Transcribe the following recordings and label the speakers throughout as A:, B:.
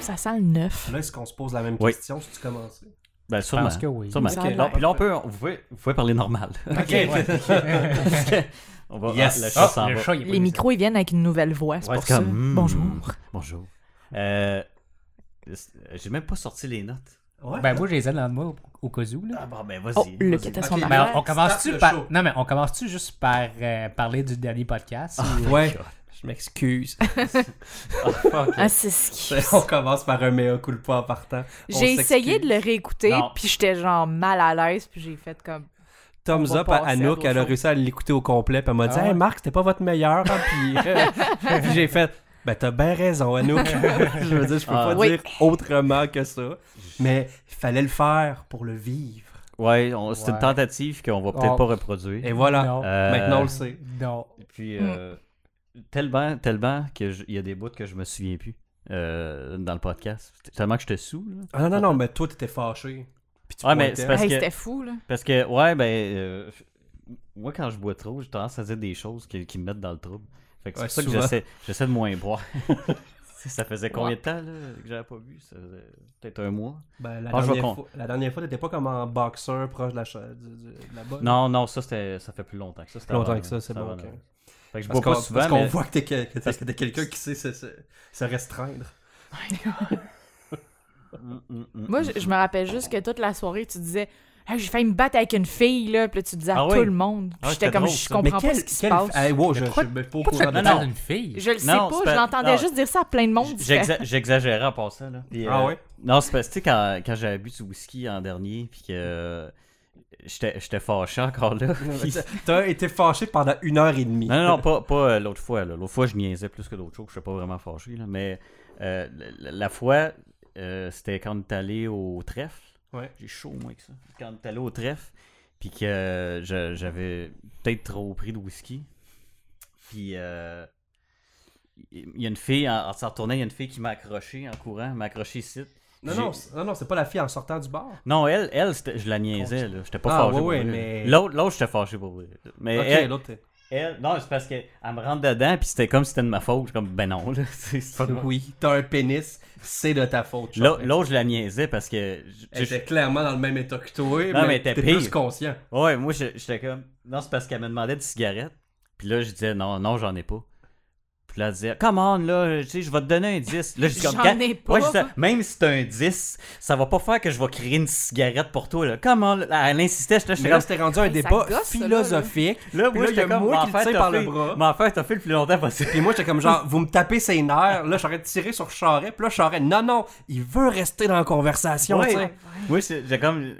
A: ça sent le neuf.
B: Là, est-ce qu'on se pose la même
C: Oui.
B: question si tu commences?
C: Ben,
D: Je
C: sûrement.
D: pense que oui.
C: Sûrement.
A: Ça
B: a l'air.
C: Non, puis là, on peut, vous, pouvez, vous pouvez parler normal.
B: Ok,
C: on va,
B: Yes.
C: ah, le
D: Ah,
C: chat s'en
D: le
C: va.
D: chat, il est pas
A: Les micros, ils viennent avec une nouvelle voix, c'est
C: Ouais,
A: pour
C: c'est
A: ça.
C: comme, hmm,
A: Bonjour.
C: Bonjour. Euh, J'ai même pas sorti les notes.
B: Ouais.
D: Ben, moi, je les ai dans moi au, au cas où. Là.
C: Ah bon, ben vas-y.
A: Oh, le
C: vas-y.
A: cat à son
B: Ok.
A: barbe.
D: Ben, on- on,
B: Start
D: commence-tu
B: le
D: par...
B: show.
D: Non, mais on commence-tu juste par euh, parler du dernier podcast? ou-
E: Ouais. Je m'excuse.
C: Ah, fuck.
A: Ah, c'est ce qui-
B: On commence par un mea culpa en partant. On
A: J'ai essayé
B: s'excuse.
A: de le réécouter,
C: Non.
A: puis j'étais genre mal à l'aise, puis j'ai fait comme.
E: Thumbs
A: va
E: up à
A: passer à
E: Anouk,
A: d'autres
E: elle a
A: choses.
E: réussi à l'écouter au complet, puis elle m'a dit
D: Ah ouais.
E: Hey Marc, c'était pas votre meilleur. hein? Puis, puis j'ai fait Ben t'as bien raison, Anouk. je veux dire, je peux pas
C: Ah.
A: Oui.
E: dire autrement que ça. Mais il fallait le faire pour le vivre.
C: Ouais, on- c'est
D: Ouais.
C: une tentative qu'on va peut-être
D: On-
C: pas reproduire.
E: Et voilà.
D: Non.
C: Euh,
E: Maintenant, on le sait.
D: Non.
C: Puis,
A: Mm.
C: euh, tellement, tellement qu'il y a des bouts que je me souviens plus euh, dans le podcast. Tellement que j'étais sous. Là.
E: Ah non, non, non, mais toi, t'étais fâché. Puis tu
C: Ouais, mais
E: pointais.
C: c'est parce
A: Hey,
C: que-
A: c'était fou, là.
C: Parce que, ouais, ben, euh, moi, quand je bois trop, j'ai tendance à dire des choses qui, qui me mettent dans le trouble. Fait que c'est
E: Ouais,
C: pour ça que
E: souvent.
C: j'essaie, j'essaie de moins boire. ça faisait combien de temps là, que j'avais pas bu? Ça faisait peut-être un mois.
E: Ben, la,
C: Ah, je vais
E: dernière
C: con-
E: fois, la dernière fois, t'étais pas comme un boxeur proche de la, cha- du- du- de la botte.
C: Non, non, ça, c'était, ça fait plus longtemps que ça. c'était
E: Longtemps
C: avant
E: que ça, c'est
C: Noël.
E: bon.
C: avant
E: ok.
C: Noël. Fait que
E: Parce
C: je bois
E: qu'on
C: pas
E: parce
C: souvent,
E: qu'on
C: mais
E: voit que t'es que- que t'es- que t'es quelqu'un qui sait se, se- se restreindre.
C: Mm, mm, mm,
A: Moi,
C: mm.
A: je, je me rappelle juste que toute la soirée, tu disais. Ah, j'ai failli me battre avec une fille, là. Puis là, tu disais à
C: Ah
A: tout
C: oui.
A: le monde. Puis
C: Ah,
A: j'étais
C: c'était
A: comme,
C: drôle,
A: je
C: ça.
A: comprends pas ce qui se passe.
C: ah
E: Hey, wow, Oh, je,
D: Mais
E: je,
D: pourquoi-
E: je- pas au
D: Pourquoi tu
E: courant
D: te
E: de
C: non,
D: parles
C: non.
D: d'une fille?
A: Je le sais
C: Non,
A: pas,
C: c'est
A: je
C: pas- ah.
A: l'entendais
C: non.
A: juste dire ça à plein de monde. différent.
C: J'exa- J'exagérais en passant. Là. Puis,
E: Ah
C: euh,
E: ouais?
C: Non, c'est parce que tu sais, quand, quand j'avais bu du whisky en dernier, puis que euh, j'étais j'étais fâché encore là. puis-
E: T'as été fâché pendant une heure et demie.
C: Non, non, non, pas, pas euh, l'autre fois. là. L'autre fois, je niaisais plus que l'autre chose. Je suis pas vraiment fâché. Là, mais euh, la, la fois, euh, c'était quand on est allé au trèfle.
E: Ouais.
C: J'ai chaud, moi, que ça. Quand on est allé au trèfle, puis que euh, je- j'avais peut-être trop pris de whisky. Puis euh, il il y a une fille, en, en s'en retournant, il y a une fille qui m'a accroché en courant, m'a accroché ici.
E: Non,
C: J'ai-
E: non, c'est- non, non, c'est pas la fille en sortant du bar.
C: Non, elle, elle c'était- je la niaisais. là. J'étais pas
E: Ah,
C: fâché.
E: ouais,
C: pour
E: ouais,
C: vrai.
E: mais-
C: L'autre, l'autre, j'étais fâché pour vrai. Mais
E: ok,
C: elle,
E: l'autre. t'es-
C: elle, non, c'est parce qu'elle me rentre dedans, puis c'était comme si c'était de ma faute. Je suis comme, ben non, là. c'est- c'est pas de-
E: Oui, t'as un pénis, c'est de ta faute. Charles.
C: L'au- L'autre, je la niaisais parce que. je-
E: Elle
C: je-
E: était clairement dans le même état que toi,
C: Non, mais
E: mais
C: t'es
E: t'es
C: pire.
E: plus conscient.
C: Ouais, moi, je- j'étais comme. Non, c'est parce qu'elle me demandait des cigarettes. Puis là, je disais, non, non, j'en ai pas. Puis là, elle disait, come on, là, tu sais, je vais te donner un 10. Là, je dis, comme,
A: J'en
C: quand-
A: ai pas.
C: Ouais, je disais, même si t'as un 10, ça va pas faire que je vais créer une cigarette pour toi, là. Come on, là. Elle insistait, j'étais
E: Mais
C: j'étais
E: là,
C: comme.
E: c'était rendu un
A: Hey, ça
E: débat
A: gosse, ça, là, là.
E: philosophique.
C: Là,
E: Puis
C: moi,
E: là, il y
C: j'étais
E: a
C: comme.
E: moi
C: m'en
E: qui le
C: faire,
E: tire
C: t'as
E: par le
C: fait-
E: bras.
C: M'en faire, t'as fait le plus longtemps possible.
E: Puis moi, j'étais comme genre, vous me tapez ses nerfs. Là, j'aurais tiré sur Charret. Puis là, Charret, non, non, il veut rester dans la conversation,
C: Ouais.
E: tu sais.
C: Moi, c'est- j'ai comme.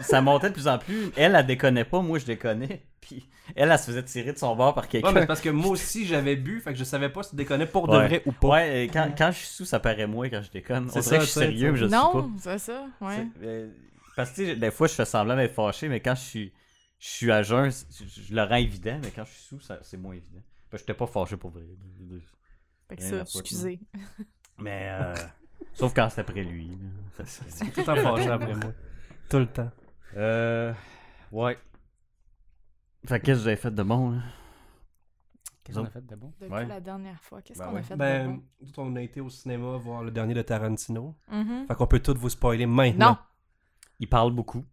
C: Ça montait de plus en plus. Elle, elle déconnait pas. Moi, je déconnais. Puis elle, elle se faisait tirer de son bord par
E: Ouais,
C: quelqu'un.
E: mais c'est parce que moi aussi, j'avais bu. Fait que je savais pas si tu déconnais pour de
C: Ouais.
E: vrai ou pas.
C: Ouais, euh, quand, quand je suis sous, ça paraît moins quand je déconne.
E: C'est
C: On dirait
E: ça,
C: que je suis
E: tu sais,
C: sérieux, mais je le suis pas.
A: non, c'est ça, ouais.
C: C'est- euh, Parce que, tu sais, des fois, je fais semblant d'être fâché, mais quand je suis, je suis à jeun, c- je, je le rends évident, mais quand je suis sous, ça- c'est moins évident. Parce que j'étais pas fâché pour vrai.
A: Fait que
C: rien
A: ça,
C: à foutre,
A: excusez.
C: Mais, euh, sauf quand c'est après lui. là. Ça, c'est-
E: Tout le temps fâché après moi. Tout le temps.
C: Euh, ouais. Fait que qu'est-ce que vous avez fait de bon, là?
D: Qu'est-ce qu'on a fait de bon?
A: Depuis
C: Ouais.
A: la dernière fois, qu'est-ce
C: Ben
A: qu'on a
C: ouais.
A: fait de
E: Ben,
A: bon?
E: nous, on a été au cinéma voir le dernier de Tarantino.
A: Mhm.
E: Fait qu'on peut tout vous spoiler maintenant.
A: Non,
C: Il parle beaucoup.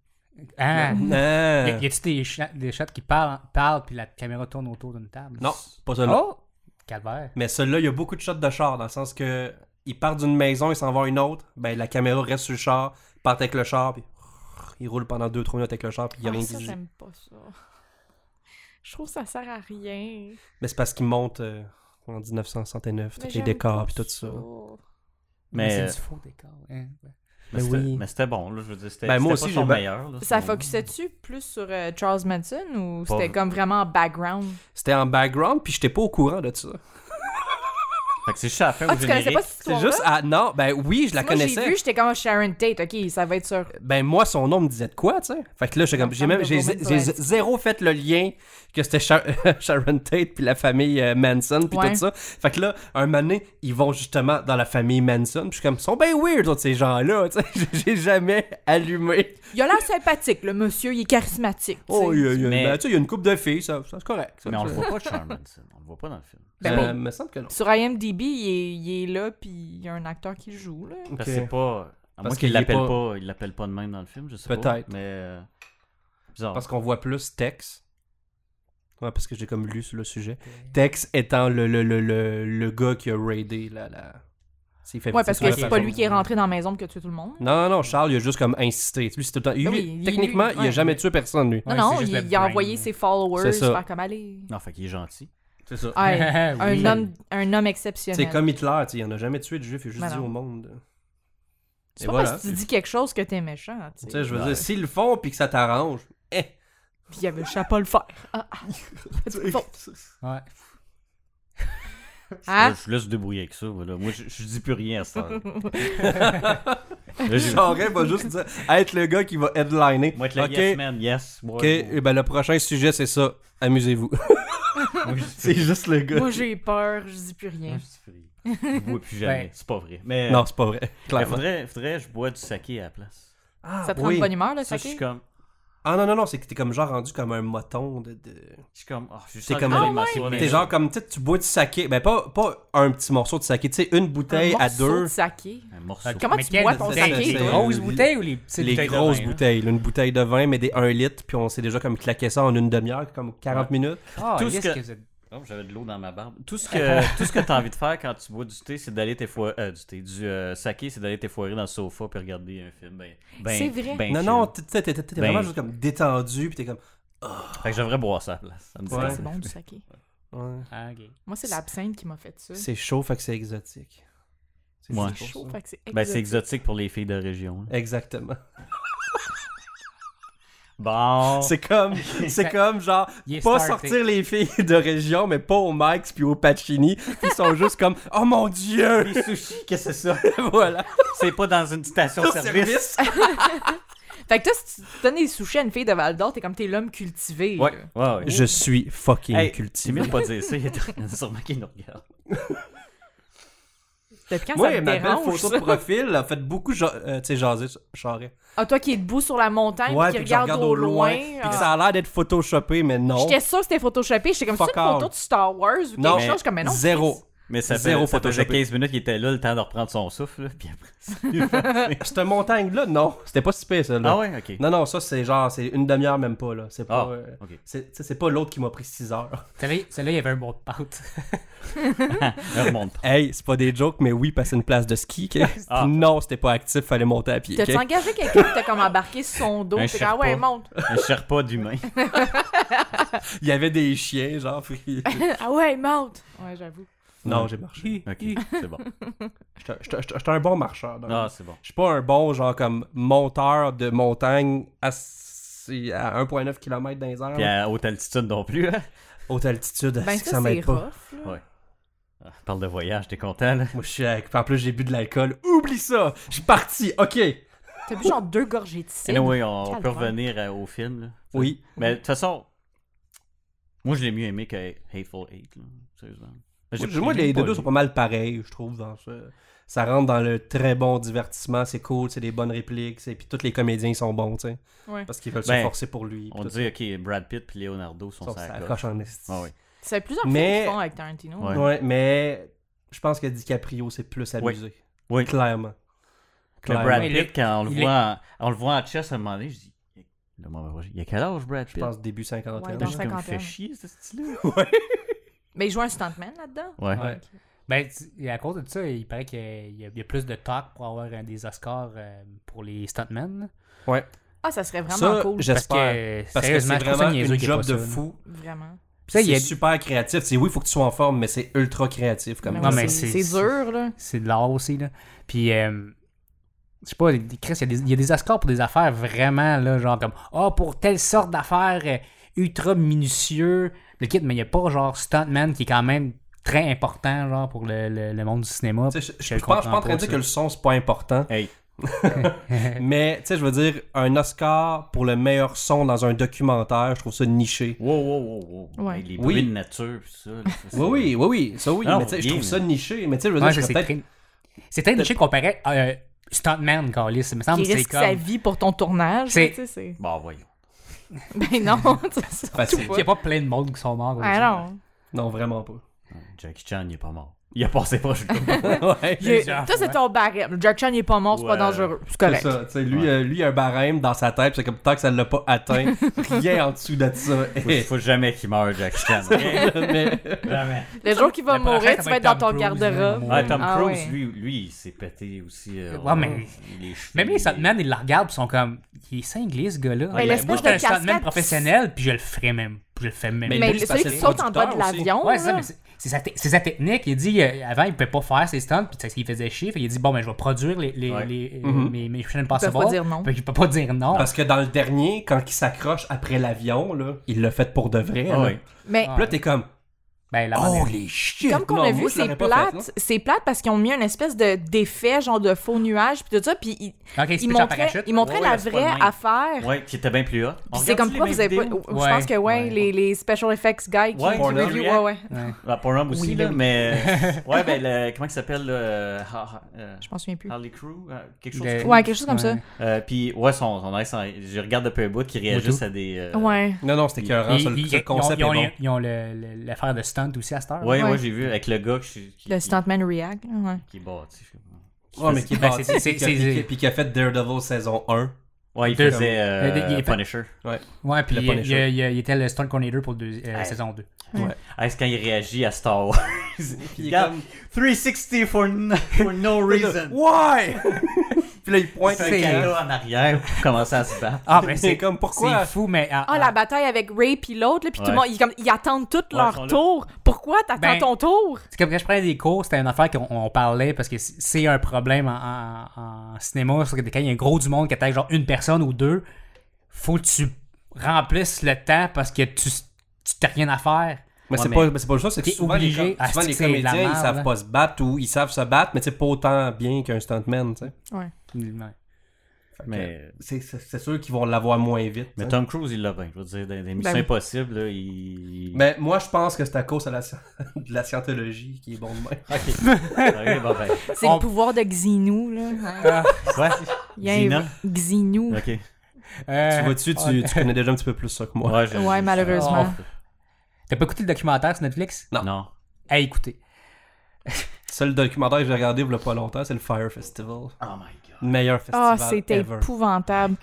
D: Ah!
E: Non.
D: Y a- y a-tu des, cha- des shots qui parlent, parlent puis la caméra tourne autour d'une table?
E: Non, pas celui-là.
D: Oh! Calvaire.
E: Mais celui-là, il y a beaucoup de shots de char, dans le sens que il part d'une maison, il s'en va à une autre, ben la caméra reste sur le char, il part avec le char, puis il roule pendant 2-3 minutes avec le char, puis il y a
A: Ah,
E: rien qui
A: ça,
E: dit.
A: j'aime pas ça. Je trouve que ça sert à rien.
E: Mais c'est parce qu'il monte euh, en 1969,
A: Mais
E: tous les
A: j'aime
E: décors,
A: pas
E: puis tout ça.
C: Mais,
D: Mais
C: euh,
D: c'est du faux décor. hein.
C: mais
E: Ben
C: c'était
E: oui.
C: mais c'était bon, là. Je veux dire, c'était
E: Ben, moi
C: c'était
E: aussi,
C: pas son
E: j'ai-
C: meilleur. là,
A: Ça
C: son-
A: focusait-tu plus sur euh, Charles Manson ou
C: Pas-
A: c'était comme vraiment en background?
E: C'était en background, puis j'étais pas au courant de ça.
C: Fait que c'est juste à la fin
A: Ah,
C: au
A: tu connaissais
C: générique.
A: pas cette
E: C'est
A: histoire
E: juste, ah non, ben oui, je la
A: Moi, j'ai
E: connaissais.
A: vu, j'étais comme oh, Sharon Tate, ok, ça va être sur...
E: ben moi son nom me disait de quoi tu sais fait que là j'ai comme j'ai même j'ai
A: Ensemble de
E: j'ai
A: Romains.
E: zéro fait le lien que c'était Shar- Sharon Tate puis la famille euh, Manson puis
A: Ouais.
E: tout ça fait que là un moment donné, ils vont justement dans la famille Manson puis je suis comme ils sont bien weird autres, ces gens là tu sais J'ai- j'ai jamais allumé
A: Il a l'air sympathique, le monsieur, il est charismatique. tu sais.
E: oh il y a, il y a-
C: Mais-
E: ben, tu sais, il y a une coupe de filles ça, ça, c'est correct ça,
C: Mais on le
E: ça.
C: voit pas, Charles Manson. On le voit pas dans le film.
A: Ben
E: Euh,
A: oui.
E: me semble que non.
A: Sur IMDb, il est, il est là, puis il y a un acteur qui le joue. Là.
C: Parce
E: Ok.
C: que c'est pas. À moins
E: Parce
C: qu'il
E: qu'il est
C: l'appelle
E: pas-
C: pas... il l'appelle pas de même dans le film, je sais pas.
E: Peut-être.
C: Mais. euh, Bizarre.
E: Parce qu'on voit plus Tex. Ouais, parce que j'ai comme lu sur le sujet. Tex étant le, le, le, le, le gars qui a raidé la. la... s'il fait
A: Ouais,
E: petit
A: parce
E: sur la
A: que c'est pas
E: façon.
A: lui qui est rentré dans la maison pour que tué tout le monde.
E: Non, non, non, Charles, il a juste comme insisté. Lui, c'est tout le temps. lui,
A: oui, lui,
E: techniquement,
A: lui,
E: il a
A: ouais.
E: jamais tué personne, lui.
A: Non,
D: Ouais,
A: non,
D: c'est
A: il,
D: juste le
A: il a
D: brain.
A: envoyés ses followers
E: C'est ça.
A: faire comme aller.
C: Non, fait qu'il est gentil.
E: C'est ça.
A: Ouais, un,
D: Oui.
A: homme, un homme exceptionnel.
E: C'est comme Hitler, tu sais, il en a jamais tué de juif, il a juste
A: Ben
E: dit
A: non.
E: au monde.
A: C'est
E: Et
A: pas
E: voilà.
A: parce que tu dis quelque chose que t'es méchant. tu
E: Tu
A: sais.
E: sais, je veux
C: Ouais.
E: dire, s'ils le font puis que ça t'arrange, eh,
A: Puis il avait le pas le faire. Ah, ah. Bon.
D: Ouais.
A: Hein?
C: Là, je vous laisse se débrouiller avec ça. voilà. Moi, je, je dis plus rien à ça.
E: Charest va juste dire, être le gars qui va headliner.
C: Moi, être le
E: Ok.
C: yes man, yes. Ouais,
E: Ok,
C: ouais.
E: eh ben le prochain sujet, c'est ça. Amusez-vous.
C: Moi, je dis
E: c'est juste le gars.
A: Moi, j'ai peur, je dis plus rien.
C: Moi, je dis free. Je bois plus jamais.
D: Ben.
C: C'est pas vrai. Mais
E: Non, c'est pas vrai.
C: il
E: Clairement.
C: faudrait, faudrait que je bois du saké à la place.
E: Ah,
A: Ça te rend de bonne humeur, le
C: Ça, je
A: saké?
C: suis comme.
E: Ah non, non, non, c'est que t'es comme genre rendu comme un moton de. de-
C: Je suis comme. Oh, je suis
E: T'es
C: sans
E: comme-
C: le
E: Ah
C: problème, c'est
E: T'es
C: vrai.
E: genre comme, tu sais, tu bois du saké. Ben pas, pas un petit morceau de saké, tu sais, une bouteille
A: Un
E: à
A: morceau
E: deux.
A: de saké.
C: Un morceau.
A: Comment tu bois ton
E: saké?
D: Les grosses bouteilles ou les petites
E: les
D: bouteilles de
E: grosses
D: vin, hein. là?
E: bouteilles, là, une bouteille de vin, mais des 1 litre, puis on s'est déjà comme claqué ça en une demi-heure, comme 40 minutes.
D: Ah,
C: Tout ce
D: yes,
C: que-
D: que vous êtes-
C: Oh, J'avais de l'eau dans ma barbe. Tout ce que tout ce que t'as envie de faire quand tu bois du thé, c'est d'aller t'effoirer. euh, du thé, du euh, saké, c'est d'aller t'effoirer dans le sofa puis regarder un film. Ben, ben,
A: C'est vrai.
C: ben
E: Non,
C: chill.
E: non, t'es- t'es t'es- t'es
C: Ben-
E: vraiment juste comme détendu, puis t'es comme.
C: Fait que j'aimerais boire ça à la place. Ça me dit
E: Ouais.
A: Ah,
C: rien.
A: C'est bon, du saké.
E: ouais,
D: Ah, ok.
A: Moi, c'est l'absinthe qui m'a fait ça.
E: C'est chaud, fait que c'est exotique. C'est
C: Ouais.
E: c'est pour
A: chaud,
E: ça.
A: fait que c'est
C: Ben,
A: exotique.
C: c'est exotique pour les filles de région. là.
E: Exactement.
C: Bon.
E: C'est comme, c'est comme genre,
D: Il est
E: pas
D: starté.
E: sortir les filles de région, mais pas au Max puis au Pacini, qui sont juste comme, oh mon dieu!
C: Les sushis, qu'est-ce que c'est ça?
E: voilà.
C: C'est pas dans une station-service.
E: Service.
A: Fait que toi, si tu donnes des sushis à une fille de Val d'Or, t'es comme t'es l'homme cultivé.
C: Ouais,
A: là.
C: ouais, ouais.
E: Je suis fucking
C: Hey, C'est
E: cultivé.
C: mieux de pas dire ça, il y a sûrement qui nous regarde.
A: Depuis quand ça
E: Moi,
A: te
E: ma belle
A: dérange, ça?
E: photo de profil a fait beaucoup, ja- euh, tu sais, jaser, Charest.
A: Ah, toi qui es debout sur la montagne,
E: Ouais,
A: puis
E: puis
A: qui
E: que je
A: regarde, au loin.
E: Puis que
A: ah.
E: ça a l'air d'être photoshopé, mais non.
A: J'étais sûre que c'était photoshopé. J'étais comme, c'est
E: Fuck
A: une photo
E: all.
A: de Star Wars ou quelque
E: Non,
A: chose. Je suis comme, mais non.
E: Zéro.
C: Mais ça,
E: Zéro
C: fait, ça faisait
E: photoshopé.
C: 15 minutes qu'il était là, le temps de reprendre son souffle, là, puis après.
E: Cette montagne-là, non. C'était pas si pire, ça, là.
C: ah ouais, ok.
E: Non, non, ça, c'est genre, c'est une demi-heure même pas, là. C'est pas.
C: Ah,
E: euh,
C: ok.
E: c'est- tu sais, c'est pas l'autre qui m'a pris 6 heures.
D: Celle-là, celle-là, il y avait un mot de pâte.
C: Elle remonte pas.
E: Hey, c'est pas des jokes, mais oui, passer une place de ski. ok?
C: Ah.
E: Non, c'était pas actif, fallait monter à pied.
A: T'as-tu
E: ok?
A: engagé quelqu'un qui t'a comme embarqué sur son dos?
C: Un
A: T'es comme, ah ouais,
C: Sherpa.
A: monte.
C: Un Sherpa d'humain.
E: Il y avait des chiens, genre. puis-
A: Ah ouais, monte. Ouais, j'avoue.
E: non, j'ai marché.
C: Ok, c'est bon.
E: J'étais- J'étais j'étais un bon marcheur. dans le
C: Ah, c'est bon.
E: Je suis pas un bon, genre, comme monteur de montagne à, si- à 1,9 km dans les airs.
C: Puis
E: là.
C: à haute altitude non plus. hein?
E: Haute altitude,
A: Ben,
E: est-ce que ça
A: ça, c'est
E: m'aide pas.
A: rough. là.
C: Ouais. Ah, parle de voyage, t'es content, là?
E: Moi, je suis avec- En plus, j'ai bu de l'alcool. Oublie ça! Je suis parti, ok!
A: T'as bu genre deux gorgées de cidre.
C: Anyway, on, on peut
A: Calvaire.
C: revenir euh, au film, là.
E: Oui.
C: Mais de toute façon, moi, je l'ai mieux aimé que Hateful Eight, là. Sérieusement.
E: Moi, moi, les deux sont pas mal pareils, je trouve. Dans ce- Ça rentre dans le très bon divertissement, c'est cool, c'est des bonnes répliques, c'est- puis tous les comédiens ils sont bons, tu sais.
A: Ouais.
E: Parce qu'ils veulent
C: Ben,
E: se forcer pour lui. puis
C: On
E: tout
C: dit, ok, Brad Pitt puis Leonardo sont
E: ça,
C: sur la
E: ça
C: coche.
E: coche en esti.
C: Ah oui.
A: C'est plusieurs
E: Mais-
A: films qu'ils font avec Tarantino.
C: Ouais.
E: Ouais, mais je pense que DiCaprio, c'est plus abusé.
C: Oui.
E: Clairement.
C: Mais
E: Clairement.
C: Brad
D: Ouais,
C: Pitt,
D: il-
C: quand on le,
D: il
C: voit, en- on le voit en chess à un moment donné, je dis Là, moi, moi, Il y a quel âge, Brad Pitt
E: Je pense début
A: Ouais,
E: cinquantaine.
A: dans
C: Juste comme, il
A: cinquantaine.
C: fait chier, ce style-là.
A: Mais il joue un stuntman là-dedans.
C: Ouais.
D: Ouais. Ben, tu- à cause de ça, il paraît qu'il y a- il y, a- il y a plus de talk pour avoir euh, des Oscars euh, pour les stuntmen.
E: Ouais.
A: Ah, ça serait vraiment
E: Ça,
A: cool.
E: j'espère.
D: Parce
E: Parce
D: que,
E: que
D: sérieusement,
E: c'est
D: je trouve ça
E: vraiment
D: niaiseux
E: une
D: qu'il y ait
E: job
D: pas
E: de
D: ça, là.
E: fou.
A: Vraiment.
D: Ça, il y
E: C'est
D: a-
E: super créatif. C'est oui, il faut que tu sois en forme, mais c'est ultra créatif comme
A: Mais
D: Non,
A: oui,
D: mais
A: c'est
D: c'est-
A: c'est dur, là.
D: C'est de l'art aussi, là. Puis, euh, je sais pas, des- Chris, il y, a des- il y a des Oscars pour des affaires vraiment, là, genre comme, ah, pour telle sorte d'affaires euh, ultra minutieux, le kit, mais il n'y a pas, genre, Stuntman qui est quand même très important, genre, pour le, le- le monde du cinéma.
E: Tu sais, Je, je
D: le
E: pense- je suis
D: comprends
E: pas en train
D: pas,
E: de dire
D: ça. Euh.
E: que le son, c'est pas important.
C: Hey.
E: mais, tu sais, je veux dire, un Oscar pour le meilleur son dans un documentaire, je trouve ça niché.
C: Wow, wow, wow, wow.
A: euh, Ouais.
C: Hey, les
E: Oui.
C: bruits de nature, pis ça. là, ça, c'est-
E: Oui, oui, oui, oui, ça oui,
C: Ah,
E: mais tu sais, je
C: bien,
E: trouve ça
C: mais-
E: niché. Mais tu sais, je veux
D: Ouais,
E: dire,
D: ça,
E: je
D: c'est
E: serais peut-être
D: très- c'est très niché comparé à euh, Stuntman, Carlis. Il me semble
A: Qui
D: que c'est
A: risque sa
D: comme.
A: vie pour ton tournage.
D: C'est-
A: là, tu sais, c'est...
C: Bon, Bah, voyons.
A: Ben non, tu sais, surtout
E: facile.
A: pas.
D: Il n'y a pas plein de monde qui sont morts.
A: Ah non.
E: Non, vraiment pas.
C: Jackie Chan, il est pas mort. Il a passé proche du combat.
D: ouais,
A: Il-
D: plusieurs
A: Ça,
D: fois.
A: c'est ton barème. Le Jack Chan, il est pas mort, c'est
C: Ouais.
A: pas dangereux. C'est
E: C'est
A: correct.
E: ça, tu sais, lui,
C: Ouais.
E: euh, lui, il a un barème dans sa tête, c'est comme tant que ça ne l'a pas atteint, rien en dessous de ça.
C: faut, faut jamais qu'il meure, Jackie Chan. ok?
E: Mais-
D: Jamais.
A: Le jour qu'il va
D: Le prochain,
A: mourir,
D: ça
A: tu
D: va
A: vas être
D: être
A: dans
D: Tom
A: ton
D: Cruise, hein,
A: garde-robe.
D: là.
C: Ouais, Tom
A: Ah
C: Cruise,
A: ouais.
C: lui, lui, il s'est pété aussi. euh,
D: Ouais, mais-
C: les cheveux,
D: Même les
C: il-
D: Sandman, ils le regardent et sont comme, il est cinglé ce gars-là.
A: Mais l'espèce
D: moi, j'étais
A: de
D: un Sandman
A: casquette-
D: professionnel, puis je le ferais même. Puis je le fais même.
E: Mais
A: Mais hein.
E: lui, c'est
A: celui
E: parce
A: qui
E: que
A: saute
E: c'est
A: en bas de
E: producteur aussi.
A: l'avion.
D: Ouais, c'est ça,
A: là.
D: mais c'est c'est sa, te- c'est sa technique. Il dit, euh, avant, il ne pouvait pas faire ses stunts, puis tu sais, il faisait chier. Fait, il a dit, bon, ben, je vais produire les, les,
C: Ouais.
D: les, euh,
E: Mhm.
D: mes, mes Mission
A: peuvent
D: Impossible.
A: pas dire non.
D: Fait qu'il peut pas dire non.
E: Parce que dans le dernier, quand il s'accroche après l'avion, là, il l'a fait pour de vrai.
C: Ah
E: là.
C: ouais.
A: Mais
D: Ah.
E: Puis là, t'es comme,
D: Ben, la
E: oh
D: manière-
E: les shit!
A: comme qu'on
E: Non,
A: a
E: moi,
A: vu,
E: je
A: c'est
E: l'aurais pas fait, là.
A: plate. C'est plate parce qu'ils ont mis une espèce de d'effet, genre de faux nuage, puis tout ça. Puis ils,
D: Ok, il se
A: ils
D: pitche en
A: montraient,
D: parachute.
A: ils montraient
C: Ouais,
A: la
C: ouais, c'est pas le
A: vraie
C: même.
A: affaire.
C: Ouais, qui était bien plus haut.
A: Puis c'est comme quoi vous avez pas. Je pense que, ouais,
D: Ouais.
A: Les, les special effects guys qui
C: Ouais,
A: qui
C: Pornhub.
A: review, ouais, ouais.
C: La Pornhub aussi,
A: Oui,
C: là,
A: oui.
C: mais. ouais, ben, le- comment il s'appelle, là euh, Ha- Ha- euh,
A: Je m'en souviens plus.
C: Harley Crew euh, Quelque chose.
D: Le-
C: Crew?
A: Ouais, quelque chose comme ça.
C: Euh, puis, ouais, son, son accent, je regarde un peu un bout qui réagissent
D: Moutou.
C: à des. euh,
A: Ouais.
E: Non, non, c'était écœurant,
D: Ils-
E: Ah, ça, le
D: ils-
E: ce
D: ils ont-
E: concept
D: ils ont,
E: est bon.
D: ils ont le- le- l'affaire de stunt aussi à cette heure.
C: Ouais, ouais,
A: Ouais.
C: j'ai vu avec le gars que je suis- qui,
A: Le
C: qui,
A: stuntman react. Ouais.
C: qui est bâti. je sais pas.
E: Ouais, Ah, mais qui est
D: Ben,
E: bâti,
D: c'est-
E: puis
D: c'est-
E: qui a-
D: c'est-
E: puis qui a- puis qui a fait Daredevil saison 1.
C: Ouais, il
D: Deux.
C: faisait euh,
D: Euh, il est fait-
C: Punisher.
D: Ouais, puis
E: Le
D: il,
E: Punisher.
D: il- il- il était le stunt coordinator pour deux- euh,
C: Ouais.
D: saison 2.
C: Ah, est-ce quand il réagit à Star Wars
E: il est
C: Regarde,
E: comme-
C: 360 for, no- for no reason.
E: Why? Puis là, il pointe un
C: C'est un
E: canon.
C: gars en arrière pour commencer à se battre.
D: Ah, ben,
E: C'est
D: c'est
E: comme, pourquoi?
D: C'est fou, mais.
A: Ah, la bataille avec Ray puis l'autre, là, puis tout
C: Ouais.
A: le monde, ils, comme, ils attendent tout
C: Ouais, ils sont
A: leur
C: là.
A: tour. Pourquoi t'attends
D: Ben,
A: ton tour?
D: C'est comme quand je prenais des cours, c'était une affaire qu'on on parlait parce que c- c'est un problème en, en- en cinéma. C'est que quand il y a un gros du monde qui attaque genre une personne ou deux, faut que tu remplisses le temps parce que tu tu t'as rien à faire.
E: Mais
C: Ouais,
E: c'est
C: mais-
E: pas, mais c'est pas juste ça, c'est que
D: T'es
E: souvent, les,
D: obligé.
E: com-
D: Ah,
E: souvent,
D: c'est
E: les
D: que c'est de la
E: comédiens, ils
D: merde,
E: savent
D: hein.
E: pas se battre ou ils savent se battre, mais c'est pas autant bien qu'un stuntman, tu sais.
A: Ouais.
D: Ouais.
C: Mais,
E: C'est- C'est c'est sûr qu'ils vont l'avoir moins vite. tu
C: mais
E: sais.
C: Tom Cruise, il l'a bien. Je veux dire, dans des missions
A: Ben oui.
C: impossibles, là, il.
E: Mais moi, je pense que c'est à cause de la, sci- de la scientologie qui est bon de même.
C: Ok, bon, ben.
A: C'est
D: On-
A: le pouvoir de Xinou, là.
E: Ah.
C: Ouais.
A: Il y a un- Xinou.
C: Ok.
D: Euh,
E: tu vois-tu, tu, tu connais déjà un petit peu plus ça que moi.
C: Ouais, je-
A: Ouais,
C: je-
A: malheureusement.
D: T'as pas écouté le documentaire sur Netflix? Eh,
E: Non.
C: Non.
D: À écouter.
E: Le seul documentaire que j'ai regardé il y a pas longtemps, c'est le Fire Festival.
C: Oh my god.
E: Meilleur festival
A: Ah, c'était
E: ever.
A: épouvantable.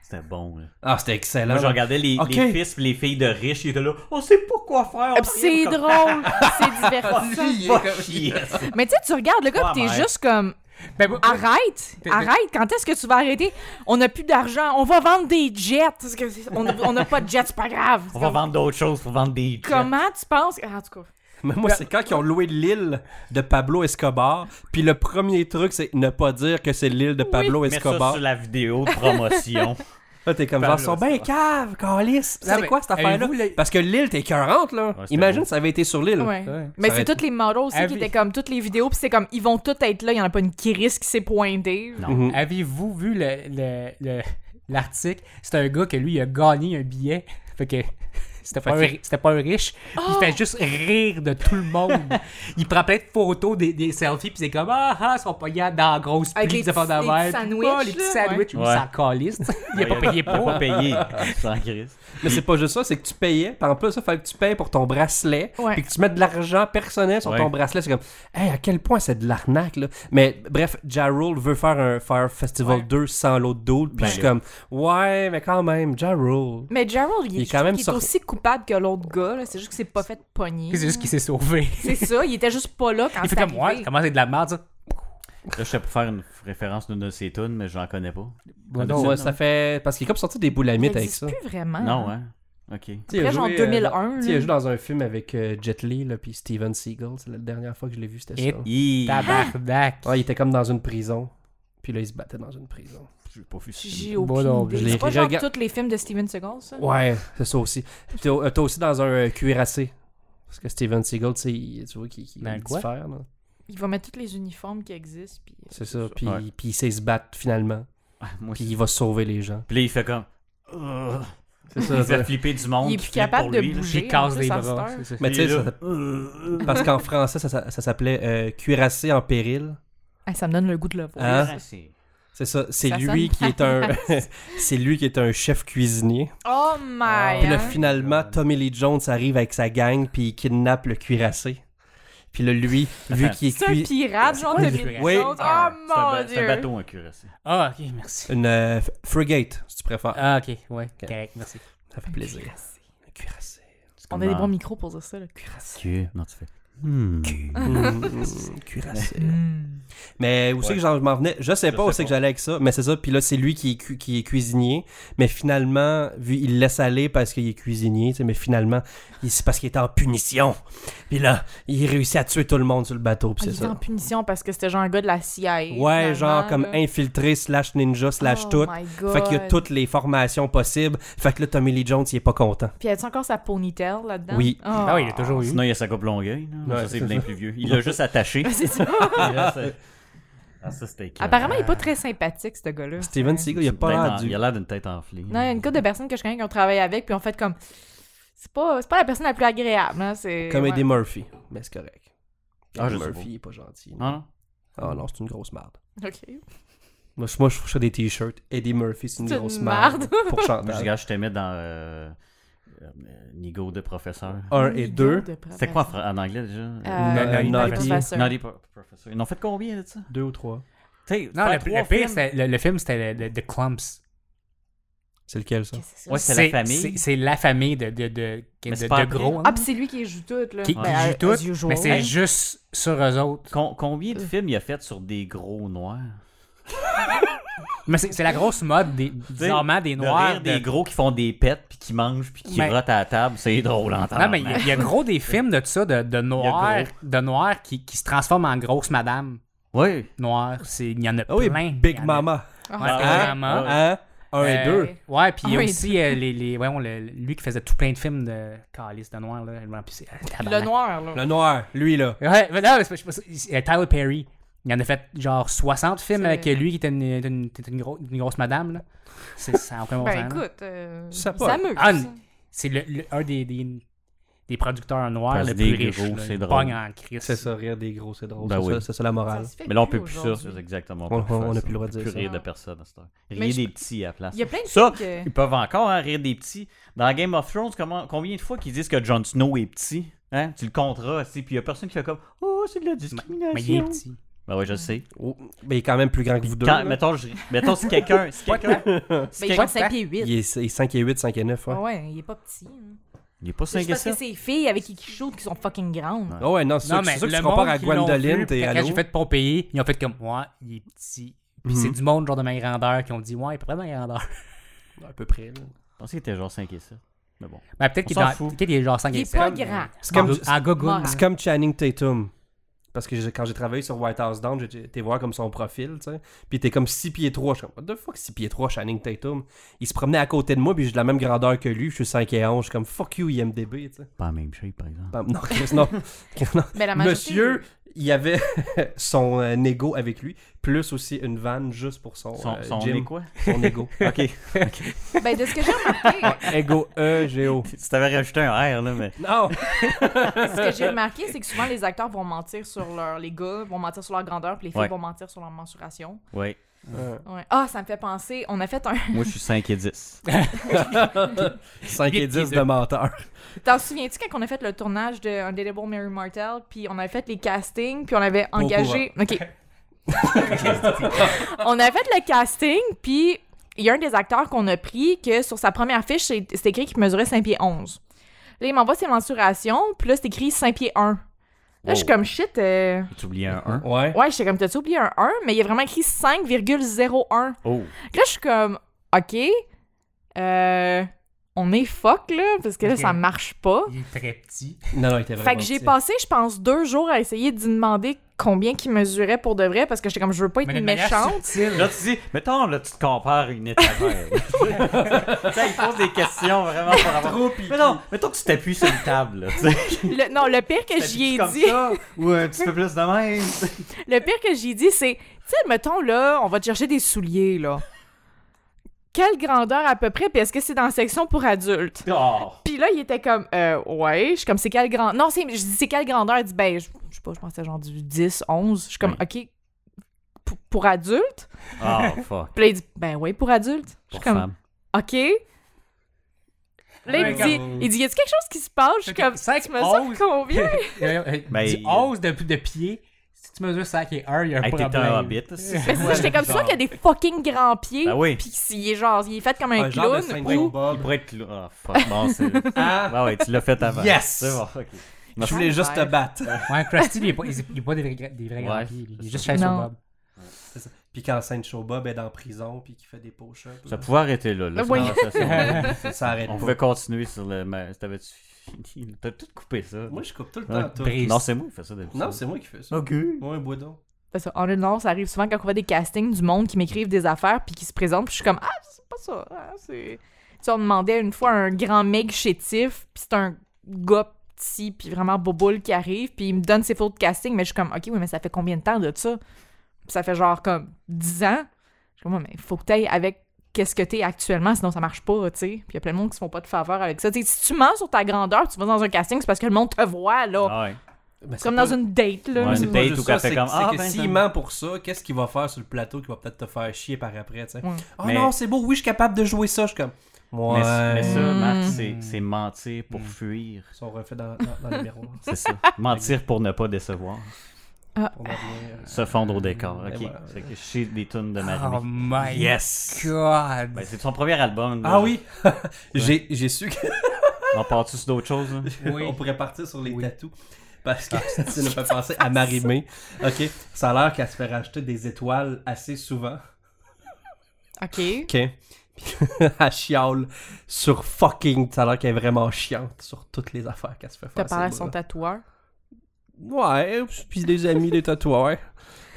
C: C'était bon, là.
E: Ah, c'était excellent.
C: Moi, je regardais les,
E: Ok.
C: les fils pis les filles de riches, ils étaient là, on sait pas quoi faire. on
A: Puis
C: fait
A: C'est
C: rien, comme-
A: drôle, c'est divertissant.
E: Lui, il est
C: Fuck
E: comme-
C: yes.
A: Mais tu sais, tu regardes le gars, puis
C: Ouais,
A: t'es
C: mais-
A: juste comme,
D: Ben, moi-
E: Ah,
A: arrête, arrête, quand est-ce que tu vas arrêter? On n'a plus d'argent, on va vendre des jets. Parce que c'est- On on n'a pas de jets, c'est pas grave.
C: On va vendre d'autres choses pour vendre des jets.
A: Comment tu penses? Ah, En tout cas.
E: Mais moi, c'est quand ils ont loué l'île de Pablo Escobar. Puis le premier truc, c'est ne pas dire que c'est l'île de Pablo
C: Mets ça
E: Escobar.
C: sur la vidéo de promotion.
E: Là, t'es comme
C: Pablo
E: genre, ils sont bien caves, calice.
D: Non,
E: C'est
D: mais
E: quoi cette affaire-là?
D: avez-vous le-
E: Parce que l'île, t'es 40, là.
C: c'était
E: Imagine,
C: beau.
E: ça avait été sur l'île.
A: Ouais.
D: Ouais.
A: Mais c'est
E: Ça va être-
A: toutes les models aussi
D: Avis.
A: qui étaient comme toutes les vidéos, puis c'est comme ils vont toutes être là, il y en a pas une qui risque qui s'est pointée.
C: Non.
E: Mhm.
D: Avez-vous vu le- le- le- l'article? C'est un gars que lui, il a gagné un billet. Fait que c'était pas, un ri- c'était pas un riche. Puis
A: Oh!
D: Il fait juste rire de tout le monde. il prend plein de photos, des, des selfies, puis c'est comme « Ah, ah, ils sont pas dans la grosse
A: Avec
D: pluie,
A: les
D: des affaires
A: petits-
D: de
A: les petits
D: même. Puis, Ah,
A: sandwichs,
D: les petits
A: là,
D: sandwichs, lui,
C: ouais.
D: ça calisse. Il a pas payé
C: Il a
D: pour.
C: pas payé. Sans crise.
E: Mais c'est pas juste ça, c'est que tu payais. Puis en plus, ça fallait que tu payes pour ton bracelet.
A: Ouais.
E: Puis que tu mettes de l'argent personnel sur
C: Ouais.
E: ton bracelet. C'est comme, hey, à quel point c'est de l'arnaque, là. Mais bref, Ja Rule veut faire un Fire Festival
A: Ouais.
E: 2 sans l'autre dude. Puis
C: Ben,
E: je suis comme, ouais, mais quand même, Ja Rule.
A: Mais Gerald, il,
E: Il est
A: est,
E: quand même
A: il est
E: sorti-
A: aussi coupable que l'autre gars, là, c'est juste que c'est pas fait de pogner.
D: C'est juste qu'il s'est sauvé.
A: C'est ça, il était juste pas là quand
D: Il fait
A: c'est
D: comme « Ouais,
A: arrivé.
D: comment c'est de la merde, ça?
C: Là, je sais pour faire une référence d'une de ses tunes, mais je n'en connais pas. »
E: Donc, ça fait. Parce qu'il est comme sorti des boulamites
A: Ça
E: avec
A: existe
E: ça.
A: plus vraiment.
C: Non, hein? Ok.
E: Tu sais, il a
A: Après, genre
E: joué, euh,
A: 2001,
E: dans-
A: là.
E: tu sais, il a joué dans un film avec euh, Jet Li, là, puis Steven Seagal. C'est la dernière fois que je l'ai vu, c'était
D: Et-
E: ça.
C: Il...
D: Tabarnak.
E: Ouais, il était comme dans une prison. Puis là, il se battait dans une prison.
C: J'ai pas vu ce film.
A: J'ai
D: Bon, non,
A: aucune
D: je
A: idée.
E: l'ai
A: C'est pas genre
E: regard-
A: tous les films de Steven Seagal, ça?
E: Ouais, c'est ça aussi. Puis T'es euh, t'es aussi dans un euh, cuirassé. Parce que Steven Seagal, tu sais, il- tu vois, qui, qui
D: Dans
E: il
D: quoi?
E: diffère, là.
A: Il va mettre tous les uniformes qui existent, puis... euh,
E: C'est ça. Puis,
C: Ouais.
E: puis il sait se battre finalement.
C: Ah, moi
E: Puis
C: aussi.
E: il va sauver les gens.
C: Puis là, il fait comme. Ugh.
E: C'est
C: Il
E: ça.
C: fait flipper du monde.
A: Il est
C: qui
A: plus
C: flippe
A: capable
C: pour
A: de
C: lui, là.
A: bouger.
D: Puis il casse
A: en
D: des
A: plus, à cette
D: bras.
A: heure.
D: C'est ça.
E: Mais tu
C: Il est
E: sais,
C: là. euh,
E: ça- hein? parce qu'en français, ça, ça- ça s'appelait euh, cuirassé en péril.
A: Ah, ça me donne le goût de le voir.
E: Hein?
C: Ah, c'est-
E: C'est ça. C'est
A: Ça
E: lui
A: sonne
E: qui est un. c'est lui qui est un chef cuisinier.
A: Oh my!
E: Puis là,
A: hein?
E: finalement, Tommy Lee Jones arrive avec sa gang puis il kidnappe le cuirassé.
F: Puis là, lui, vu qu'il est
A: C'est un
F: cuit.
A: pirate, genre,
D: Ouais,
A: t'as mis
D: c'est un
A: quelque
E: pirate.
A: chose.
C: C'est un
A: Oh
C: ba-
A: mon
C: C'est un
A: dieu!
C: bateau, un cuirassé.
D: Ah, ok, merci.
E: Une euh, f- frigate, si tu préfères.
D: Ah, ok, ouais, correct, merci.
E: Ça fait plaisir. Cuirassé.
A: On a des bons micros pour dire ça, le cuirassé.
C: micros. Non, tu fais. Hmm.
E: Mm, cuirassé.
A: Hmm.
E: Mais où c'est
C: Ouais.
E: que j'en- je m'en venais? Je sais
C: Je
E: pas où
C: sais
E: c'est que
C: pas.
E: j'allais avec ça, mais c'est ça. Puis là, c'est lui qui est, cu- qui est cuisinier. Mais finalement, vu il laisse aller parce qu'il est cuisinier, tu sais, mais finalement, il- c'est parce qu'il est en punition. Puis là, il réussit à tuer tout le monde sur le bateau, puis
A: Ah,
E: c'est
A: il est en
E: ça.
A: punition parce que c'était genre un gars de la CIA.
E: Ouais,
A: finalement,
E: genre comme
A: là.
E: infiltré, slash ninja, slash
A: Oh
E: tout.
A: my God.
E: Fait qu'il y a toutes les formations possibles. Fait que là, Tommy Lee Jones, il est pas content.
A: Puis a-tu encore sa ponytail là-dedans?
E: Oui.
A: Oh.
D: Ah, oui, il a toujours eu.
C: Sinon, il y a sa coupe longueuil. là.
E: Ouais,
C: ça, c'est
E: c'est
C: bien
E: ça.
C: plus vieux. Il l'a juste attaché.
A: C'est ça.
C: ah, ça, c'était écœurant.
A: Apparemment, il est pas très sympathique, ce gars-là.
E: Steven Seagal, il a pas
C: Ben,
E: l'air
C: non,
E: du.
C: Il a l'air d'une tête enflée.
A: Non, il y a une couple de personnes que je connais qui ont travaillé avec, puis ont fait comme. C'est pas, c'est pas la personne la plus agréable, hein? C'est.
E: Comme
A: ouais.
E: Eddie Murphy. Mais c'est correct.
C: Ah,
E: Eddie
C: je sais
E: Murphy,
C: pas.
E: il est pas gentil.
C: Non, non.
E: Ah non, c'est une grosse merde.
A: Ok.
E: Moi, je- moi, je trouve ça des t-shirts. Eddie Murphy, c'est une
A: C'est une
E: grosse
A: marde.
E: merde. Pour
C: Moi, je dis,
E: Chantal.
C: regarde, je te mets dans euh, euh, Nigo de professeur.
A: Ah,
E: Un et deux.
C: C'était quoi en,
A: ben,
C: fra- en anglais déjà
E: Euh,
A: Euh,
E: Naughty.
A: Naughty Professor.
C: Naughty Pro- Professor. Ils en ont fait combien de ça
E: Deux ou trois.
C: T'sais,
D: Non,
C: faire
D: le,
C: trois
D: le pire,
C: films-
D: c'était le, le film, c'était le- le- The Clumps.
E: C'est lequel, ça?
A: Qu'est-ce que c'est ça?
C: Ouais, c'est la famille.
D: C'est, c'est la famille de, de, de, de,
C: Mais c'est
D: de-
C: pas
D: de
C: après.
D: gros. hein.
A: Ah, puis c'est lui qui joue tout, là.
D: qui, qui
A: Ben,
D: joue
A: as
D: tout,
A: usual.
D: mais c'est juste sur eux autres.
C: Con- combien de
A: Euh.
C: films il a fait sur des gros noirs
D: Mais c'est, c'est la grosse mode des,
C: sais,
D: bizarrement, des
C: De
D: noirs.
C: rire des
D: de-
C: gros qui font des pètes puis qui mangent puis qui
D: Mais-
C: rotent à la table, c'est drôle en
D: Non, mais il y a- il y, a gros des films de ça, de, de noirs,
C: gros.
D: de noirs qui, qui se transforment en grosse madame
C: Oui.
D: noire. C'est, il y en a
E: Ah oui,
D: plein. Il
E: Big
D: y en a-
E: Mama.
A: Ah,
D: Ouais,
A: c'est-
D: Big
E: Ah,
D: Mama.
C: ouais.
E: Hein? Un et
D: Euh,
E: deux.
D: Ouais, puis il y a
A: Ah oui.
D: aussi euh, les, les, voyons, le- lui qui faisait tout plein de films de Calice de Noir. Là, Puis c'est- ah,
A: Le
D: tabarnak.
A: noir, là.
E: Le noir, lui, là.
D: Ouais, mais non, mais c'est pas- je sais pas, c'est- euh, Tyler Perry. Il en a fait genre 60 films
A: C'est-
D: avec lui qui était une, euh, une- une- une gros- une grosse madame. Là. C'est, ça n'a aucun bon
A: Ben
D: sens, là.
A: écoute, euh,
E: Ça
A: il
E: pas-
A: s'amuse.
D: Ah, C'est le, le- un des, des, des producteurs noirs
C: Parce
D: le
C: des
D: plus riche.
C: gros,
D: là.
C: c'est
D: Il
C: drôle.
D: pogne en crise.
E: C'est ça, rire des gros, c'est drôle.
C: Ben
E: c'est,
C: oui.
E: ça, c'est ça la morale.
C: Mais là, on peut plus ça, c'est exactement.
E: On-
C: peut plus
E: on-
C: faire
E: on a
C: ça.
E: plus le droit de
C: peut
E: dire ça.
C: rire de
A: Non.
C: personne à cette heure.
A: Mais
C: Rire
A: je-
C: des petits à la place.
A: Il y a plein de
C: Ça,
A: films que-
C: Ils peuvent encore hein, rire des petits. Dans Game of Thrones, comment, combien de fois qu'ils disent que Jon Snow est petit Hein? Tu le compteras, aussi, puis il y a personne qui fait comme Oh, c'est de la discrimination.
D: Mais il est petit.
C: Ben ouais, je sais.
E: Oh, mais il est quand même plus grand que vous deux.
C: Quand-
E: là.
C: mettons, je- mettons, si quelqu'un. Si quelqu'un
A: Ben, il est
D: Pas
A: genre
D: de
A: 7 pieds 8.
E: Il est, 5 et 8, 5 et 9. Ouais,
A: Ah ouais, il est pas petit. hein.
C: il est pas
A: C'est
C: 5
A: juste
C: et
A: parce que
C: 7.
A: c'est les filles avec qui ils shootent qui sont fucking grandes.
E: Ah ouais non, c'est sûr, que- c'est sûr que tu compares à
D: qui l'ont
E: Gwendoline,
D: vu,
E: t'es
D: quand
E: allô?
D: j'ai fait Pompéi, ils ont fait comme moi, il est petit. Puis
E: Mhm.
D: c'est du monde genre de ma grandeur qui ont dit ouais, il est pas de ma grandeur.
E: À peu près. là.
C: Je pensais qu'il était genre 5 et 7. Mais bon.
D: Mais peut-être
C: On
D: qu'il est,
C: s'en
D: dans-
C: fout.
D: peut-être qu'il est genre 5
A: Il
D: et
A: est pas
D: 7.
A: grand.
E: C'est comme,
D: En gogoon.
A: Ouais.
E: c'est comme Channing Tatum. Parce que j'ai- quand j'ai travaillé sur White House Down, j'ai- j'ai été voir comme son profil, tu sais. Puis t'es comme 6 pieds 3. Je suis comme, what the fuck, 6 pieds 3, Channing Tatum. Il se promenait à côté de moi, puis j'ai de la même grandeur que lui, je suis 5 et 11. Je suis comme, fuck you, IMDB, tu sais.
C: Pas la même shape, par exemple.
E: Bam, Non, Chris, non. Non.
A: Mais la majorité-
E: Monsieur, il avait son euh, égo avec lui, plus aussi une vanne juste pour son,
C: Son,
E: euh,
C: son
E: gym.
C: nez quoi
E: Son égo.
C: Ok.
A: Ben de ce que j'ai remarqué,
E: Ego E-G-O.
C: tu t'avais rajouté un R, là, mais.
E: Non!
A: ce que j'ai remarqué, c'est que souvent les acteurs vont mentir sur leur... Les gars vont mentir sur leur grandeur, puis les filles
C: Ouais.
A: vont mentir sur leur mensuration.
C: Ouais.
A: Ouais. Ah, ça me fait penser, on a fait un...
C: Moi, je suis 5 et 10.
E: 5 et
D: Huit
E: 10
D: pieds
E: de menteur.
A: T'en souviens-tu quand on a fait le tournage de Undateable Mary Martel, puis on avait fait les castings, puis on avait engagé... OK. on avait fait le casting, puis il y a un des acteurs qu'on a pris que sur sa première fiche, c'est c'est écrit qu'il mesurait 5 pieds 11. Là, il m'envoie ses mensurations, puis là, c'est écrit 5 pieds 1. Là, je suis
C: Wow.
A: comme shit. euh,
C: Tu oublié un 1.
E: Ouais.
A: Ouais, j'étais comme, t'as-tu oublié un 1? Mais il y a vraiment écrit 5,01.
C: Oh.
A: Là, je suis comme, OK, euh, on est fuck, là, parce que là,
D: Ok.
A: ça marche pas.
D: Il est très petit.
E: Non, non, il était vraiment.
A: Fait que j'ai
E: petit.
A: passé, je pense, deux jours à essayer d'y demander combien qu'il mesurait pour de vrai, parce que j'étais comme, je veux pas être
D: Mais d'une manière
A: méchante.
D: subtile.
C: Là, tu dis, mettons, là, tu te compares à une étagère. tu sais, ils posent des questions vraiment pour avoir. Mais non, mettons que tu t'appuies sur une table, là, tu sais.
A: Le- non, le pire que
C: T'appuies-tu
A: j'y ai
C: comme
A: dit,
C: ça, ou un petit peu plus de même.
A: le pire que j'y ai dit, c'est, tu sais, mettons, là, on va te chercher des souliers, là. Quelle grandeur à peu près, puis est-ce que c'est dans la section pour adultes?
C: Oh.
A: Puis là, il était comme, euh, ouais. Je suis comme, c'est quelle grandeur? Non, c'est, je dis, c'est quelle grandeur? Il dit, ben, je, je sais pas, je pense que c'est genre du 10, 11. Je suis comme, OK, pour, pour adulte?
C: Oh, fuck.
A: Puis là, il dit, ben oui, pour adulte. Je suis
C: Pour
A: comme,
C: femme.
A: OK. Là, il me dit, il dit, y a-tu quelque chose qui se passe? Je suis
D: Ok,
A: comme,
D: cinq,
A: tu me sens
D: onze.
A: combien?
C: Ben,
D: Ben,
C: il-
D: hausse de, de pied. Si tu mesures 5 et 1, il y a un
C: Hey, t'es
D: problème.
C: un hobbit. c'est-
A: Mais c'est ça, j'étais comme, soit qu'il y a des fucking grands pieds,
C: Ben oui.
A: pis s'il est genre, il est fait comme un,
E: Un genre de
A: clown,
E: syndrome
A: ou...
C: Il
E: Bob.
C: pourrait être clou- Ah, fuck, bon, c'est.
E: Ah,
C: Ah ouais, tu l'as fait avant.
E: Yes!
C: C'est bon, ok.
E: je voulais juste te battre.
D: Ouais, Krusty, lui, il est pas- il est il est pas des vrais, gra- des vrais
C: Ouais.
D: grands pieds. lui. Il est juste chaise sur
A: Non.
D: Bob.
E: C'est ça. Puis quand Saint Show Bob est en prison puis qu'il fait des push-ups,
C: Ça pouvait arrêter là. là, cette
A: Oui.
C: conversation-là.
E: ça, ça arrête
C: On
E: pas.
C: pouvait continuer sur le. Mais t'avais-tu fini T'as tout coupé ça.
E: Moi, je coupe tout le
C: Ouais.
E: temps tout.
D: Brise.
C: Non, c'est moi qui fais ça d'habitude.
E: Non, c'est moi qui fais ça.
C: Ok.
E: Moi, un boudon.
A: C'est ça. En une heure, ça arrive souvent quand on fait des castings du monde qui m'écrivent des affaires puis qui se présentent, puis je suis comme, ah, c'est pas ça. Ah, c'est... Tu sais, on demandait une fois un grand mec chétif, puis c'est un gars petit, puis vraiment boboule qui arrive, puis il me donne ses photos de casting, mais je suis comme, ok, oui, mais ça fait combien de temps de ça? Puis ça fait genre comme 10 ans. Je suis comme, Ouais, mais faut que t'ailles avec qu'est-ce que t'es actuellement, sinon ça marche pas, tu sais. Puis il y a plein de monde qui se font pas de faveur avec ça. Tu sais, si tu mens sur ta grandeur, tu vas dans un casting, c'est parce que le monde te voit, là.
C: Ah ouais.
E: Mais
A: c'est comme dans une date, là.
C: Ouais,
A: C'est
C: une
A: pas-
C: date
E: juste
C: ou qu'elle
E: ça,
C: fait
E: c'est
C: comme,
E: que-
C: ah,
E: c'est que
C: ben, ça
E: s'il
C: me-
E: ment pour ça, qu'est-ce qu'il va faire sur le plateau qui va peut-être te faire chier par après, tu sais.
A: Ouais.
E: Oh
C: Mais-
E: non, c'est beau, oui, je suis capable de jouer ça. Je suis comme. Ouais.
C: Mais, mais ça, Marc,
A: Mm.
C: c'est- c'est mentir pour fuir.
E: Son reflet dans, dans, dans le miroir.
C: C'est ça. Mentir pour ne pas décevoir.
E: On va venir.
C: Se fondre au décor. Ok.
E: Ben voilà.
C: C'est que je sais des tunes de
D: Oh
C: Marie.
D: my
C: yes!
D: god.
C: Ben, c'est son premier album. là.
E: Ah oui! j'ai j'ai su que.
C: On part-tu sur d'autres choses? là?
D: Oui.
E: on pourrait partir sur les tatous. Parce que tu ne pas penser à Marimé. OK. Ça a l'air qu'elle se fait racheter des étoiles assez souvent.
A: Ok.
E: OK. Puis elle chiale sur fucking. Ça a l'air qu'elle est vraiment chiante sur toutes les affaires qu'elle se fait
A: T'as
E: faire.
A: parlé à
E: ces
A: son
E: mots-là.
A: tatoueur.
E: Ouais, puis des amis, des tatoueurs.
C: Moi,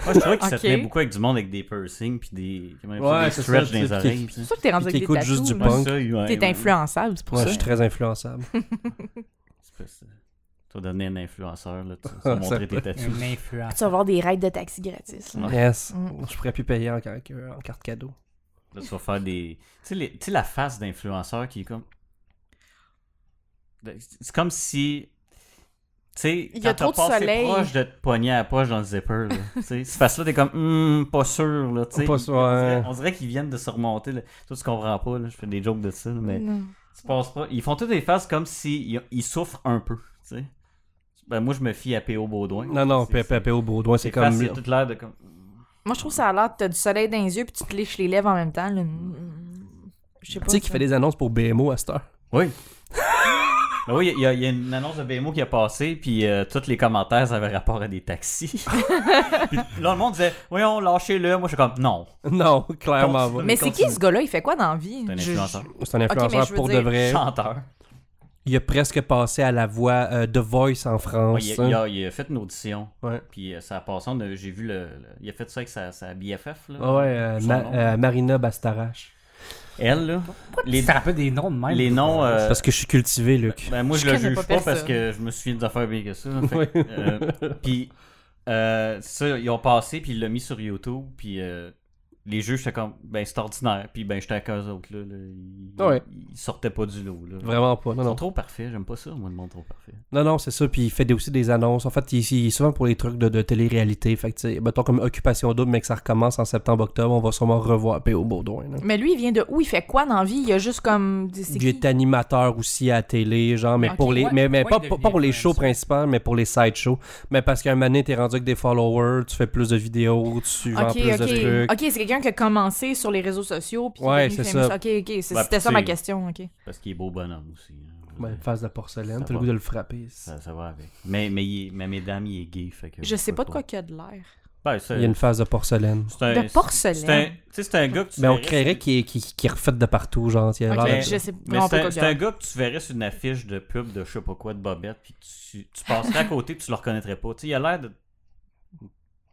C: Ah, je trouvais qu'il
A: Ok.
C: se tenait beaucoup avec du monde avec des piercings puis des, comment on appelle ça,
E: Ouais,
C: des
E: c'est
C: stretch
E: ça,
C: dans les
E: tu-
C: oreilles.
A: C'est sûr que t'es rendu
E: Puis
A: avec des
E: t'écoutes
A: tatous.
E: juste du
A: là.
E: punk.
A: T'es influençable, c'est pour
E: Ouais, je
A: ça.
E: suis très influençable.
C: Tu vas devenir un influenceur, là, tu tu
E: Ah,
C: vas
E: ça
C: montrer tes tatous.
D: Un influence.
A: Tu vas avoir des raids de taxi gratis. là.
E: Yes.
A: Mm.
E: Je pourrais plus payer en, car- en carte cadeau.
C: Là, tu vas faire des. Tu sais, les- tu sais, la face d'influenceur qui est comme. ben, C'est comme si. Tu sais,
A: Il y a
C: quand t'as
A: trop de
C: passé
A: soleil.
C: proche de te pogner à la poche dans le zipper, là. tu sais, cette face-là, t'es comme, hum, pas sûr, là, tu sais.
E: Pas hein. sûr,
C: On dirait-
E: ouais.
C: On dirait qu'ils viennent de se remonter, là. Toi, tu comprends pas, là. Je fais des jokes de ça, là, mais.
A: Non.
C: Tu penses pas. Ils font toutes des faces comme s'ils ils souffrent un peu, tu sais. Ben, moi, je me fie à P.O. Baudouin.
E: Non, non,
C: C'est- c'est-
E: Pépé au Baudouin,
C: c'est
E: c'est
C: comme.
E: comme.
C: C'est toute l'air de comme.
A: Moi, je trouve ça a l'air que t'as du soleil dans les yeux puis tu te liches les lèvres en même temps. là. Je sais pas.
E: Tu sais qu'il
A: ça.
E: fait des annonces pour BMO à cette heure.
C: Oui. Ben oui, il y, a- il y a une annonce de BMO qui a passé, puis euh, tous les commentaires, ça avait rapport à des taxis. puis là, le monde disait, voyons, lâchez-le. Moi, je suis comme, non.
E: Non, clairement pas.
C: Continue.
A: Mais c'est qui ce gars-là? Il fait quoi dans la vie?
C: C'est un
A: Je-
C: influenceur.
E: C'est un
A: Ok,
E: influenceur
A: mais je veux
E: pour de
A: dire-
E: vrai.
C: Chanteur.
E: Il a presque passé à la voix euh, The Voice en
C: Ouais,
E: France.
C: il, a-
E: hein.
C: il a, il a fait une audition,
E: Ouais.
C: puis euh, ça a passé. On a- J'ai vu le, le- Il a fait ça avec sa, sa BFF, là.
E: Ah ouais, euh,
C: Son
E: Ma-
C: nom.
E: euh, Marina Bastarache.
C: Elle, là. Les,
D: Tu te rappelles des noms de même?
C: les noms. euh,
E: Parce que je suis cultivé, Luc.
C: Ben, moi,
A: Je
C: je, le
A: connais
C: juge
A: pas
C: pas,
A: personne.
C: parce que je me souviens des affaires bien que ça. là. Fait que, euh, puis, euh, ça, ils ont passé, puis il l'a mis sur YouTube, puis euh, les juges, j'étais comme, ben, c'est ordinaire, puis ben, j'étais avec eux autres, là. là. ils,
E: Ouais.
C: ils sortaient pas du lot, là.
E: Vraiment pas. Non,
C: Ils sont
E: non.
C: trop parfaits, j'aime pas ça, moi, le monde trop parfait.
E: Non, non, c'est ça. Puis il fait des- aussi des annonces. En fait, il, il est souvent pour les trucs de, de télé-réalité. Fait que, tu sais, mettons comme Occupation Double, mais que ça recommence en septembre-octobre, on va sûrement revoir P.O. Baudouin. là.
A: Mais lui, il vient de où? Il fait quoi dans la vie? Il a juste comme. c'est
E: Il
A: qui?
E: est animateur aussi à la télé, genre, mais
D: Ok,
E: pour les.
D: ouais,
E: mais mais
D: ouais,
E: pas,
D: il
E: pas-
D: devient
E: pas pour les shows
D: influenceur.
E: principales, mais pour les side shows. Mais parce qu'à un moment donné, t'es rendu avec des followers, tu fais plus de vidéos, tu vends
A: Ok,
E: plus
A: ok.
E: de trucs.
A: Ok, c'est quelqu'un qui a commencé sur les réseaux sociaux. Puis qui est
E: Ouais,
A: devenu
E: c'est
A: famous.
E: ça.
A: Ok, ok. c'est-
C: Bah,
A: C'était ça
C: c'est-
A: ma question. Ok.
C: Parce qu'il est beau bonhomme aussi. hein.
E: Ouais, une face de porcelaine,
C: Ça
E: t'as le
C: va.
E: goût de le frapper.
C: Ça, ça va avec. Mais, mais, il est- mais mesdames, il est gay, fait que.
A: Je sais pas de quoi qu'il y a de l'air.
C: Ben, c'est-
E: Il y a une face de porcelaine.
C: c'est un-
A: De porcelaine.
C: C'est un, tu sais, c'est un gars que tu
E: Mais Ben, on
C: verrais-
E: créerait qu'il est- qu'il qu'il est refait de partout, genre. il a
A: Ok,
E: l'air
C: mais-
E: de-
A: je sais
C: Mais
A: vraiment
C: c'est
A: pas
C: un,
A: quoi
C: c'est
A: qu'il y a
C: un
A: de l'air.
C: gars que tu verrais sur une affiche de pub de je sais pas quoi de Bobette, puis tu, tu passerais à côté, puis tu le reconnaîtrais pas. Tu sais, il a l'air de-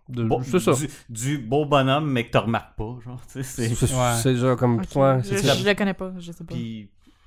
E: de-
C: bo-
E: c'est ça.
C: du, du beau bonhomme, mais que tu remarques pas. Genre, tu sais, c'est-
E: C'est- C'est
D: Ouais.
E: c'est genre comme.
A: Ok,
E: ouais,
A: je,
E: c'est ça.
A: je le connais pas, je sais pas.
C: Puis,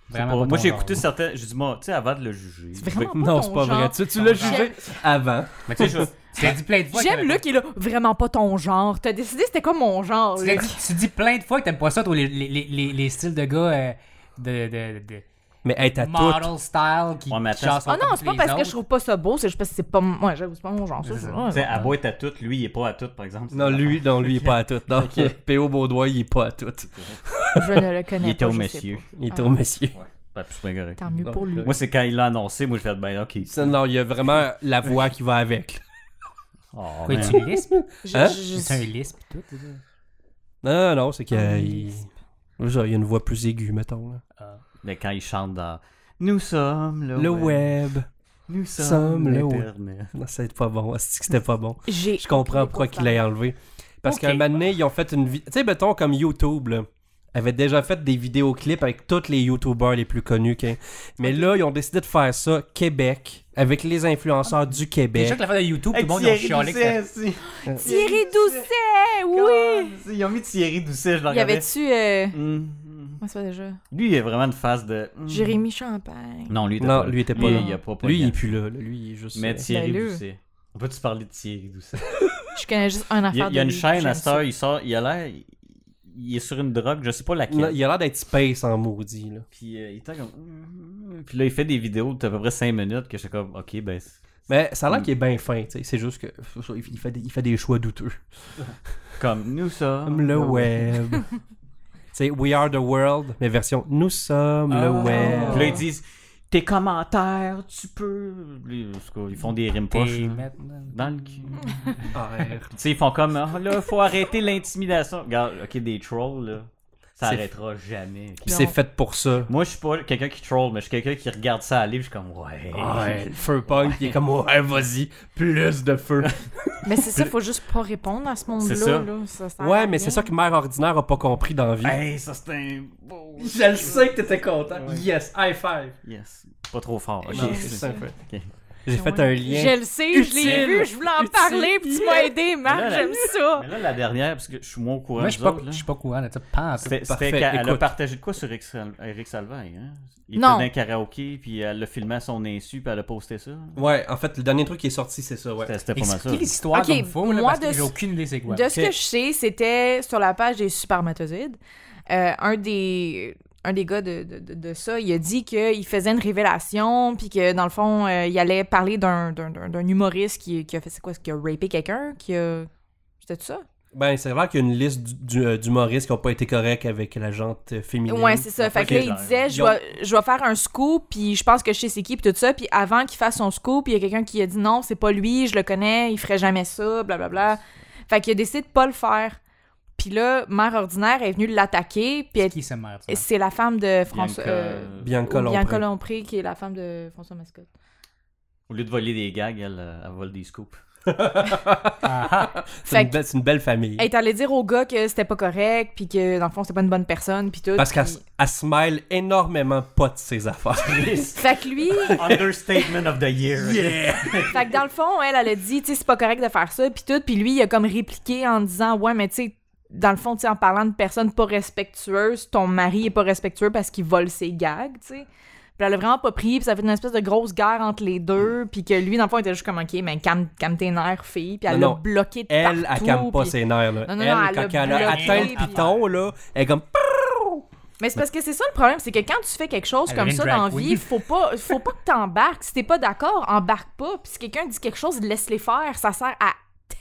C: je sais
D: Vraiment
C: pas.
D: pas
C: moi,
D: ton
C: j'ai
D: genre.
C: écouté certains. J'ai dit, moi, tu sais, avant de le juger. ben,
A: C'est vraiment pas
E: Non,
A: ton
E: c'est pas
A: genre.
E: vrai. Tu, tu l'as
A: J'aime-
E: jugé avant.
D: Mais
C: Tu
D: tu
C: sais, je-
D: l'as dit plein de fois.
A: J'aime
D: que-
A: Luc, il est là, vraiment pas ton genre. T'as décidé c'était quoi mon genre,
D: Tu l'as
A: Luc?
D: dit, tu dis plein de fois que t'aimes pas ça, toi, les, les, les, les styles de gars euh, de, de, de,
E: Mais être à
D: de
E: tout.
D: model style qui,
C: Ouais, mais
D: qui
C: attends,
D: genre, sont
A: Ah non,
D: comme
A: c'est pas
D: tous
A: parce
D: les
A: que je trouve pas ça beau, c'est juste parce que c'est pas moi, j'avoue, c'est pas mon genre. ça,
D: C'est
A: c'est-
D: ça.
A: ouais,
C: Tu sais,
A: ouais.
C: à boîte à tout, lui, il est pas à tout, par exemple.
E: Non, lui, non, lui, il est pas à tout. Non, P.O. Baudouin, il est pas à tout.
A: Je ne le connais
C: Il était
A: pas,
C: au
A: je sais
C: monsieur. euh,
A: pas.
E: Il est au monsieur.
C: Ben, c'est bien correct.
A: Tant mieux
E: Non,
A: pour lui.
E: là,
C: Moi, c'est quand il l'a annoncé, moi, je fait ben, ok.
E: Ça, Non, il y a vraiment la voix qui va avec.
C: Oh,
D: Quoi,
C: man.
D: tu lisp?
A: Je-
E: Hein?
A: je- je-
D: C'est un lisp pis tout.
C: Ben,
E: Non, non, non, c'est qu'il
A: Ah,
E: il... genre, il y a une voix plus aiguë, mettons. là.
C: Mais quand il chante dans Nous sommes le,
E: Le web.
C: Nous
E: sommes
C: sommes
E: le
C: le
E: web. Non, ça va être pas bon. Asti que C'était pas bon.
A: J'ai.
E: Je comprends pourquoi
A: pas
E: qu'il l'ait enlevé. Parce qu'à un moment donné, ils ont fait une vidéo. Tu sais, mettons comme YouTube, là, avait déjà fait des vidéoclips avec tous les YouTubers les plus connus. ok? Mais là, ils ont décidé de faire ça Québec, avec les influenceurs du
D: Ah. Déjà
E: Québec.
D: que la fois de YouTube, tout
C: Hey,
D: le monde ils ont
C: Thierry
D: chialé que ça- Euh,
C: Doucet, si.
A: Thierry Doucet, oui!
C: God, Ils ont mis Thierry Doucet, je le
A: Il y
C: regardais.
A: avait-tu. euh,
C: Mm, mm.
A: Comment ça va déjà?
C: Lui, il a vraiment une face de. mm.
A: Jérémy Champagne.
C: Non, lui, il était
E: Non,
C: pas là.
E: lui, il était pas là.
C: Il a pas
E: Lui, il est
C: pogné.
E: plus là. là. Lui, il est juste.
C: Mais
E: euh,
C: Thierry
A: Ben, lui.
C: Doucet. On peut-tu parler de Thierry Doucet?
A: Je connais juste un
C: Il y a,
A: affaire.
C: il y a
A: de
C: une
A: lui,
C: chaîne
A: j'aime
C: à cette heure,
A: ça.
C: il sort, il a l'air. Il est sur une drogue, je sais pas laquelle.
E: non, il a l'air d'être space en maudit, là.
C: Puis euh, il était comme. hmm. Puis là, il fait des vidéos de à peu près 5 minutes que je suis comme, ok, ben. c'est-
E: Mais ça a
D: Hmm.
E: l'air qu'il est bien fin, tu sais. C'est juste que il fait, des, il fait des choix douteux.
C: Comme nous
D: Ah,
C: sommes.
E: Comme le web. C'est We Are the World, mais version Nous sommes le
D: Ah.
E: web.
C: Puis là, ils disent tes commentaires, tu peux. Puis, en tout cas, Ils font des rimes poches.
D: T'es
C: là,
D: maintenant-
C: Dans le cul.
E: R.
C: Tu sais, ils font comme. Ah, là, faut arrêter l'intimidation. Regarde, ok, des trolls, là. Ça
E: C'est-
C: arrêtera jamais. ok.
E: Puis
A: Non.
E: c'est fait pour ça.
C: Moi, je suis pas quelqu'un qui troll, mais je suis quelqu'un qui regarde ça aller, puis je suis comme, ouais.
E: Ah, Ouais, le feu punk, il est comme Ben, ouais, vas-y, plus de feu.
A: Mais c'est ça, faut juste pas répondre à ce monde-là.
C: C'est ça.
A: là, ça sert à
E: ouais, mais c'est
A: rien.
E: ça que Mère Ordinaire a pas compris dans la vie.
C: Hey, ça c'est un beau.
E: Je le sais que t'étais content. Yes, high five.
C: Yes. Pas trop fort. ok.
E: Non, c'est ça, en fait. J'ai fait un lien.
A: Je le sais, je l'ai
E: Utile.
A: vu, je voulais en
E: Utile.
A: parler, puis tu m'as aidé, Marc,
C: Là, là.
A: j'aime ça.
C: Mais là, la dernière, parce que je suis moins au courant.
D: Moi, je suis
C: des
D: pas-
C: autres, là.
D: je suis pas courant de ça. Pas en tout.
C: C'était
E: Parfait,
C: c'était qu'elle elle a
E: écoute.
C: partagé de quoi sur Eric, Sal- Eric Salvaille, hein? Il
A: Non.
C: était dans un karaoké, puis elle l'a filmé à son insu, puis elle a posté ça.
E: Ouais, en fait, le dernier truc qui est sorti, c'est ça, ouais.
C: C'était- C'était pas mal ça.
D: Expliquez l'histoire
A: Ok,
D: comme faut, là,
A: moi,
D: parce
A: de
D: que j'ai
A: ce-
D: aucune idée c'est quoi.
A: De ce que je sais, c'était sur la page des supermatozoïdes. Euh, un des un des gars de, de, de- de ça, il a dit qu'il faisait une révélation, puis que dans le fond, euh, il allait parler d'un, d'un, d'un- d'un humoriste qui, qui a fait c'est quoi, qui a rapé quelqu'un, qui a... C'était ça?
E: Ben, c'est vrai qu'il y a une liste du- du- euh, d'humoristes qui ont pas été corrects avec la gente euh, féminine.
A: Ouais, c'est ça. Fait que là, il
C: clair.
A: disait, je
E: Ils ont-
A: vais, je vais faire un scoop, puis je pense que je sais c'est qui, puis tout ça. Puis avant qu'il fasse son scoop, il y a quelqu'un qui a dit non, c'est pas lui, je le connais, il ferait jamais ça, blablabla. Fait qu'il a décidé de pas le faire. Puis là, Mère Ordinaire est venue l'attaquer, puis elle-
D: Qui se meurt. ça?
A: c'est la femme de François.
C: Bianca,
A: euh,
E: Bianca
A: ou Bianca
E: Lompré.
A: Lompré, qui est la femme de François Mascotte.
C: Au lieu de voler des gags, elle, euh, elle vole des scoops.
D: Ah, ah.
E: C'est une,
A: Fait que-
E: belle- c'est une belle famille.
A: Elle est allée dire au gars que c'était pas correct, puis que dans le fond, c'était pas une bonne personne, puis tout.
E: Parce qu'elle
A: puis-
E: s- elle se mêle énormément pas de ses affaires.
A: Fait que lui,
C: Understatement of the year.
A: Fait que dans le fond, elle, elle a dit, tu sais, c'est pas correct de faire ça, puis tout, puis lui, il a comme répliqué en disant, ouais, mais tu sais, dans le fond, tu sais, en parlant de personnes pas respectueuses, ton mari est pas respectueux parce qu'il vole ses gags, tu sais. Puis elle a vraiment pas pris, puis ça a fait une espèce de grosse guerre entre les deux, puis que lui, dans le fond, il était juste comme, ok, mais calme, calme tes nerfs, fille, puis elle
E: Non,
A: l'a
E: non.
A: bloqué de
E: Elle, elle
A: partout.
E: calme pas
A: puis-
E: ses nerfs, là.
A: Non, non,
E: elle,
A: non, elle
E: quand elle
A: a
E: a
A: bloqué,
E: atteint le
A: puis-
E: piton, là, elle est comme...
A: Mais c'est parce que c'est ça le problème, c'est que quand tu fais quelque chose
D: Elle
A: comme
D: est une
A: ça dans la
D: drag
A: vie,
D: queen.
A: faut pas, faut pas que t'embarques. Si t'es pas d'accord, embarque pas. Puis si quelqu'un dit quelque chose, laisse-les faire. Ça sert à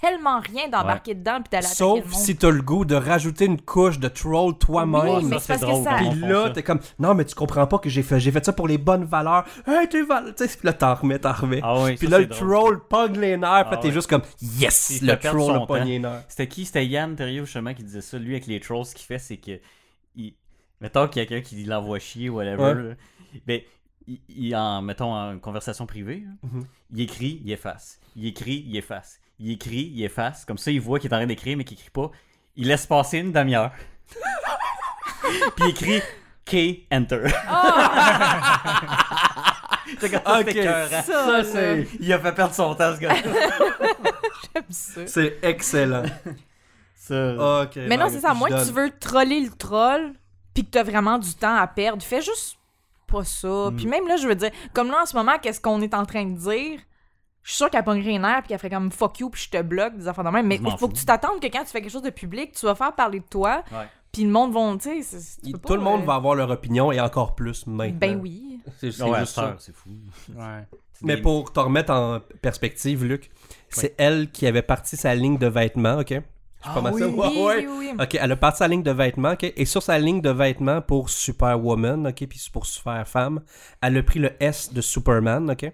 A: tellement rien d'embarquer dedans puis d'aller attaquer le
E: Sauf
A: monde.
E: si t'as le goût de rajouter une couche de troll
A: Oui,
E: toi-même.
A: mais c'est
C: ça, c'est
A: parce que
C: drôle,
A: ça...
C: hein.
E: Puis là, t'es comme, non, mais tu comprends pas que j'ai fait, j'ai fait ça pour les bonnes valeurs. Hey, t'es val. Tu sais, puis là, t'en remets, t'en remets.
C: Ah oui,
E: puis
C: ça,
E: là,
C: c'est
E: le
C: drôle.
E: troll pogne les nerfs.
C: Ah
E: puis là, t'es
C: ouais.
E: juste comme, yes,
C: Il
E: le
C: fait perdre
E: troll
C: son
E: a pogné les nerfs.
C: C'était qui C'était Yann Terrier, chemin qui disait ça. Lui, avec les trolls, ce qu'il fait, c'est que. Il... Mettons qu'il y a quelqu'un qui l'envoie chier ou whatever.
E: Ouais.
C: là. Ben, il, il en, mettons, en conversation privée, là,
E: Mm-hmm.
C: il écrit, il efface. Il écrit, il efface. Il écrit, il efface. Comme ça, il voit qu'il est en train d'écrire, mais qu'il écrit pas. Il laisse passer une demi-heure. Puis il écrit K, enter. C'est comme ça,
E: Ah! Ok,
C: c'était écœurant.
A: Ça, là,
C: Il a fait perdre son temps, ce gars
A: j'aime ça.
E: C'est excellent. ok. ben,
A: Mais non, c'est ça. Moi,
E: que
A: tu veux troller le troll, puis que t'as vraiment du temps à perdre, fais juste pas ça.
C: Hmm.
A: Puis même là, je veux dire, comme là, en ce moment, qu'est-ce qu'on est en train de dire? Je suis sûre qu'elle pognerait une nerf puis qu'elle ferait comme fuck you puis je te bloque des enfants de même. Mais
C: Je
A: il
C: m'en
A: faut
C: fous.
A: que tu t'attendes que quand tu fais quelque chose de public, tu vas faire parler de toi.
C: Ouais.
A: Puis le monde va, tu sais, c'est- c'est- tu peux pas,
E: Tout le monde
A: euh,
E: va avoir leur opinion et encore plus maintenant.
A: Ben oui.
E: C'est c'est
C: Ouais,
E: juste ça.
C: c'est fou.
D: Ouais.
E: Mais pour te remettre en perspective, Luc, c'est elle qui avait parti sa ligne de vêtements, ok? suis
C: Bah,
E: pas mal
D: oui,
E: sûr.
A: Ah Oui,
E: Ouais, ouais.
A: oui, oui.
E: Ok, elle a parti sa ligne de vêtements, ok, et sur sa ligne de vêtements pour Superwoman, ok, puis pour Superfemme, elle a pris le S de Superman, ok,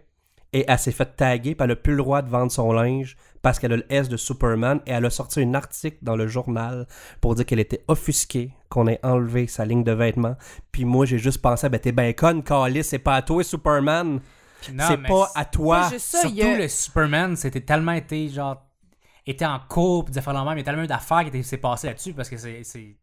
E: et elle s'est fait taguer, puis elle a plus le droit de vendre son linge parce qu'elle a le S de Superman, et elle a sorti un article dans le journal pour dire qu'elle était offusquée, qu'on ait enlevé sa ligne de vêtements, puis moi j'ai juste pensé, ben t'es ben con, Calis, c'est pas à toi Superman,
D: Non,
E: c'est
D: mais
E: pas à toi.
A: C'est juste ça,
D: Surtout
A: il y a-
D: le Superman, c'était tellement été genre était en cours pis des affaires de même, il y a tellement eu d'affaires qui étaient- s'est passé là-dessus parce que c'est c'est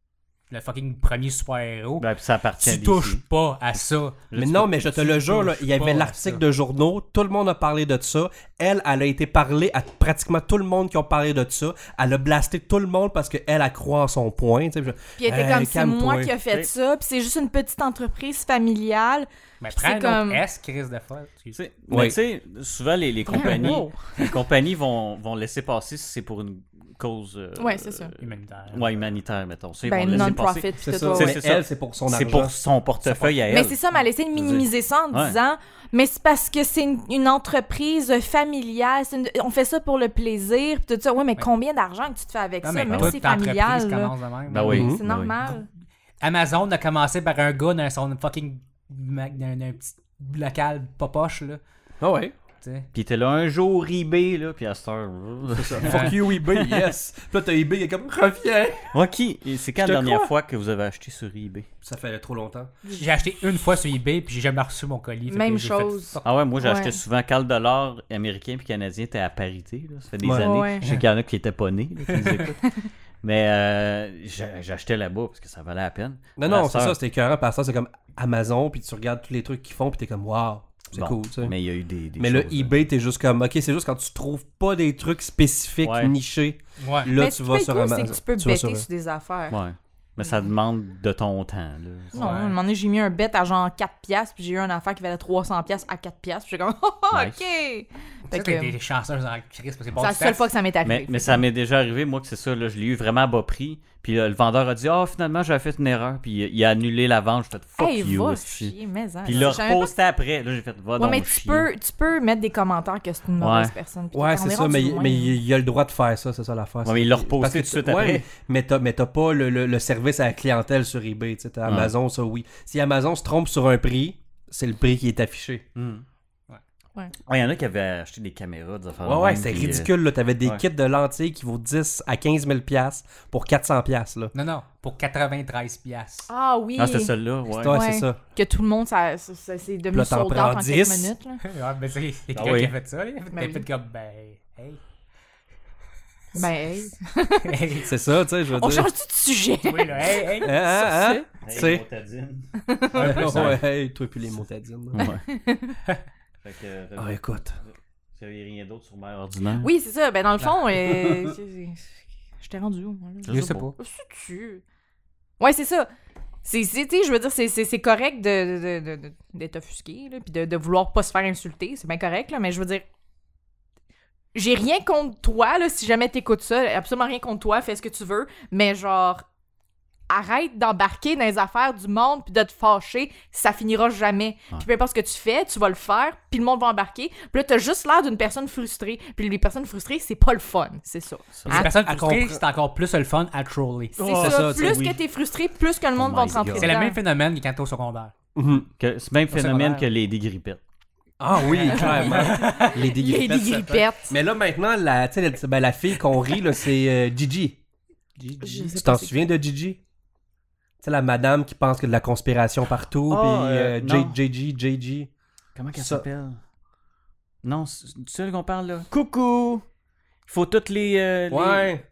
D: le fucking premier super-héros.
C: Ben, puis ça appartient à
D: tu
C: DC.
D: touches pas à ça.
E: Mais non, mais je te le jure, là, il y
D: touches
E: avait
D: pas à
E: l'article
D: ça.
E: de journaux, tout le monde a parlé de ça. Elle, elle a été parlée à pratiquement tout le monde qui a parlé de ça. Elle a blasté tout le monde parce qu'elle a croit en son point. tu sais, je-
A: Puis elle était
E: Hey,
A: comme, c'est moi
E: calme-toi.
A: qui a fait
C: Hey.
A: ça, puis c'est juste une petite entreprise familiale.
D: Mais
A: c'est
D: prends un
A: comme-
D: autre S, Chris, de fois.
C: Tu sais,
E: Ouais.
C: mais tu sais, souvent les, les compagnies, les compagnies vont, vont laisser passer si c'est pour une cause euh,
A: Ouais, c'est ça.
D: Humanitaire.
C: ouais, humanitaire, mettons. Ça, ils
A: Ben,
C: vont le laisser passer.
A: non-profit, puis tout
E: Mais
A: ouais, ouais.
C: c'est ça.
E: elle, c'est pour son
C: C'est
E: argent.
C: pour son portefeuille à elle.
A: Mais c'est ça, mais elle essaie de minimiser ça en
C: Ouais.
A: disant, mais c'est parce que c'est une, une entreprise familiale, c'est une- on fait ça pour le plaisir, puis tout ça. Ouais, mais combien d'argent que tu te fais avec
D: Non,
A: ça,
D: mais ben,
A: même si
D: toute
A: c'est
D: entreprise
A: familial? là.
D: commence de même.
C: Ben oui.
E: Mhm.
A: C'est
C: ben
A: normal.
D: Amazon a commencé par un gars dans son fucking mag- dans un petit local pas poche là.
E: Ah ouais.
D: tu sais.
C: oui. Puis t'es là un jour eBay, là, puis à cette heure. euh,
E: Fuck you, eBay, yes. Puis là, t'as eBay qui est comme, reviens.
C: Ok, et c'est quand
E: Je te
C: la dernière
E: crois.
C: fois que vous avez acheté sur eBay
E: Ça fait trop longtemps.
D: J'ai acheté une fois sur eBay puis j'ai jamais reçu mon colis. fait
A: Même
D: que j'ai fait
A: chose.
D: fuck.
C: Ah ouais, moi
A: Ouais.
C: j'achetais souvent quand le dollar américain puis canadien était à parité. là. Ça fait des
E: Ouais.
C: années.
A: Ouais.
C: Je sais qu'il y en a qui n'étaient pas nés, là, qui nous écoutent. Mais euh, j'a- j'achetais là-bas parce que ça valait la peine.
E: Non,
C: Ma
E: non, c'est
C: sœur-
E: ça, c'était écœurant. Par ça, c'est comme Amazon, puis tu regardes tous les trucs qu'ils font, puis t'es comme, wow, c'est
C: Bon,
E: cool, tu sais.
C: Mais il y a eu des. des
E: Mais là,
C: choses, là.
E: eBay, t'es juste comme, ok, c'est juste quand tu trouves pas des trucs spécifiques,
C: Ouais.
E: nichés,
D: Ouais.
E: là,
A: mais
E: tu vas sur
A: C'est
E: Amazon.
A: que tu peux
E: vas
A: bêter
E: sur-
A: sur des affaires.
C: euh, Ouais. Mais ça demande de ton temps. Là.
A: Non,
D: Ouais.
A: à un moment donné, j'ai mis un bet à genre 4 piastres, puis j'ai eu une affaire qui valait 300 piastres à 4 piastres, puis j'ai comme oh, oh,
C: Nice.
A: OK. Fait
D: Ça,
A: que
D: t'es
A: euh,
D: des chanceuses en crise parce que
A: c'est la seule fois que ça m'est arrivé.
C: Mais, mais ça m'est déjà arrivé, moi, que c'est ça. Là, je l'ai eu vraiment à bas prix. Puis là, le vendeur a dit Ah, finalement, j'avais fait une erreur. Puis il a annulé la vente. J'ai fait Fuck
A: Hey,
C: you.
A: va
C: esti.
A: chier, mais hein,
C: Puis
A: je
C: il l'a
A: savais pas-
C: reposté après. Là, j'ai fait Va
A: Ouais,
C: donc
A: mais tu
C: chier.
A: peux, tu peux mettre des commentaires que c'est une mauvaise
C: Ouais.
A: personne. puis
E: Ouais,
A: t'en
E: c'est
A: verras
E: ça, mais,
A: du
E: il-
A: loin,
E: mais
A: là.
E: il, il a le droit de faire ça, c'est ça l'affaire.
C: Ouais, mais il l'a reposté
E: Parce que
C: tout de
E: tu-
C: suite
E: ouais,
C: après.
E: mais- Mais t'as, mais t'as pas le, le- le service à la clientèle sur eBay, tu sais, t'as
C: Ouais.
E: Amazon, ça oui. Si Amazon se trompe sur un prix, c'est le prix qui est affiché.
C: Hum.
D: Ouais.
A: Ouais.
C: Ouais, il y en a qui avaient acheté des caméras, des affaires.
E: Ouais,
C: de
E: ouais,
C: même,
E: c'est
C: puis, euh,
E: ridicule, là. T'avais des
C: ouais.
E: kits de lentilles qui vaut 10 à 15 000 piastres pour 400 piastres, là.
D: Non, non, pour 93 piastres.
A: Ah oui,
C: Ah, c'était celle-là, ouais.
E: Ouais,
A: Ouais.
E: c'est ça.
A: que tout le monde, ça, ça- ça- c'est devenu
E: Là, t'en
A: sold out
E: prends
A: en
E: 10.
A: quelques minutes. là.
D: ouais, mais c'est c'est quelqu'un
C: Ah oui.
D: qui a fait ça. là. T'as
A: Ben
D: fait
A: oui.
D: comme, ben, hey.
A: Ben, hey.
D: hey.
E: C'est ça, tu sais, je veux
A: on
E: dire.
A: change-tu de sujet?
D: Oui, là, hey, hey.
E: Hein, hein, hein?
C: Hey,
E: Tu sais.
C: Motadine.
E: Ouais, hey, toi puis les montadines. là.
C: Ouais. fait que, euh,
E: Ah, écoute.
C: vous avez rien d'autre sur mère ordinaire?
A: Oui, c'est ça. Ben, dans le fond, euh, c'est- je t'ai rendu où, moi? là?
D: Je sais pas.
A: Si tu. Ouais, c'est ça. C'est, c'est- tu sais, je veux dire, c'est, c'est- c'est correct de, de- de- de- d'être offusqué, là, puis de, de vouloir pas se faire insulter, c'est bien correct, là, mais je veux dire, j'ai rien contre toi, là, si jamais t'écoutes ça, absolument rien contre toi, fais ce que tu veux, mais genre, arrête d'embarquer dans les affaires du monde, puis de te fâcher, ça finira jamais. Puis peu importe ce que tu fais, tu vas le faire, puis le monde va embarquer, puis là, t'as juste l'air d'une personne frustrée, puis les personnes frustrées, c'est pas le fun, c'est ça.
C: Ça,
D: Puis les personnes
E: à
D: frustrées,
E: comprendre.
D: c'est encore plus le fun à troller.
A: C'est
E: Oh,
A: ça.
E: ça,
A: plus
E: oui.
A: que t'es frustré, plus que le monde
C: Oh
A: va
C: my
A: te rentrer
C: God.
D: C'est le
A: dedans.
D: même phénomène que quand t'es au secondaire.
E: Mhm.
C: que- C'est le même phénomène
D: secondaire.
C: que les dégrippettes.
E: Ah oui, clairement. les
A: Les
E: dégrippettes. ça fait-
A: grippettes.
E: Mais là, maintenant, la, tu sais, la- ben, la fille qu'on rit, là, c'est euh, Gigi.
A: Je sais
E: Tu
A: pas
E: t'en
A: c'est
E: souviens de Gigi? Tu sais, la madame qui pense que de la conspiration partout,
C: Ah,
E: puis
C: euh,
E: euh,
C: non.
E: J- JG, JG.
C: Comment qu'elle
E: Ça.
C: s'appelle? Non, c'est du seul qu'on parle là. Coucou! Il faut toutes les. euh, les-
E: Ouais.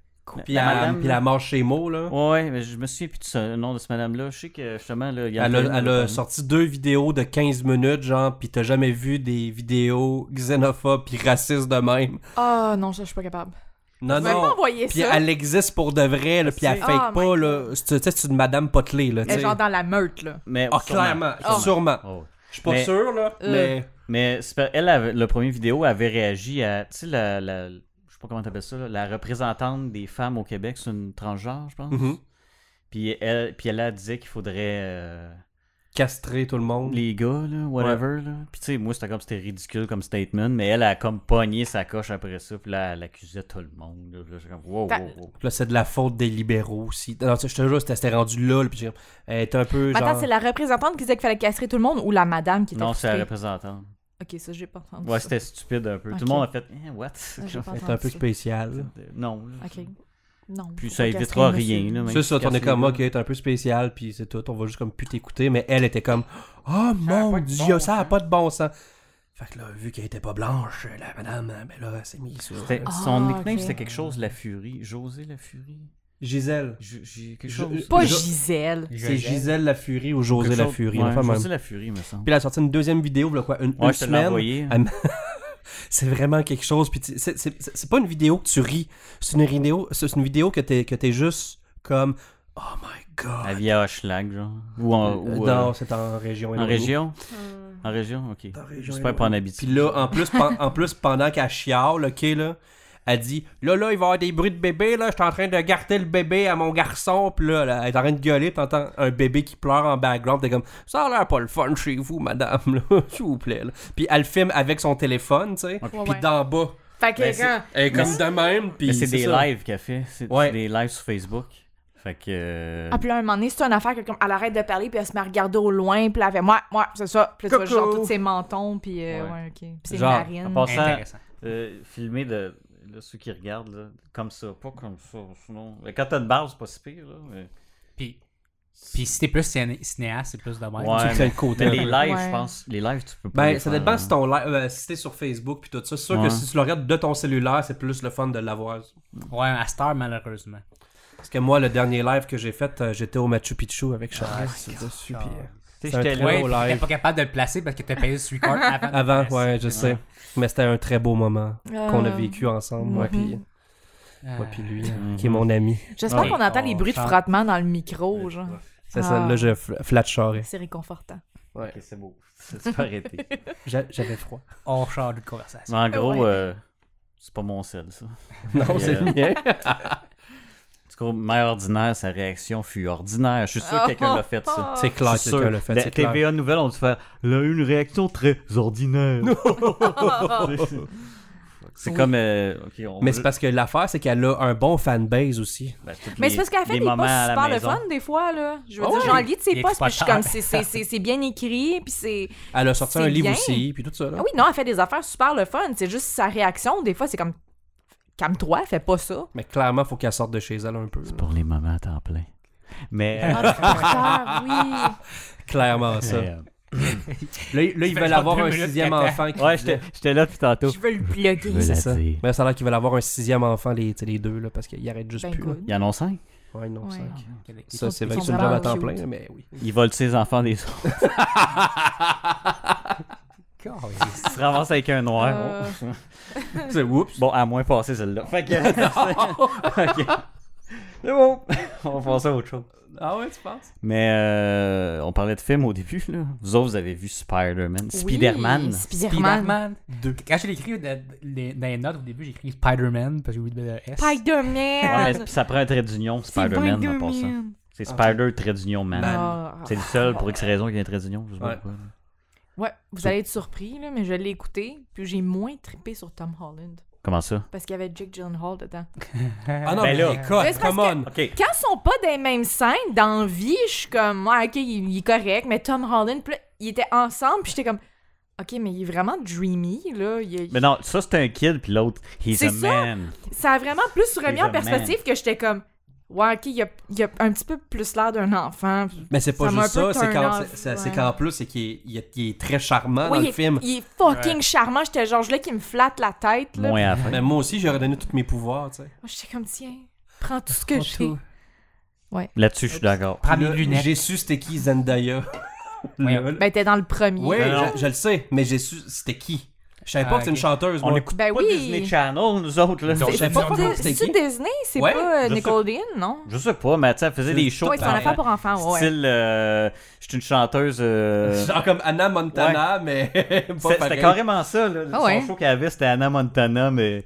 E: Puis
C: la
E: la,
C: madame,
E: puis
C: là.
E: la mort chez Mo, là.
C: Ouais, mais je me souviens plus du seul nom de cette madame-là. Je sais que justement, là, il y en
E: Elle a,
C: une,
E: elle
C: là,
E: a sorti deux vidéos de 15 minutes, genre, pis t'as jamais vu des vidéos xénophobes pis racistes de même.
A: Ah non, ça, je suis pas capable.
E: Non,
A: Tu m'as pas
E: Ah, non.
A: envoyé
E: Pis
A: ça.
E: elle existe pour de vrai, là, pis elle
C: C'est-
E: fake
A: Oh
E: pas,
A: my
E: là. C'est- Tu sais, c'est une madame potelée, là, tu
A: Elle est
E: sais.
A: genre dans la meute, là.
C: Mais
E: Ah,
C: sûrement.
E: clairement,
A: Oh.
E: sûrement.
C: Oh, ouais.
E: Je suis pas
C: Mais-
E: sûr, là,
A: Euh.
E: mais...
C: Mais c'est pas- elle, avait- le premier vidéo, avait réagi à, tu sais, la, la- je sais pas comment t'appelles ça, là, la représentante des femmes au Québec, c'est une transgenre, je pense.
E: Mhm.
C: Puis elle, puis elle, elle disait qu'il faudrait euh,
E: castrer tout le monde.
C: les gars, là, whatever. Là. Puis tu sais, moi, c'était comme c'était ridicule comme statement, mais elle a comme pogné sa coche après ça, puis là, elle accusait tout le monde. Là, Là, j'étais comme, wow,
A: Ta-
C: wow, wow.
E: Puis Là, c'est de la faute des libéraux aussi. Non, tu sais, je te jure, c'était c'était rendu là. là, Puis j'ai- elle était un peu genre.
A: Attends, c'est la représentante qui disait qu'il fallait castrer tout le monde ou la madame qui était
C: Non, c'est la
A: frustrée?
C: représentante.
A: Ok, ça, j'ai pas entendu.
C: Ouais,
A: ça.
C: c'était stupide un peu. Tout
A: Ok.
C: le monde a fait, eh, what?
A: Ça, j'ai pas
E: elle était un peu
A: entendu ça.
E: spéciale.
C: Non. là.
A: Ok. Non.
C: Puis
A: faut
C: ça
A: pas
C: évitera
A: castrer,
C: rien.
A: monsieur.
C: Là, même
E: C'est
C: si
E: ça,
C: tu
E: ton
C: casses
E: comme
C: les
E: moi
C: gars.
E: qui est un peu spécial, puis c'est tout. On va juste comme plus t'écouter, mais elle était comme Oh mon
C: pas de
E: dieu,
C: bon
E: ça a
C: sens.
E: pas de bon sens. Fait que là, vu qu'elle était pas blanche, la madame, ben là, elle s'est mise sur.
C: C'était-
A: Ah,
C: son nickname,
A: ok.
C: c'était quelque chose, La Furie. José La Furie.
E: Gisèle.
C: J- J'ai quelque
E: Je-
C: chose.
A: Pas
E: Jo-
A: Gisèle.
E: C'est Gisèle la Furie ou José
C: Quelque
E: la
C: chose-
E: Furie.
C: ouais,
E: une affaire même.
C: José La Furie, me semble.
E: Puis elle a sorti une deuxième vidéo, voilà quoi, une, une
C: Ouais, je te l'ai
E: semaine.
C: envoyé.
E: Elle me- c'est vraiment quelque chose. Puis tu- c'est- c'est c'est- c'est pas une vidéo que tu ris. C'est une vidéo, c'est une vidéo que t'es que t'es juste comme Oh my
C: La
E: god.
C: vie à Hochelag, genre. Ou en,
E: Euh,
C: ou, euh,
E: non, c'est en région.
C: en
E: éloignée.
C: région. En région, ok.
E: En région
C: J'espère pas en
E: Puis
C: Abitibi.
E: là, en plus, pen- en plus pendant qu'elle chiale, ok, là, elle dit Là, là, il va y avoir des bruits de bébé, là, je suis en train de garder le bébé à mon garçon. Puis là, là, elle est en train de gueuler, t'entends un bébé qui pleure en background. T'es comme Ça a l'air pas le fun chez vous, madame, là, s'il vous plaît. là. Puis elle filme avec son téléphone, tu sais.
A: Ouais,
E: Puis
A: ouais.
E: d'en bas,
A: Fait
E: Ben,
C: Mais
A: que quand.
E: elle est comme de même.
C: Mais
E: Puis
C: c'est des
E: ça.
C: lives qu'elle fait. C'est
E: Ouais.
C: c'est des lives sur Facebook. Fait que. euh,
A: Ah, puis là, un moment donné, c'est une affaire que, comme, elle arrête de parler, puis elle se met à regarder au loin, puis là, elle fait moi, moi, c'est ça. Puis là, tu vois,
E: Coucou.
A: genre, tous ses mentons, puis euh,
C: Ouais.
A: ouais. ok. Puis ses
E: Genre,
A: narines.
C: en passant,
D: Intéressant.
C: euh, filmer de. là, ceux qui regardent, là, comme ça, pas comme ça, sinon. Mais Quand t'as une barbe, c'est pas si pire, là. mais-
D: Puis, puis si t'es plus ciné- cinéaste, c'est plus de même.
C: Ouais,
E: Tu le fais de côté un
C: mais les
E: peu.
C: lives,
A: Ouais.
C: je pense. Les lives, tu peux pas.
E: Ben,
C: les
E: ça
C: faire, hein.
E: dépend
C: là.
E: si, ton live, euh, si t'es sur Facebook puis tout ça. C'est sûr
C: Ouais.
E: que si tu le regardes de ton cellulaire, c'est plus le fun de l'avoir
D: Ouais, à Star, malheureusement.
E: Parce que moi, le dernier live que j'ai fait, euh, j'étais au Machu Picchu avec Charles. Ah, c'est dessus, puis, euh,
C: Tu sais,
E: c'est un
C: j'étais
E: très
C: là,
D: Ouais,
E: beau
D: puis
E: live.
D: t'es pas capable de le placer parce que t'as payé le street card avant. de
A: Ah,
D: le
E: Avant,
D: placer.
E: ouais, je sais. Mais c'était un très beau moment
A: Euh,
E: qu'on a vécu ensemble, moi
A: mhm.
E: puis
D: Ah.
E: moi puis lui, euh, qui est mon ami.
A: J'espère
D: Ouais.
A: qu'on entend les
D: On
A: bruits de
D: chante.
A: frottement dans le micro, genre.
E: C'est
A: Ah.
E: ça, là, je fl- flat charré.
A: C'est réconfortant.
C: Ok, c'est beau. Ça, tu peux arrêter.
E: J'a- J'avais froid.
D: On change de conversation.
C: Mais en gros,
A: Ouais.
C: euh, c'est pas mon sel, ça.
E: Non, c'est le mien.
C: Du coup, mère ordinaire, sa réaction fut ordinaire. Je suis sûr que
A: Oh,
C: quelqu'un l'a fait, ça.
A: Ah.
E: C'est clair que
C: C'est sûr.
E: quelqu'un l'a fait,
C: La
E: c'est clair.
C: TVA Nouvelle, on dû faire elle a eu une réaction très ordinaire. c'est comme. euh, ok, on
E: Mais c'est parce que l'affaire, c'est qu'elle a un bon fanbase aussi.
C: Ben, toutes
A: Mais
C: les-
A: c'est parce qu'elle
C: les
A: fait des
C: moments
A: posts
C: à la
A: super le
C: maison. Oh
A: fun, des fois, là. Je veux
D: Ah
A: dire,
D: ouais.
A: j'en lis de
D: Il
A: ses
D: est
A: posts, puis je suis
D: exploitant.
A: comme, c'est- c'est c'est- c'est bien écrit, puis c'est...
E: Elle a sorti
A: C'est
E: un livre
A: bien.
E: aussi, puis tout ça. là.
A: Ah oui, non, elle fait des affaires super le fun. C'est juste sa réaction, des fois, c'est comme... Calme-toi, fais pas ça.
E: Mais clairement, faut qu'elle sorte de chez elle un peu. là.
C: Pour les moments à temps plein. Mais. euh,
A: Ah, oui.
E: Clairement ça. Là,
C: euh,
E: il- là, ils
D: fait
E: veulent
D: genre
E: avoir
D: deux
E: un
D: minutes
E: sixième
D: qu'elle
E: enfant qui
C: ouais,
E: disait-
C: j'étais j'étais là depuis tantôt.
A: Je veux le
C: Je
A: plugger.
C: veux la
E: C'est ça.
C: dire.
E: Mais ça a l'air qu'ils veulent avoir un sixième enfant, les, tu sais, les deux, là, parce qu'ils arrêtent juste
A: Ben,
E: plus. là.
A: good.
C: Il y en a cinq.
E: Ouais, non,
A: Ouais.
E: cinq.
D: Québec.
E: Ça,
A: sont-
E: c'est
A: ils
E: vrai que
A: sont
E: c'est une job à
A: vraiment
E: temps
A: cute.
E: plein, mais oui.
C: Ils volent ses enfants des autres.
D: Ah,
C: Ils se ramassent avec un noir.
A: Euh.
C: Oh.
E: C'est oups.
C: Bon, à moins passer celle-là. Fait que. Ok. C'est bon. On va passer à autre chose.
E: Ah ouais, tu penses?
C: Mais euh, on parlait de films au début. Là. Vous autres, vous avez vu Spider-Man.
A: Oui,
C: Spider-Man.
A: Spider-Man.
D: Spider-Man. Quand je l'ai écrit dans dans les notes au début, j'ai écrit Spider-Man parce que j'ai oublié le S.
C: Ouais,
A: Spider-Man.
C: mais ça prend un trait d'union,
A: C'est
C: Spider-Man, en passant.
A: Spider-Man.
C: C'est Spider, trait d'union, man.
A: Ah.
C: C'est le seul, pour X raison, qui a un trait d'union. je sais pas
E: Ben. Ouais.
C: pourquoi.
A: Ouais, vous allez être surpris, là, mais je l'ai écouté, puis j'ai moins trippé sur Tom Holland.
C: Comment ça?
A: Parce qu'il y avait Jake Gyllenhaal dedans.
E: Ah non,
C: Ben
E: mais
C: là.
A: Mais
E: écoute,
A: c'est
E: come
A: parce
E: on!
C: OK.
A: Quand ils sont pas des mêmes scènes dans la vie, je suis comme, ah, ok, il, il est correct, mais Tom Holland, puis là, ils étaient ensemble, puis j'étais comme, ok, mais il est vraiment dreamy, là. il- il-
C: Mais non, ça, c'est un kid, puis l'autre, he's
A: C'est
C: a
A: ça.
C: man.
A: Ça a vraiment plus remis
C: He's a
A: en perspective que j'étais comme, ouais, ok, il a, il a un petit peu plus l'air d'un enfant.
E: Mais c'est pas
A: Ça m'a
E: juste
A: un peu
E: ça, c'est
A: turn
E: quand,
A: off,
E: c'est- c'est- c'est
A: ouais.
E: qu'en plus, c'est qu'il est, il est- il est très
A: Ouais,
E: charmant dans
A: il,
E: le
A: est-
E: film.
A: il est fucking charmant, j'étais genre, je l'ai qui me flatte la tête, là.
C: Moins à la fin.
E: Mais moi aussi, j'aurais donné tous mes pouvoirs, tu sais.
A: Moi, j'étais comme, tiens, prends tout ce que j'ai.
C: Là-dessus, je suis d'accord.
D: Prends mes
E: Là,
D: lunettes.
E: J'ai su c'était qui Zendaya.
D: Ouais.
E: Là, là.
A: Ben, t'es dans le premier.
E: Oui,
C: Non, non.
E: je, je le sais, mais j'ai su c'était qui. Je savais pas
D: Ah,
E: que c'est
D: ok.
E: une chanteuse,
C: On
E: moi.
C: écoute
A: Ben
C: pas
A: oui.
C: Disney Channel, nous autres, là.
E: Donc, je savais
A: C'est
E: pas comment c'était
A: c'est
E: qui.
A: Disney, c'est
E: Ouais,
A: pas euh,
C: je sais.
A: Nickelodeon, non?
C: Je sais pas, mais tu sais, elle faisait des shows.
A: Toi, c'est en affaire pour enfants, ouais.
C: Style, euh, je suis une chanteuse. euh,
E: Genre comme Anna Montana, mais pas
C: c'est- C'était
E: pareil.
C: carrément ça, là.
A: Ah
C: Son
A: ouais.
C: show qu'elle avait, c'était Anna Montana, mais.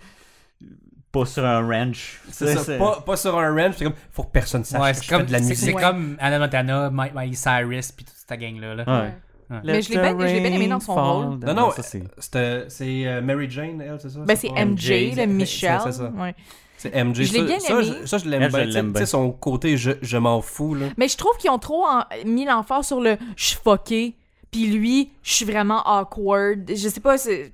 C: Pas sur un ranch.
E: C'est ça, pas, pas sur un ranch, c'est comme, faut que personne sache
D: Ouais,
E: que
D: c'est
E: je
D: comme,
E: fais de la
D: c'est-
E: musique.
D: C'est
A: Ouais.
D: comme Anna Montana, Mike, Miley Cyrus, puis toute cette gang-là.
E: Ah.
D: là.
C: Ouais.
A: Mais je l'ai bien- je l'ai bien aimé dans son rôle.
E: Non, non,
C: ça, c'est-
E: C'est euh, c'est, euh, Mary Jane, elle, c'est ça?
A: Ben, c'est
E: pas-
A: MJ,
C: c'est-
A: le Michel.
E: c'est ça.
A: ouais.
E: C'est MJ.
A: Je l'ai
E: Ça-
A: bien
E: ça,
A: aimé.
E: je- Ça, je l'aime
C: Elle, je
E: bien. Tu sais-
C: l'aime
E: tu sais,
C: bien.
E: son côté, je, je m'en fous, là.
A: Mais je trouve qu'ils ont trop en- mis l'emphase sur le je suis fucké, puis lui, je suis vraiment awkward. Je sais pas, c'est-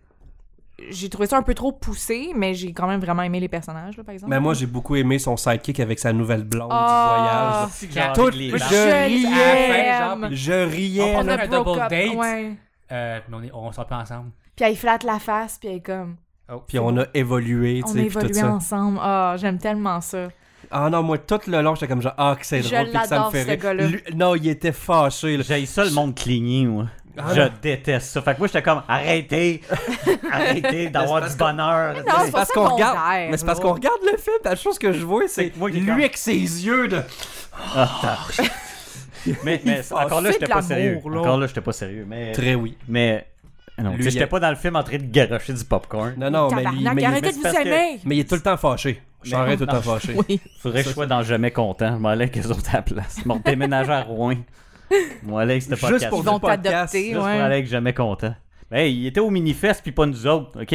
A: j'ai trouvé ça un peu trop poussé, mais j'ai quand même vraiment aimé les personnages, là, par exemple.
E: Mais moi, j'ai beaucoup aimé son sidekick avec sa nouvelle blonde
A: Ah.
E: du voyage.
C: Genre
E: Tout-
C: avec les
E: je-
C: larmes.
A: l'aime.
D: à la fin, genre,
E: Je riais.
D: On
E: là.
D: a un double
A: up,
D: date.
A: ouais.
D: euh, mais on, est- on sort pas ensemble.
A: Puis elle flatte la face, puis elle est comme,
E: Puis on a évolué, tu
A: on
E: sais, puis tout
A: évolue
E: ça.
A: ensemble. Ah, j'aime tellement ça.
E: Ah non, moi, tout le long, j'étais comme genre, ah, que c'est
A: Je
E: drôle, puis que ça me
A: l'adore,
E: fait
A: ce
E: rire.
A: gars-là.
E: Lui- Non, il était fâché, là.
C: J'haïs ça le monde cligné, moi.
E: Ah,
C: je
E: non.
C: déteste ça. Fait que moi, j'étais comme, arrêtez, arrêtez d'avoir du bonheur.
A: non,
C: Tu sais,
A: c'est
E: parce
A: pas
E: qu'on
A: secondaire,
E: regarde, mais c'est parce
A: là.
E: qu'on regarde le film, la chose que je vois, c'est
C: C'est moi qui
E: lui
C: garde.
E: avec ses yeux de.
C: Mais, mais
E: faut-
C: encore là,
A: c'est
C: j'étais
A: de
C: pas
A: l'amour,
C: sérieux.
A: là.
C: Encore là, j'étais pas sérieux. Mais,
E: Très oui.
C: mais non,
E: Lui,
C: tu sais,
E: il
C: j'étais
E: a-
C: pas dans le film en train de garocher du popcorn.
E: Non, non, mais, il-
A: Tabarnak,
E: mais, il-
A: arrêtez
C: mais
A: de
C: c'est
A: vous
C: parce que-
A: aimer!
E: mais il est tout le temps fâché. Je
C: Mais-
E: tout le temps fâché.
A: Oui.
C: Faudrait que je sois dans Jamais Content. Moi, avec les autres à la place. Mon déménageur à Rouen. Moi, avec c'était pas
E: Juste pour
A: Ils vont
E: le podcast.
A: t'adopter,
C: Juste
A: ouais.
C: pour aller avec Jamais Content. Ben, hey, il était au mini-fest, puis pas nous autres, OK?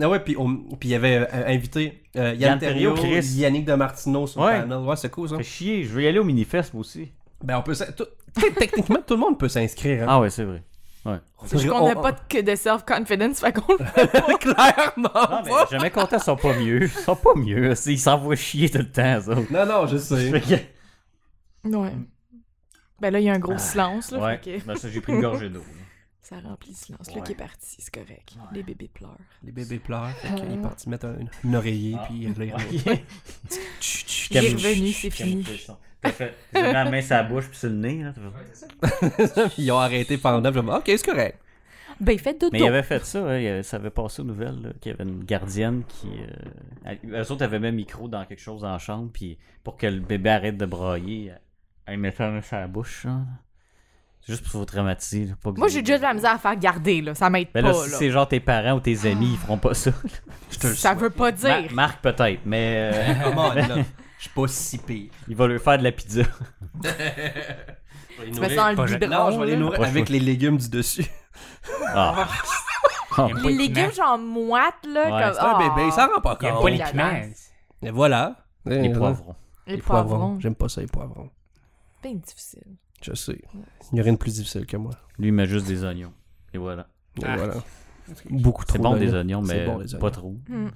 E: Ah ouais, puis on- puis il y avait euh, invité euh, Yann,
C: Yann
E: Terriot,
C: Terriot, Chris.
E: Yannick Demartino sur
C: Ouais.
E: le panel. Ouais, c'est cool ça.
C: Fait chier, je veux y aller au mini-fest, moi aussi.
E: Ben on peut s'in- tout- tu sais, techniquement tout le monde peut s'inscrire. hein.
C: Ah ouais, c'est vrai. Ouais.
A: C'est juste
E: On-
A: qu'on n'a
E: on-
A: pas de, que de self-confidence, fait qu'on le fait.
E: Clairement.
C: Non, mais Jamais Content, ils sont pas mieux. Ils sont pas mieux. c'est- Ils s'envoient chier tout le temps, ça.
E: Non non, je sais.
A: Ouais. Ben là, il y a un gros silence, là.
C: Mm. Ah, Ouais,
A: fait que
C: ben ça, j'ai pris une gorgée d'eau.
A: Ça remplit le silence.
C: Ouais.
A: Là, qui est parti, c'est correct. Les bébés pleurent.
E: Les bébés pleurent, fait qu'ils sont partis mettre un, une oreiller
C: Ah.
E: puis ils relirent.
A: Il est revenu, c'est fini.
C: T'as fait t'as mis la main sur la bouche puis sur le nez. Là. t'as fait-
E: ils ont arrêté pendant je me dis, OK, c'est correct.
A: Ben, faites dodo.
C: Mais il avait fait ça, hein, il avait- ça avait passé aux nouvelles, là, qu'il y avait une gardienne qui... Euh, elle- eux autres avaient même micro dans quelque chose en chambre, puis pour que le bébé arrête de brailler, elle mettait la main sur la bouche. là. C'est juste pour vous traumatiser. là, pas que
A: Moi,
C: vous-
A: j'ai déjà de la misère à faire garder, là. Ça m'aide
C: Ben là,
A: pas,
C: si
A: là. Ah.
C: c'est genre tes parents ou tes amis, ils feront pas ça.
A: Ça veut pas
C: Ma-
A: dire.
C: Marc peut-être, mais euh,
E: Come on, là. Je suis pas si pire.
C: il va leur faire de la pizza.
A: Tu mets ça dans
D: pas
A: le
D: jeune.
E: Non, je
A: biberon,
E: vais les
A: là.
E: nourrir
C: Pas
E: avec les légumes du dessus.
C: Ah.
D: Il aime pas
A: Les
D: les piments.
A: légumes, genre moites, là.
C: Ouais,
A: comme-
E: C'est un
A: Ah.
E: bébé, il s'en rend pas
D: Il aime
A: Oh.
D: pas
E: compte.
D: les piments.
E: Mais voilà.
C: Les
E: Eh,
C: poivrons.
A: Les poivrons.
E: J'aime pas ça, les poivrons.
A: C'est bien difficile.
E: Je sais. Il n'y a rien de plus difficile que moi.
C: Lui, il met juste des oignons. Et voilà.
E: Et
D: Ah.
E: voilà. Beaucoup trop.
C: C'est bon
E: d'oignons.
C: des oignons,
E: C'est
C: mais
E: bon, les
C: pas
E: oignons.
C: trop.
A: Hmm.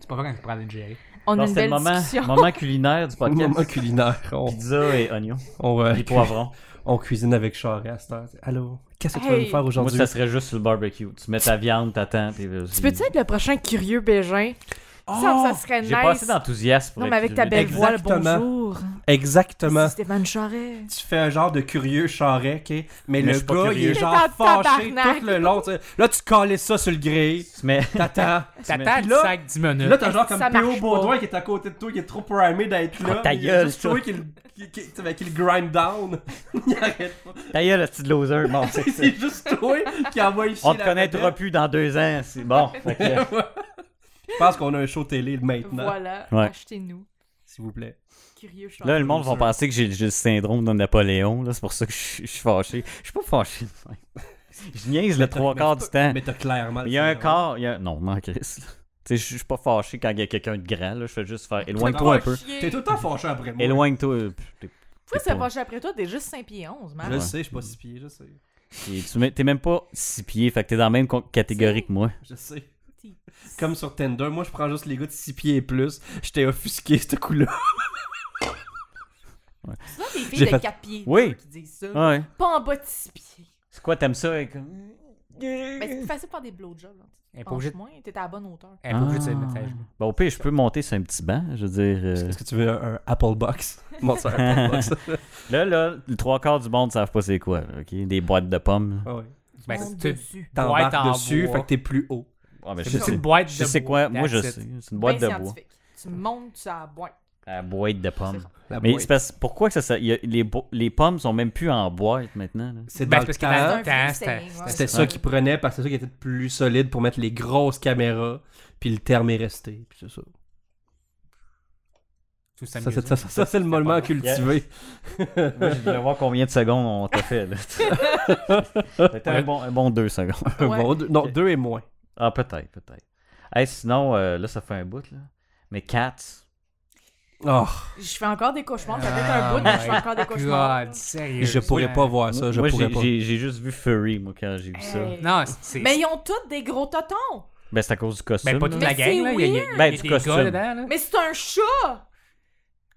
D: C'est pas vrai qu'on est prêt à les gérer.
A: On a
C: Non,
A: une
C: c'était le
A: belle
C: moment,
A: discussion.
C: moment culinaire du podcast.
E: Moment culinaire. On,
C: Pizza et oignons.
E: on, euh,
C: Et poivrons.
E: on cuisine avec Charest à cette heure. Allô, qu'est-ce que tu vas
A: Hey.
E: nous faire
C: Moi,
E: aujourd'hui?
C: ça serait juste sur le barbecue. Tu mets ta viande, t'attends. Tu
A: Tu peux-tu être le prochain curieux bégin? Ça, ça serait
C: Oh! J'ai pas assez
A: nice.
C: d'enthousiasme pour
A: Non,
C: être
A: mais avec ta belle
C: Exact.
A: voix, le
E: Exactement.
A: bonjour.
E: Exactement.
A: C'est Stéphane Charret.
E: Tu fais un genre de curieux Charest, ok? Mais,
C: je
E: le
C: suis pas
E: gars, il
C: curieux.
E: est genre
A: T'es en
E: fâché
A: tabarnak.
E: tout le long. tu sais. Là, tu calais ça sur le grill.
C: Tu mets...
E: T'attends.
D: T'attends
E: Puis
D: le
E: là-
D: sac 10 minutes.
E: Là, t'as genre comme
A: Ça
E: P.O.
A: marche
E: Baudouin qui est à côté de toi, qui est trop primé d'être là.
C: Oh, ta
E: mais il y a
C: gueule,
E: juste
C: ça.
E: toi qui le, qui, qui- tu sais, qui le grind down. il arrête pas.
C: Ta gueule, le petit loser. Bon, c'est ça.
E: C'est juste toi qui envoie chier
C: On te
E: la
C: connaîtra
E: vedette.
C: plus dans deux ans. C'est bon. Fait que-
E: Je pense qu'on a un show télé maintenant,
A: Voilà,
C: Ouais.
A: achetez-nous.
E: s'il vous plaît.
A: Curieux
C: Là,
A: Charret.
C: le monde va penser que j'ai j'ai le syndrome de Napoléon. là. C'est pour ça que je suis je suis fâché. Je suis pas fâché. de même. Je niaise le trois quarts du temps.
E: Mais t'as clairement.
C: Il y a un corps. il y a- Non, non, Chris. là. Tu sais, je je suis pas fâché quand il y a quelqu'un de grand. Là. Je fais juste faire éloigne-toi un peu.
E: T'es tout le temps fâché après moi.
C: Éloigne-toi. euh, pff, t'es-
A: Pourquoi
C: t'es
A: ça
C: pas-
A: fâché après toi? T'es juste 5 pieds 11,
E: Je
A: man.
E: le
C: Ouais.
E: sais, je suis pas si pire, je sais.
C: Et tu mets- T'es même pas six pieds, fait que t'es dans la même con- catégorie que moi.
E: Je sais. Comme sur Tinder, moi je prends juste les gars de 6 pieds et plus. J'étais offusqué ce coup-là.
A: C'est ça, des
C: J'ai
A: filles de
C: fait-
A: 4 pieds
C: Oui.
A: qui disent ça.
D: Ah.
C: Ouais.
A: Pas en bas de 6 pieds.
C: C'est quoi, t'aimes ça? hein, avec- Bon,
A: Mais c'est plus facile de faire des blowjobs. Hein.
D: Elle est
A: Tu
D: pas
A: penches
D: obligée de-
A: moins, t'es à la bonne hauteur.
D: elle est pas obligée de se
C: Ah.
D: mettre à genoux.
C: au pire, je peux monter sur un petit banc. Je veux dire. euh,
E: Est-ce que tu veux un, un Apple Box Bon, c'est un Apple Box.
C: Là, là, les trois quarts du monde savent pas c'est quoi. là, ok? Des boîtes de pommes.
E: Ah ouais.
D: Ben,
A: Monte
D: c'est-
A: dessus.
D: Boîte
E: T'embarques
D: en
E: dessus,
D: bois.
E: fait que t'es plus haut.
C: Ah, mais
D: C'est
C: je
D: une
C: sais,
D: petite boîte de
C: je sais quoi.
D: bois,
C: Moi, je
D: that's it.
C: sais. C'est une boîte
A: Ben
C: de bois.
A: scientifique. Tu montes sur la boîte.
C: La boîte de pommes.
E: La
C: Mais
E: boîte.
C: c'est parce pourquoi que ça, ça- il y a- les, bo- les pommes sont même plus en boîte maintenant. là.
E: C'est
D: Ben,
E: dans
D: c'est
E: le
D: parce que dans
E: temps.
D: le
A: C'est un
D: temps,
A: vieux
D: c'était-
A: saying, ouais.
E: C'était
D: c'était
E: ça qu'ils prenaient parce que c'est ça qui était le plus solide pour mettre les grosses caméras. Puis le terme est resté. Puis c'est ça.
D: trouve ça
E: Ça,
D: amusant.
E: c'est- ça, ça, ça, c'est le moment cultivé.
C: Moi, je voulais voir combien de secondes on t'a fait. là. C'était un bon, un bon deux secondes.
A: Ouais.
E: Bon, deux- non, deux et moins.
C: Ah, peut-être, peut-être. Hey, sinon, euh, là, ça fait un bout, là. Mais Cats,
E: Oh,
A: Je fais encore des cauchemars. Ça fait
D: Ah,
A: un bout, mais je
D: my
A: fais encore des cauchemars.
D: God, sérieux.
E: je pourrais pas voir Ah, ça, je
C: moi,
E: pourrais
C: j'ai,
E: pas.
C: j'ai- j'ai juste vu Furry, moi, quand j'ai vu ça.
A: Hey.
D: Non, c'est.
A: Mais ils ont tous des gros totons.
C: Ben, c'est à cause du costume.
D: Ben, pas toute
C: là.
D: la
A: Mais c'est
D: gang, là. Il y a, il y a-
C: Ben,
D: il y
C: du
D: a des
C: costume.
D: gars dedans, là.
A: Mais c'est un chat.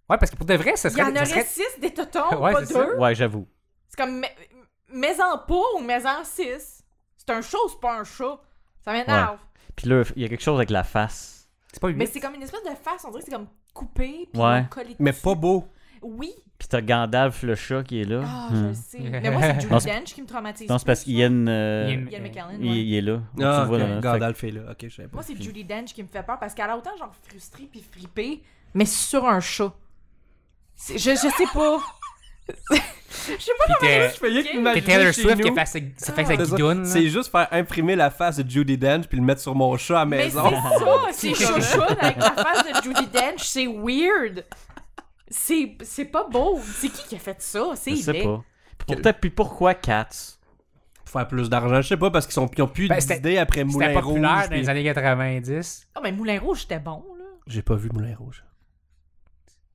D: Ouais, parce que pour de vrai, ça
A: Il y
D: serait.
A: en
D: ça
A: aurait
D: serait-
A: six des totons,
D: Ouais,
A: pas
D: c'est ça.
A: deux.
C: Ouais, j'avoue.
A: C'est comme mais- mets-en pas ou mets-en six. C'est un chat ou c'est pas un chat. Ça m'énerve.
C: Puis là, il y a quelque chose avec la face.
D: C'est pas
A: Mais
D: huit.
A: c'est comme une espèce de face. On dirait que c'est comme coupé puis
C: Ouais.
A: on colle
E: Mais pas beau.
A: Oui.
C: Puis t'as Gandalf, le chat, qui est là.
A: Ah, je
C: Hmm.
A: le sais. Mais moi, c'est
C: Non,
A: Judy
C: c'est-
A: Dench qui me traumatise.
C: Non, c'est parce
A: plus.
C: qu'Ian.
D: Ian-
C: euh,
A: Ian McKellen,
C: il,
A: ouais.
C: il est Mm. là.
E: Ah,
C: tu le vois
E: ok,
C: dans-
E: Gandalf est là. Ok, je savais pas.
A: Moi, c'est Judy Dench qui me fait peur parce qu'elle a autant genre frustrée puis frippée, mais sur un chat. C'est- Je, je sais pas. je sais pas.
D: Puis t'es-
E: Fallait
A: Ok.
D: t'es
E: m'imaginer
D: Taylor
E: chez
D: Swift
E: nous.
D: qui a fait sa, ça fait sa
E: C'est ça.
D: guidoune. là.
E: C'est juste faire imprimer la face de Judy Dench puis le mettre sur mon chat à la
A: Mais c'est
E: maison.
A: ça, c'est chouchoune avec la face de Judy Dench, c'est weird. C'est c'est pas beau. C'est qui qui a fait ça? C'est
C: Je sais
A: laid.
C: pas. Puis Pourtant, puis pourquoi Cats
E: Pour faire plus d'argent, je sais pas, parce qu'ils sont- ils ont plus
D: Ben, c'était-
E: d'idées après
D: C'était
E: Moulin Rouge.
D: populaire dans
E: puis-
D: les années 90.
A: Ah, mais Moulin Rouge, c'était bon, là.
E: J'ai pas vu Moulin Rouge.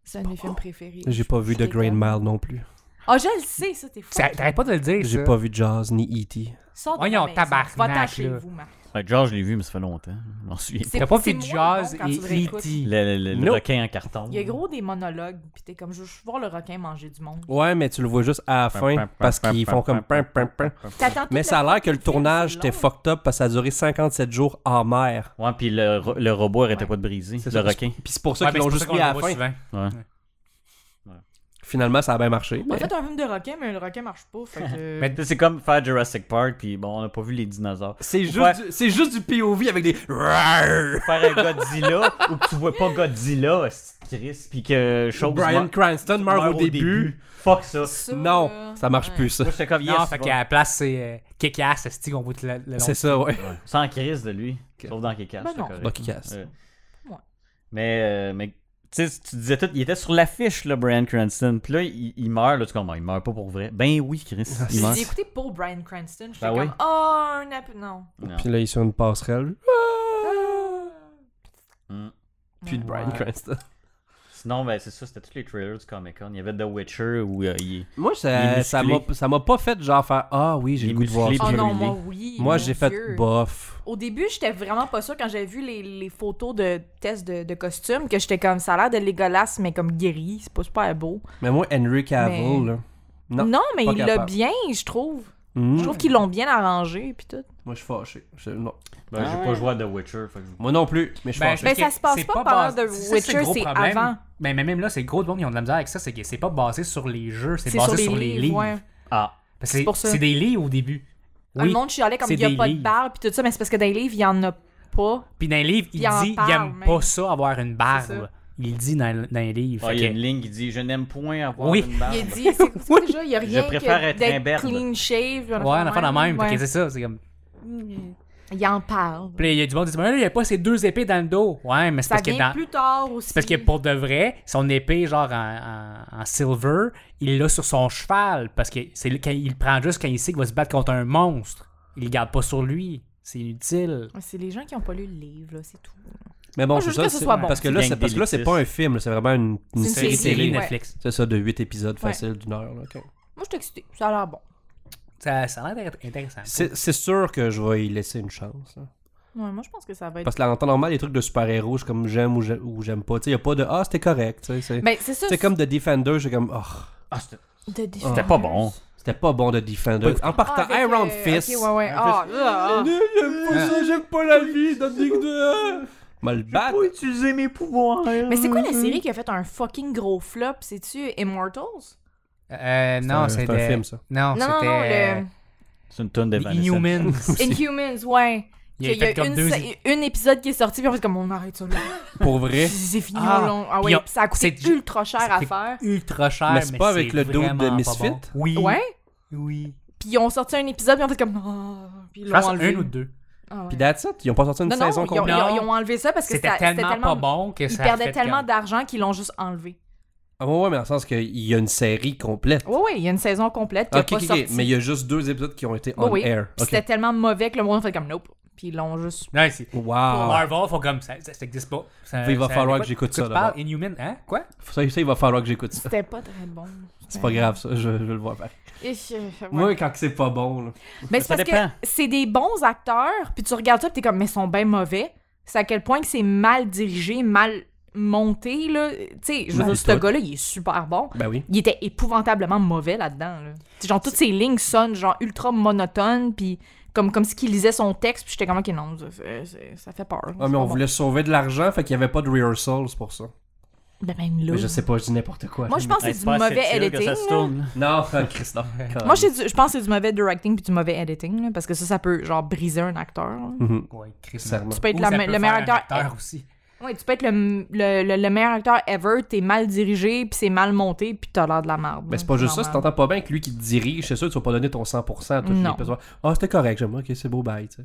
A: C'est un de mes films préférés.
E: J'ai pas vu
A: Je
E: The Green
A: déconne.
E: Mile non plus.
A: Ah, je le sais, ça, t'es fou.
D: Ça- T'arrêtes pas de le dire,
E: J'ai
D: ça.
E: pas vu Jaws ni E E.T.
A: Sors de
D: Voyons,
A: ta maison.
D: tabarnak,
A: Va-t'en chez
D: là.
A: vous, Marc.
C: ouais, George, Ben, je l'ai vu, mais ça fait longtemps. Je m'en souviens.
A: C'est-
D: T'as pas
A: c'est
D: fait
A: moins
D: Jazz
A: bon quand tu le
D: et
A: réécoutes.
D: E.T.
C: Le, le- le
E: Nope.
C: requin en carton.
A: Il y a gros des monologues, pis t'es comme, je veux voir le requin manger du monde.
E: Ouais, mais tu le vois juste à la fin parce qu'ils font comme pim, pim, pim.
A: T'attends
E: Mais
A: toute
E: ça a
A: la
E: l'air
A: fin
E: que le
A: du film,
E: tournage
A: c'est
E: était
A: long.
E: fucked up parce que ça a duré 57 jours en mer.
C: Ouais, puis le, ro- le robot arrêtait pas de briser.
E: C'est
C: Le
E: ça,
C: requin.
E: Puis c'est pour ça
D: Ouais,
E: qu'ils l'ont
D: ben, c'est pour
E: juste
D: ça qu'on
E: mis
D: le
E: à la
D: voit
E: fin.
D: souvent.
C: Ouais.
E: Finalement, ça a bien marché.
A: On
E: mais-
A: a fait un film de requin, mais le requin marche pas. Fait que...
D: Mais-
C: C'est comme faire Jurassic Park, puis bon, on n'a pas vu les dinosaures.
E: C'est
C: Ouais.
E: juste, du, c'est juste du POV avec des. Rawr!
C: Faire un Godzilla, ou que tu vois pas Godzilla, c'est Chris, puis que chose
E: Brian
C: meurt-
E: Cranston meurt au début.
C: Fuck ça.
A: Ça, euh,
E: Non,
A: là,
E: ça marche
A: ouais.
E: plus ça.
C: Moi, j'étais comme, yes,
D: Non, fait qu'à la place, c'est Kekas, cest qu'on voit tout le le long.
E: C'est ça, ouais.
C: bon. Sans Chris de lui,
E: Ok.
C: sauf dans Kekas.
A: Ben
C: c'est
A: non.
C: correct.
E: Bucky Cass.
C: Ouais.
A: Ouais.
C: Mais, euh, mais tu sais, tu disais tout, il était sur l'affiche, là, Brian Cranston. Puis là, il, il meurt, là, tu comprends, il meurt pas pour vrai. Ben oui, Chris,
E: Ah,
C: il meurt.
A: J'ai écouté pour Brian Cranston, j'étais
C: Ben
A: comme
C: oui.
A: oh un app non.
C: Non.
E: Puis là, il est sur une passerelle.
A: Ah.
C: Mm.
E: Puis de Brian
D: Ouais.
E: Cranston.
C: Sinon, ben c'est ça, c'était tous les trailers du Comic-Con. Il y avait The Witcher où euh, il...
E: Moi,
C: Il
E: ça
C: est
E: ça m'a
C: musclé.
E: ça m'a pas fait genre faire Ah oui, j'ai
C: Il
E: le goût
C: est
E: de voir
C: musclé,
E: ça.
A: Oh non,
C: Puis Julie.
A: moi oui.
E: Moi,
A: mon
E: j'ai fait
A: Dieu.
E: bof.
A: Au début, j'étais vraiment pas sûre quand j'avais vu les, les photos de tests de, de costumes que j'étais comme ça a l'air de Legolas mais comme guéri, c'est pas super beau.
E: Mais moi, Henry Cavill,
A: Mais-
E: là. Non,
A: Non, mais
E: pas
A: il l'a
E: capable.
A: bien, je trouve.
E: Hmm.
A: Je trouve qu'ils l'ont bien arrangé puis tout.
E: Moi, je suis fâché. Je- non.
C: Ben, j'ai
D: Ah.
C: pas joué à The Witcher, fait que je-
E: Moi non plus, mais je suis
D: Ben,
E: fâché.
A: Mais
D: que
A: ça se passe
D: c'est
A: pas
D: pas
A: par
D: bas-
A: The
D: c'est ça, c'est le
A: Witcher,
D: gros
A: c'est
D: problème. Ben,
A: avant.
D: Mais mais même là, c'est gros de monde qui ont de la misère avec ça, c'est que c'est pas basé sur les jeux, c'est
A: C'est
D: basé
A: sur les
D: les
A: livres. ouais.
D: livres.
C: Ah,
D: Parce
A: C'est
D: que
A: pour ça.
D: C'est c'est des livres au début.
A: Ah, Le
D: Oui.
A: monde chialait comme
D: c'est
A: il y a
D: des
A: pas de
D: livres.
A: barbe puis tout ça, mais c'est parce que dans les livres, il y en a pas.
D: Puis dans les livres, il
A: Il en
D: dit il
A: parle
D: aime
A: même.
D: pas ça avoir une
A: C'est
D: barbe.
A: ça.
D: Il dit dans, dans les livres.
C: Ah,
D: Fait
C: il y a
D: que-
C: une ligne qui dit Je n'aime point avoir
D: Oui.
C: une barbe.
A: Il a dit, c'est c'est quoi déjà, il y a rien
C: préfère
A: que
C: être
A: d'être
C: imberbe.
A: clean shave.
D: Ouais, on a fait la même. Fait que
A: Ouais.
D: c'est ça, c'est comme.
A: Il en parle.
D: Puis là, il y a du monde qui dit Mais là, il n'y a pas ces deux épées dans le dos. Ouais, mais c'est
A: Ça
D: parce que
A: vient
D: dans.
A: plus tard aussi.
D: C'est parce
E: Mm.
D: que pour de vrai, son épée, genre en, en- en silver, il l'a sur son cheval. Parce que c'est le- quand il le prend juste quand il sait qu'il va se battre contre un monstre. Il le garde pas sur lui. C'est inutile.
A: C'est les gens qui ont pas lu le livre, là, c'est tout.
E: Mais bon,
A: Moi, je
E: c'est
A: veux
E: ça.
A: que ce
E: c'est-
A: soit bon.
E: Parce que
C: Tu
E: là,
C: gagnes
E: c'est parce
C: des
E: que là, c'est pas un film, là, c'est vraiment une, une
A: C'est une
E: série
A: série,
E: télé.
A: ouais.
D: Netflix.
E: C'est ça, de 8 épisodes
A: Ouais.
E: facile d'une heure. là, ok.
A: Moi, je suis excitée. Ça a l'air bon.
D: Ça, ça a l'air d'être intéressant.
E: C'est c'est sûr que je vais y laisser une chance. là.
A: Ouais, moi, je pense que ça va être.
E: Parce que là, en temps normal, les trucs de super-héros, je suis comme j'aime ou j'ai- ou j'aime pas. Tu sais, y a pas de Ah, c'était correct. tu sais, C'est
A: Ben, c'est ça.
E: c'est comme The Defender, j'ai comme Oh,
C: Ah, c'était
A: de
C: c'était pas bon.
E: c'était pas bon The Defender. En partant,
A: avec,
E: Iron
A: euh,
E: Fist.
A: ok, ouais, ouais. Ah, ah, ah.
E: J'aime pas ça, j'aime pas la vie, Donne-moi le battre.
C: utiliser mes pouvoirs.
A: Mais c'est quoi la série qui a fait un fucking gros flop C'est-tu Immortals
D: Euh, non,
E: C'est un-
D: c'était.
E: c'est un film, ça.
D: Non,
A: Non, non, non.
D: c'était. euh,
A: Le...
C: C'est une tonne de
D: The Inhumans.
A: Inhumans, ouais.
D: Il
A: Qu'il y a
D: a fait comme
A: une,
D: deux-
A: sa- une épisode qui est sorti, puis on fait comme on arrête ça là.
E: Pour vrai.
A: C'est fini
D: Ah.
A: au long. Ah
D: Puis
A: ouais,
D: on-
A: puis ça a coûté
D: c'est-
A: ultra cher à
D: c'est
A: faire.
D: ultra cher.
E: Mais c'est pas avec le dude de
D: vraiment pas
E: Misfit?
D: bon. Oui.
A: Ouais.
D: Oui.
A: Puis ils ont sorti un épisode, puis on fait comme. Ah. Puis ils
D: Je
A: l'ont
D: pense
A: enlevé.
D: un ou deux.
A: Ah ouais.
E: Puis that's it. Ils ont pas sorti une
A: non, non,
E: saison
A: ils, ont,
E: complète.
D: complète.
A: ils ont- ils ont enlevé ça parce que
D: C'était
A: ça-
D: tellement, pas bon que
A: Ils
D: ça.
A: perdaient
D: fait
A: tellement
D: comme-
A: d'argent qu'ils l'ont juste enlevé.
E: Ah ouais, ouais, mais dans le sens qu'il y a une série complète.
A: Oui, oui, il y a une saison complète qui
E: Ah,
A: a
E: ok,
A: pas
E: ok, ok.
A: sorti.
E: Mais il y a juste deux épisodes qui ont été
A: Oui,
E: on
A: oui.
E: air.
A: Puis
E: Ok.
A: c'était tellement mauvais que le monde a fait comme nope. Puis ils l'ont juste.
D: Non, c'est. Pour
E: Wow.
D: Marvel, faut comme ça, ça, ça existe pas. Ça-
E: Ah. Il va
D: ça-
E: falloir
D: quoi-
E: que j'écoute
D: quoi
E: ça,
D: Tu
E: d'abord.
D: parles Inhuman, hein? Quoi?
E: Ça, ça, il va falloir que j'écoute ça.
A: C'était pas très bon.
E: C'est pas grave, ça. Je, je vais le vois pas.
A: Et je- ouais.
E: Moi, quand c'est pas bon, là.
A: Mais c'est
C: Ça
A: parce
C: dépend.
A: que c'est des bons acteurs, puis tu regardes ça, puis t'es comme, mais ils sont bien mauvais. C'est à quel point que c'est mal dirigé, mal monté, là. Tu sais, je veux
E: Mal
A: dire, ce
E: tout.
A: gars-là, il est super bon.
E: Ben oui.
A: Il était épouvantablement mauvais là-dedans, là. Tu sais, Genre, toutes ces lignes sonnent, genre, ultra monotones, puis comme, comme si qu'il lisait son texte, puis j'étais comme, ok, non, ça fait, c'est- ça fait peur.
E: Ah,
A: C'est
E: mais on
A: pas
E: voulait sauver de l'argent, fait qu'il y avait pas de rehearsals pour ça.
A: bon. Ben, même là.
E: Mais je sais pas, je dis n'importe quoi.
A: Moi, je pense que
C: Hey,
A: c'est du
C: pas assez
A: mauvais
C: chill que
A: editing.
C: ça se
A: là.
C: tourne.
E: Non, Christophe.
A: Moi, je sais du- je pense que c'est du mauvais directing puis du mauvais editing, là, parce que ça, ça peut, genre, briser un acteur. là.
E: Mhm.
D: Ouais, Chris.
E: Sincèrement.
A: Tu peux être
D: Ou
A: la-
D: ça peut
A: le
D: faire
A: meilleur
D: un
A: acteur.
D: aussi.
A: Ouais, tu peux être le, le, le- le meilleur acteur ever, t'es mal dirigé, puis c'est mal monté, puis t'as l'air de la merde.
E: Ben, c'est pas juste ça, si t'entends pas bien que lui qui te dirige, c'est sûr, tu vas pas donner ton 100% à tous
A: Non.
E: les besoins. Ah, c'était correct, j'aime, ok, c'est beau, bye, tu sais.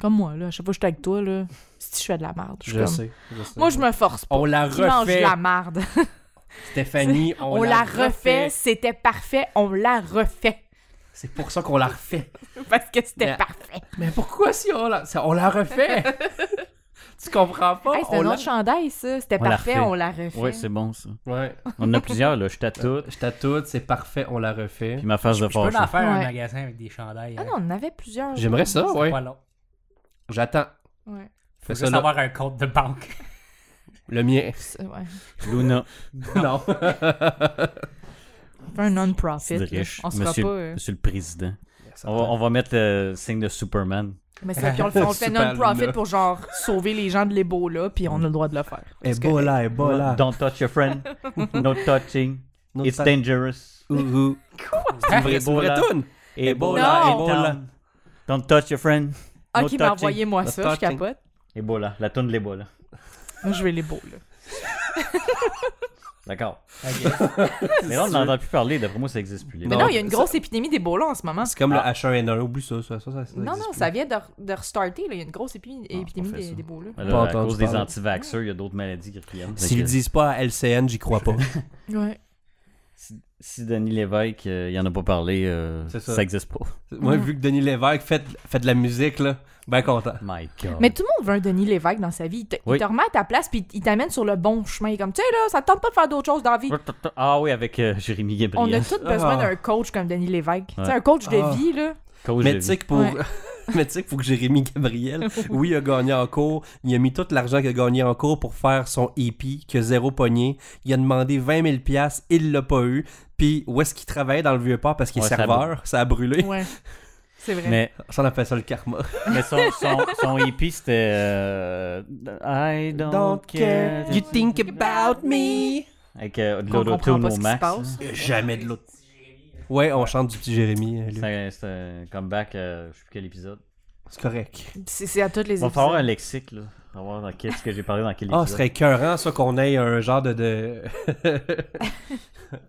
A: Comme moi, là. À chaque fois que je suis avec toi, là, si je fais de la merde, je suis
E: Je
A: comme...
E: sais, je sais.
A: Moi, je me force pas.
E: On la
A: Tu manges de
E: refait,
A: la merde.
E: Stéphanie, on,
A: On, la refait, c'était parfait, on la refait.
E: C'est pour ça qu'on la refait.
A: Parce que c'était
E: Mais-
A: parfait.
E: Mais pourquoi si on la, ça- on la refait? tu comprends pas?
A: Hey, c'est
E: on
A: un
E: la-
A: autre chandail, ça. C'était
C: On la
A: parfait,
C: refait.
A: on la refait.
C: Ouais, c'est bon ça.
E: Ouais,
C: On en a plusieurs, là. Je t'attends.
E: je t'attends, c'est parfait, on la refait.
C: Puis ma face de
D: Euh, Je peux en
C: fâche.
D: faire un
A: Ouais.
D: magasin avec des chandails.
A: Ah
D: hein.
A: non, on en avait plusieurs.
E: J'aimerais ça,
D: C'est
E: ouais.
D: pas long.
E: J'attends.
A: Ouais.
E: Fais
D: Juste
E: ça là.
D: avoir un compte de banque.
E: Le mien.
A: C'est- ouais.
C: Luna.
E: non.
A: Fais un non-profit.
C: C'est
A: là.
C: riche.
A: On sera
C: Monsieur,
A: pas... euh,
C: Monsieur le Président. On va, on va mettre le signe de Superman.
A: Mais ça, puis on le fait, on le fait
E: Super
A: non-profit
E: Luna.
A: pour genre sauver les gens de l'Ebola, puis on a le droit de le faire.
C: Eh
A: Parce que-
E: Ebola, Ebola.
C: Don't touch your friend. no touching.
E: No
C: It's
E: ta-
C: dangerous.
E: Ouhou. C'est une vraie, c'est une vraie
C: Ebola.
E: toune.
C: Ebola,
A: Non.
C: Ebola. Don't touch your friend.
A: Ah,
C: No
A: qui m'a
C: touching.
A: envoyé moi
E: No
A: ça, je
E: touching.
A: capote.
C: Ebola. La toune de l'Ebola.
A: Moi, je vais les beaux, là.
C: D'accord.
D: Ok.
C: Mais là, on n'entend plus parler. D'après moi, ça n'existe plus. les
A: Mais
E: Non,
A: non, il y a une grosse épidémie d'Ebola en ce moment.
E: C'est comme le H1N1, oublie ça. ça, ça, ça, ça
A: Non,
E: existe
A: non,
E: plus.
A: ça vient de, re- de restarter, là. Il y a une grosse épi-
C: Ah, on
A: épidémie
C: fait
A: des-
C: ça.
A: d'Ebola.
C: Mais là,
E: Pas
C: à
E: entendu
C: cause des
E: parler.
C: anti-vaxxeurs, il y a d'autres maladies qui reviennent.
E: S'ils
C: Fait
E: le
C: que
E: disent pas à LCN, j'y crois pas.
A: Ouais.
C: Si, si Denis Lévesque, euh, il en a pas parlé, euh,
E: C'est ça.
C: ça n'existe pas.
E: Moi, vu que Denis Lévesque fait, fait de la musique, là, ben content.
C: My God.
A: Mais tout le monde veut un Denis Lévesque dans sa vie. Il te, il
C: Oui.
A: te remet à ta place, puis il t'amène sur le bon chemin. Il est Comme, tu sais, là, ça te tente pas de faire d'autres choses dans la vie.
C: Ah oui, avec euh, Jérémy
A: On a
C: Gabriel.
A: tous besoin
E: Ah.
A: d'un coach comme Denis Lévesque. Tu sais,
C: Ouais.
A: un coach de
E: Ah.
A: vie, là.
C: Cause
E: Mais
C: de
E: tu
C: vie.
E: sais que pour.
A: Ouais.
E: Mais tu sais que faut que Jérémy Gabriel, oui, il a gagné en cours. Il a mis tout l'argent qu'il a gagné en cours pour faire son E EP, que zéro pogné. Il a demandé 20 000 il l'a pas eu. Puis où est-ce qu'il travaille dans le vieux port parce qu'il est
C: Ouais, ça a
E: serveur, ça a brûlé.
A: Ouais. C'est vrai.
C: Mais
E: Ça, on appelle ça le karma.
C: Mais son, son, son hippie, c'était. euh, I don't, care.
E: think about me.
C: Avec euh, de
A: On comprend
C: l'autotune
A: pas
C: au
A: ce qui se
C: max.
A: passe.
E: Jamais de l'autre. Ouais, on chante du petit Jérémy. euh, lui.
C: C'est c'est un comeback, euh, je sais plus quel épisode.
E: C'est correct.
C: hein.
A: C'est c'est à toutes les
C: Il va falloir un
A: épisodes.
C: lexique, là. On va voir dans quel, ce que j'ai parlé dans quel
E: Ah,
C: épisode.
E: ce serait écœurant, ça, qu'on ait un genre de. de...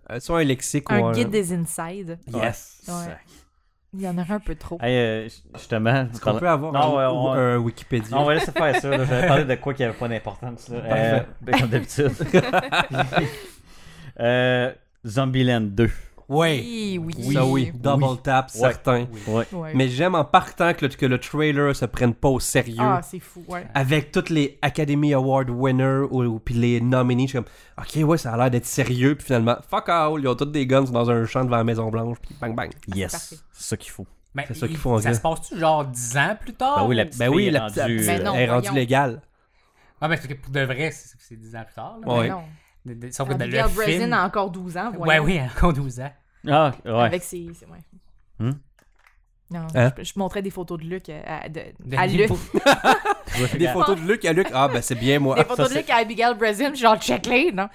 E: Euh, soit un lexique ou
A: Un
E: un.
A: guide des insides.
E: Yes.
A: Ouais. Il y en aurait un peu trop.
C: Hey, euh, j- justement. tu
E: Est-ce qu'on
C: parlais-
E: peut avoir un,
C: Non, ouais, on-
E: ou- un Wikipédia?
C: Non, on va laisser faire ça. là. J'avais parlé de quoi qui n'avait pas d'importance. là. Euh, ben, comme d'habitude. euh, Zombieland 2.
E: Ouais.
A: Oui, oui.
E: Ça, oui. Double tap, certain.
C: Ouais.
A: Ouais.
E: Mais j'aime en partant que le, que le trailer se prenne pas au sérieux.
A: Ah, c'est fou, ouais.
E: Avec toutes les Academy Award winners ou, ou puis les nominees, je suis comme, ok, ouais, ça a l'air d'être sérieux, puis finalement, fuck all, ils ont tous des guns dans un champ devant la Maison Blanche, puis bang bang.
A: parfait.
C: Yes. C'est ça qu'il faut.
D: Mais
E: C'est ça
D: il-
E: qu'il faut, en
D: Ça
E: gars.
D: se passe-tu genre 10 ans plus tard?
C: Ben oui, la
D: ou-
C: petite
E: Ben oui,
C: fille est
E: la petite
C: rendue,
A: Oh. Mais non.
C: euh,
E: elle est rendue
A: voyons.
E: légale.
D: Ouais, mais Ah, ben, c'est que pour de vrai, c'est c'est 10 ans plus tard. là.
E: Ouais.
A: Ben Non.
D: De- de- Sauf que dans
A: Abigail
D: le
A: Breslin
D: film...
A: a encore 12 ans,
D: Ouais,
A: voyons.
D: oui, encore 12 ans.
C: Ah, ouais.
A: Avec ses... ses- ouais.
C: Hmm?
A: Non,
E: Hein?
A: je, je montrais des photos de Luc euh, à, de-
D: De
A: à Luc.
D: l'hypo-
E: Des photos de Luc à Luc, ah, ben c'est bien moi.
A: Des photos de Luc à Abigail Breslin, puis genre check-les, non?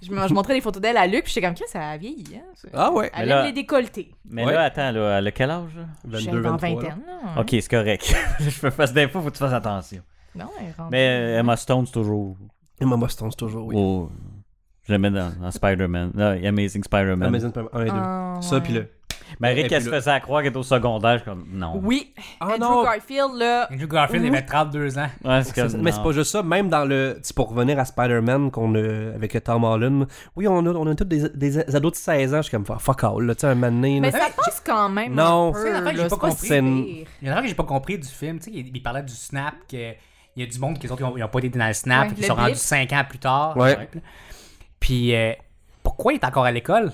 A: Je, me- je montrais des photos d'elle à Luc, puis j'étais comme, Chris, ça vieillit, hein? c'est-
E: Ah ouais.
A: Elle
C: Mais là-
A: aime les décolletés.
C: Mais
E: Ouais.
C: là, attends, là, elle a quel âge? là?
A: Je suis dans
E: 23, là.
A: vingtaine, là.
C: Ok, c'est correct. je fais face d'infos, faut que tu fasses attention.
A: Non, elle rentre.
C: Mais euh, Emma Stone, c'est toujours.
E: Emma Stone, c'est toujours, oui.
C: au- Je la mets dans, dans Spider-Man. Non, Amazing Spider-Man.
E: Amazon Prime 1 et 2.
A: Ah,
E: Ça,
A: ouais.
E: puis le
C: Marie,
E: Et
C: qu'elle
E: puis
C: se
E: là-
C: faisait à croire qu'elle est au secondaire, je suis comme non.
A: Oui,
E: Ah
A: Andrew
E: non!
A: Garfield, là,
D: Andrew Garfield,
A: Mhm.
D: il avait 32 ans.
C: Ouais, c'est
E: Ça,
C: comme,
E: mais c'est
C: non.
E: pas juste ça, même dans le. tu sais, Pour revenir à Spider-Man qu'on a- avec Tom Holland, oui, on a, on a tous des, des ados de 16 ans, je suis comme fuck all, là, tu sais, un moment donné, là.
A: mais ça passe quand même un
E: Non. C'est
A: peu,
D: une affaire que
A: là,
D: j'ai
A: c'est
D: pas
A: pas
E: compris.
A: si
E: C'est-
A: pire.
D: Il y en a que j'ai pas compris du film. Tu sais, il, il parlait du snap, qu'il y a du monde qui les autres, ils ont- ils ont pas été dans le snap,
A: Ouais,
D: qui
A: le
D: sont
A: blip.
D: rendus 5 ans plus tard.
E: Ouais.
D: Puis euh, pourquoi il est encore à l'école?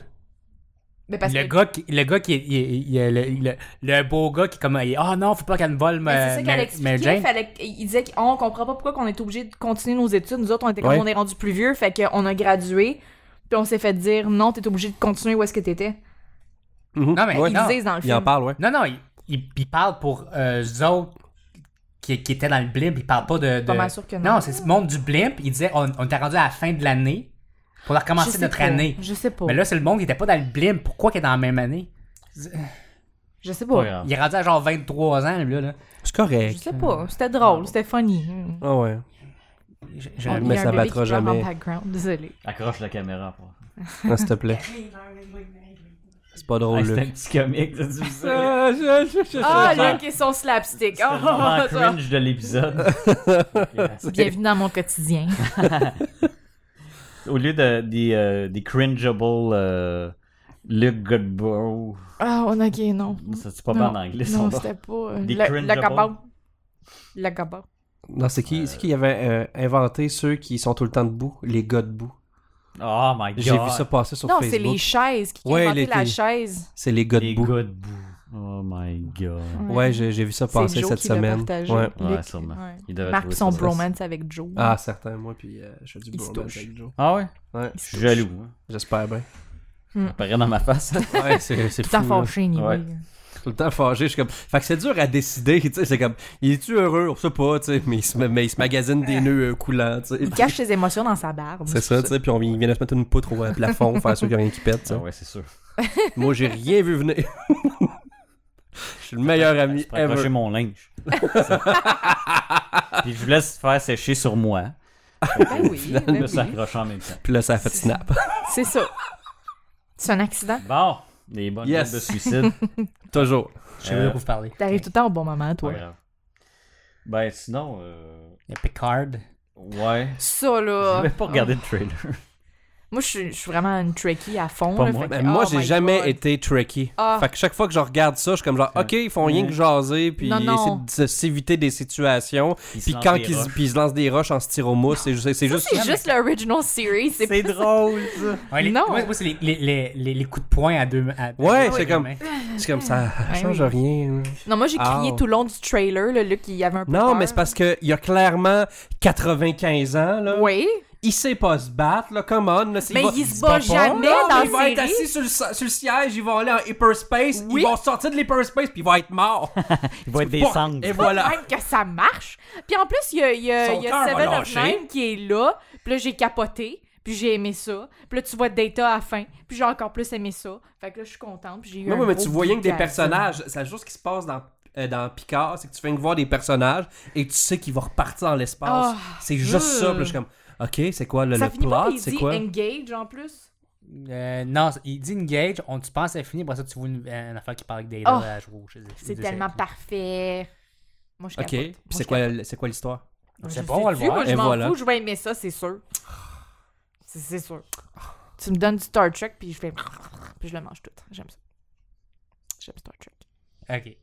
A: Mais parce
D: le,
A: que-
D: gars qui, le gars qui est, il est- il est- le, le- le beau gars qui est comme Ah non, faut pas qu'elle me
A: Mais
D: vole ma,
A: c'est ça
D: ma-
A: qu'elle
D: Mary
A: expliquait.
D: Jane.
A: Fallait, il disait qu'on comprend pas pourquoi qu'on est obligé de continuer nos études. Nous autres, on était comme
E: Ouais.
A: on est rendu plus vieux, fait qu'on a gradué. Puis on s'est fait dire non, t'es obligé de continuer où est-ce que t'étais.
E: mhm,
D: Non, mais
E: ouais,
A: Ils
D: non.
A: disent dans le
E: il
A: film.
E: en parle, ouais.
D: Non, non, il, il- il parle pour euh, eux autres qui, qui étaient dans le blimp. Il parle pas de. de-
A: Pas mal sûr que non.
D: Non, c'est ce monde du blimp. Il disait On, on était rendu à la fin de l'année pour
A: Je
D: recommencer
A: sais
D: notre
A: pas.
D: année.
A: Je sais pas.
D: Mais là, c'est le monde qui était pas dans le blimp. Pourquoi qu'il est dans la même année
A: je sais
C: Pas
A: pas.
C: grave.
D: Il est rendu à genre 23 ans, lui, là. là.
E: C'est
A: Je
E: correct.
A: sais pas. C'était drôle, c'était funny. Hmm.
E: Ah ouais.
D: J'ai-
A: On-
D: j'ai-
A: il y a
E: mais
A: un
E: ça
A: bébé qui pleure
E: battra
A: en
E: jamais.
A: background, désolé.
C: Accroche la caméra. pour-
E: Ah, s'il te plaît. C'est pas
C: Ah,
E: drôle,
C: C'était
E: là.
C: un petit comique. ça, tu me
A: Euh,
C: dis.
D: Euh,
A: Ah, là, qui sont slapstick.
C: C'était le moment
A: Oh, ça.
C: cringe de l'épisode. Ok.
A: Bienvenue dans mon quotidien.
C: Au lieu de, des, euh, des cringeable euh, Luke Godbow,
A: Ah, on a gagné, non.
C: ça c'est pas
A: Non.
C: mal en anglais,
A: Non,
C: son nom.
A: c'était pas. euh,
C: Des
A: La
C: cringeables.
A: la cabane. La cabane.
E: Non, c'est qui, c'est qui avait euh, inventé ceux qui sont tout le temps debout, les gars debout.
C: Oh my god.
E: J'ai vu ça passer sur
A: Non, c'est
E: Facebook.
A: les chaises qui qui
E: Ouais,
A: ont inventé
E: les-
A: la
E: les-
A: chaise.
E: C'est les gars
C: Les
E: debout.
C: Godbow. Oh my god.
E: Ouais, j'ai j'ai vu ça passer
A: Joe
E: cette
A: qui l'a
E: semaine.
A: partagé.
E: Ouais.
C: Ouais,
A: Luc,
C: sûrement.
A: ouais.
C: Il devait
A: Marc
C: trouver
A: son
C: ça, ça.
A: bromance avec Joe.
E: Ah, certain, moi, puis euh, je fais du
A: Il se
E: bromance
A: touche.
E: avec Joe.
C: Ah ouais?
E: Ouais,
C: Je suis jaloux. Hein.
E: j'espère bien.
A: Mm.
C: Ça paraît dans ma face.
E: Ouais, c'est c'est
A: Tout à
E: fou, là.
A: fâché, anyway.
C: Ouais.
E: tout le temps fâché. Je suis comme. Fait que c'est dur à décider, tu sais. C'est comme. Il est-tu heureux? On sait pas, tu sais. Mais il se, mais il se magasine des nœuds euh, coulants, tu sais.
A: Il cache ses émotions dans sa barbe.
E: C'est ça, tu sais. Puis on vient, il vient de se mettre une poutre au euh, plafond, faire sûr qu'il n'y a rien qui pète, tu sais.
C: Ah ouais, c'est sûr.
E: Moi, j'ai rien vu venir. Je suis le meilleur
C: Je
E: ami
C: pourrais accrocher
E: ever.
C: mon linge. Puis je vous laisse faire sécher sur moi.
A: Ben oui, ben
C: Je me suis
A: oui.
C: accroché en même temps.
E: Puis là, ça a fait snap.
A: C'est ça. C'est un accident.
C: Bon, des bonnes
E: Yes.
C: jokes de suicide. Euh,
E: Toujours.
D: Je sais pas de quoi vous parlez.
A: T'arrives tout le temps au bon moment,
C: Pas
A: toi.
C: grave. Ben sinon, euh,
D: Il y a Picard.
C: ouais.
A: Ça,
C: Je
A: là. euh,
C: vais pas regarder le trailer.
A: Moi, je suis je suis vraiment une trekkie à fond.
C: Pas
A: là,
C: moi.
A: fait que-
E: Mais Ben, moi,
A: oh
E: j'ai
A: my
E: jamais
A: God.
E: été tricky.
A: Ah.
E: Fait que chaque fois que je regarde ça, je suis comme genre, OK, ils font rien que jaser, puis
A: Non,
E: ils
A: non.
E: essaient de se- s'éviter des situations.
C: Ils se
E: Puis
C: lancent
E: quand
C: des
E: ils,
C: roches.
E: puis ils se lancent des roches en styromousse, c'est juste. C'est juste
A: C'est juste l'original series. C'est pas-
C: drôle, ça.
D: Ouais, les-
A: Non.
D: Moi, moi, c'est les, les, les, les- les coups de poing à deux à-
E: Ouais,
D: à
E: c'est
D: deux
E: comme-
D: mains.
E: c'est comme ça, ça
A: Ouais,
E: change
A: Ben oui.
E: rien. hein.
A: Non, moi, j'ai crié
E: Ah.
A: tout le long du trailer, là, Luc, il y avait un peu
E: Non,
A: peur.
E: mais c'est parce qu'il y a clairement 95 ans, là.
A: Oui,
E: Il sait pas se battre, là, come on. Là, s'il
A: mais
E: va-
A: il se bat jamais
E: Non, mais
A: dans
E: il va
A: la
E: être
A: série.
E: assis sur le, sur le siège, ils vont aller en hyperspace,
A: Oui.
E: ils vont sortir de l'hyperspace, puis il va être mort.
C: Il va être des
E: Bon,
C: cendres.
E: Et voilà.
A: Même que ça marche. Puis en plus, il y a, il y a-
E: Son
A: il y a
E: cœur va
A: Seven of
E: lâcher.
A: Nine qui est là. Puis là, j'ai capoté. Puis j'ai aimé ça. Puis là, tu vois Data à la fin. Puis j'ai encore plus aimé ça. Fait que là, je suis contente. Puis j'ai eu
E: Non,
A: un
E: mais
A: gros
E: tu voyais que des
A: geek à
E: personnages, c'est la chose qui se passe dans, euh, dans Picard, c'est que tu fais que voir des personnages et tu sais qu'il va repartir dans l'espace.
A: Ah,
E: c'est juste
A: hum.
E: ça, puis là, je suis comme, ok, c'est quoi le,
A: Ça
E: le
A: finit pas
E: plot,
A: qu'il
E: c'est
A: dit
E: quoi?
A: engage en plus.
D: Euh, non, il dit engage, on, tu penses à fini, après ça tu vois une, une affaire qui parle avec des
A: Oh.
D: à jouer. je sais- je
A: C'est
D: sais-
A: tellement parfait. Moi, je
E: Ok,
A: capote.
E: puis
A: Moi,
E: c'est
A: je
E: quoi,
A: capote.
E: le- c'est quoi l'histoire?
A: Moi,
D: C'est
A: je
D: bon, on va le
A: sais-tu,
D: voir.
A: Moi, je
E: Et
A: m'en
E: voilà.
A: fous. Je vais aimer ça, c'est sûr. C'est c'est sûr. Tu me donnes du Star Trek, puis je fais... Puis je le mange tout. J'aime ça. J'aime Star Trek.
D: Ok.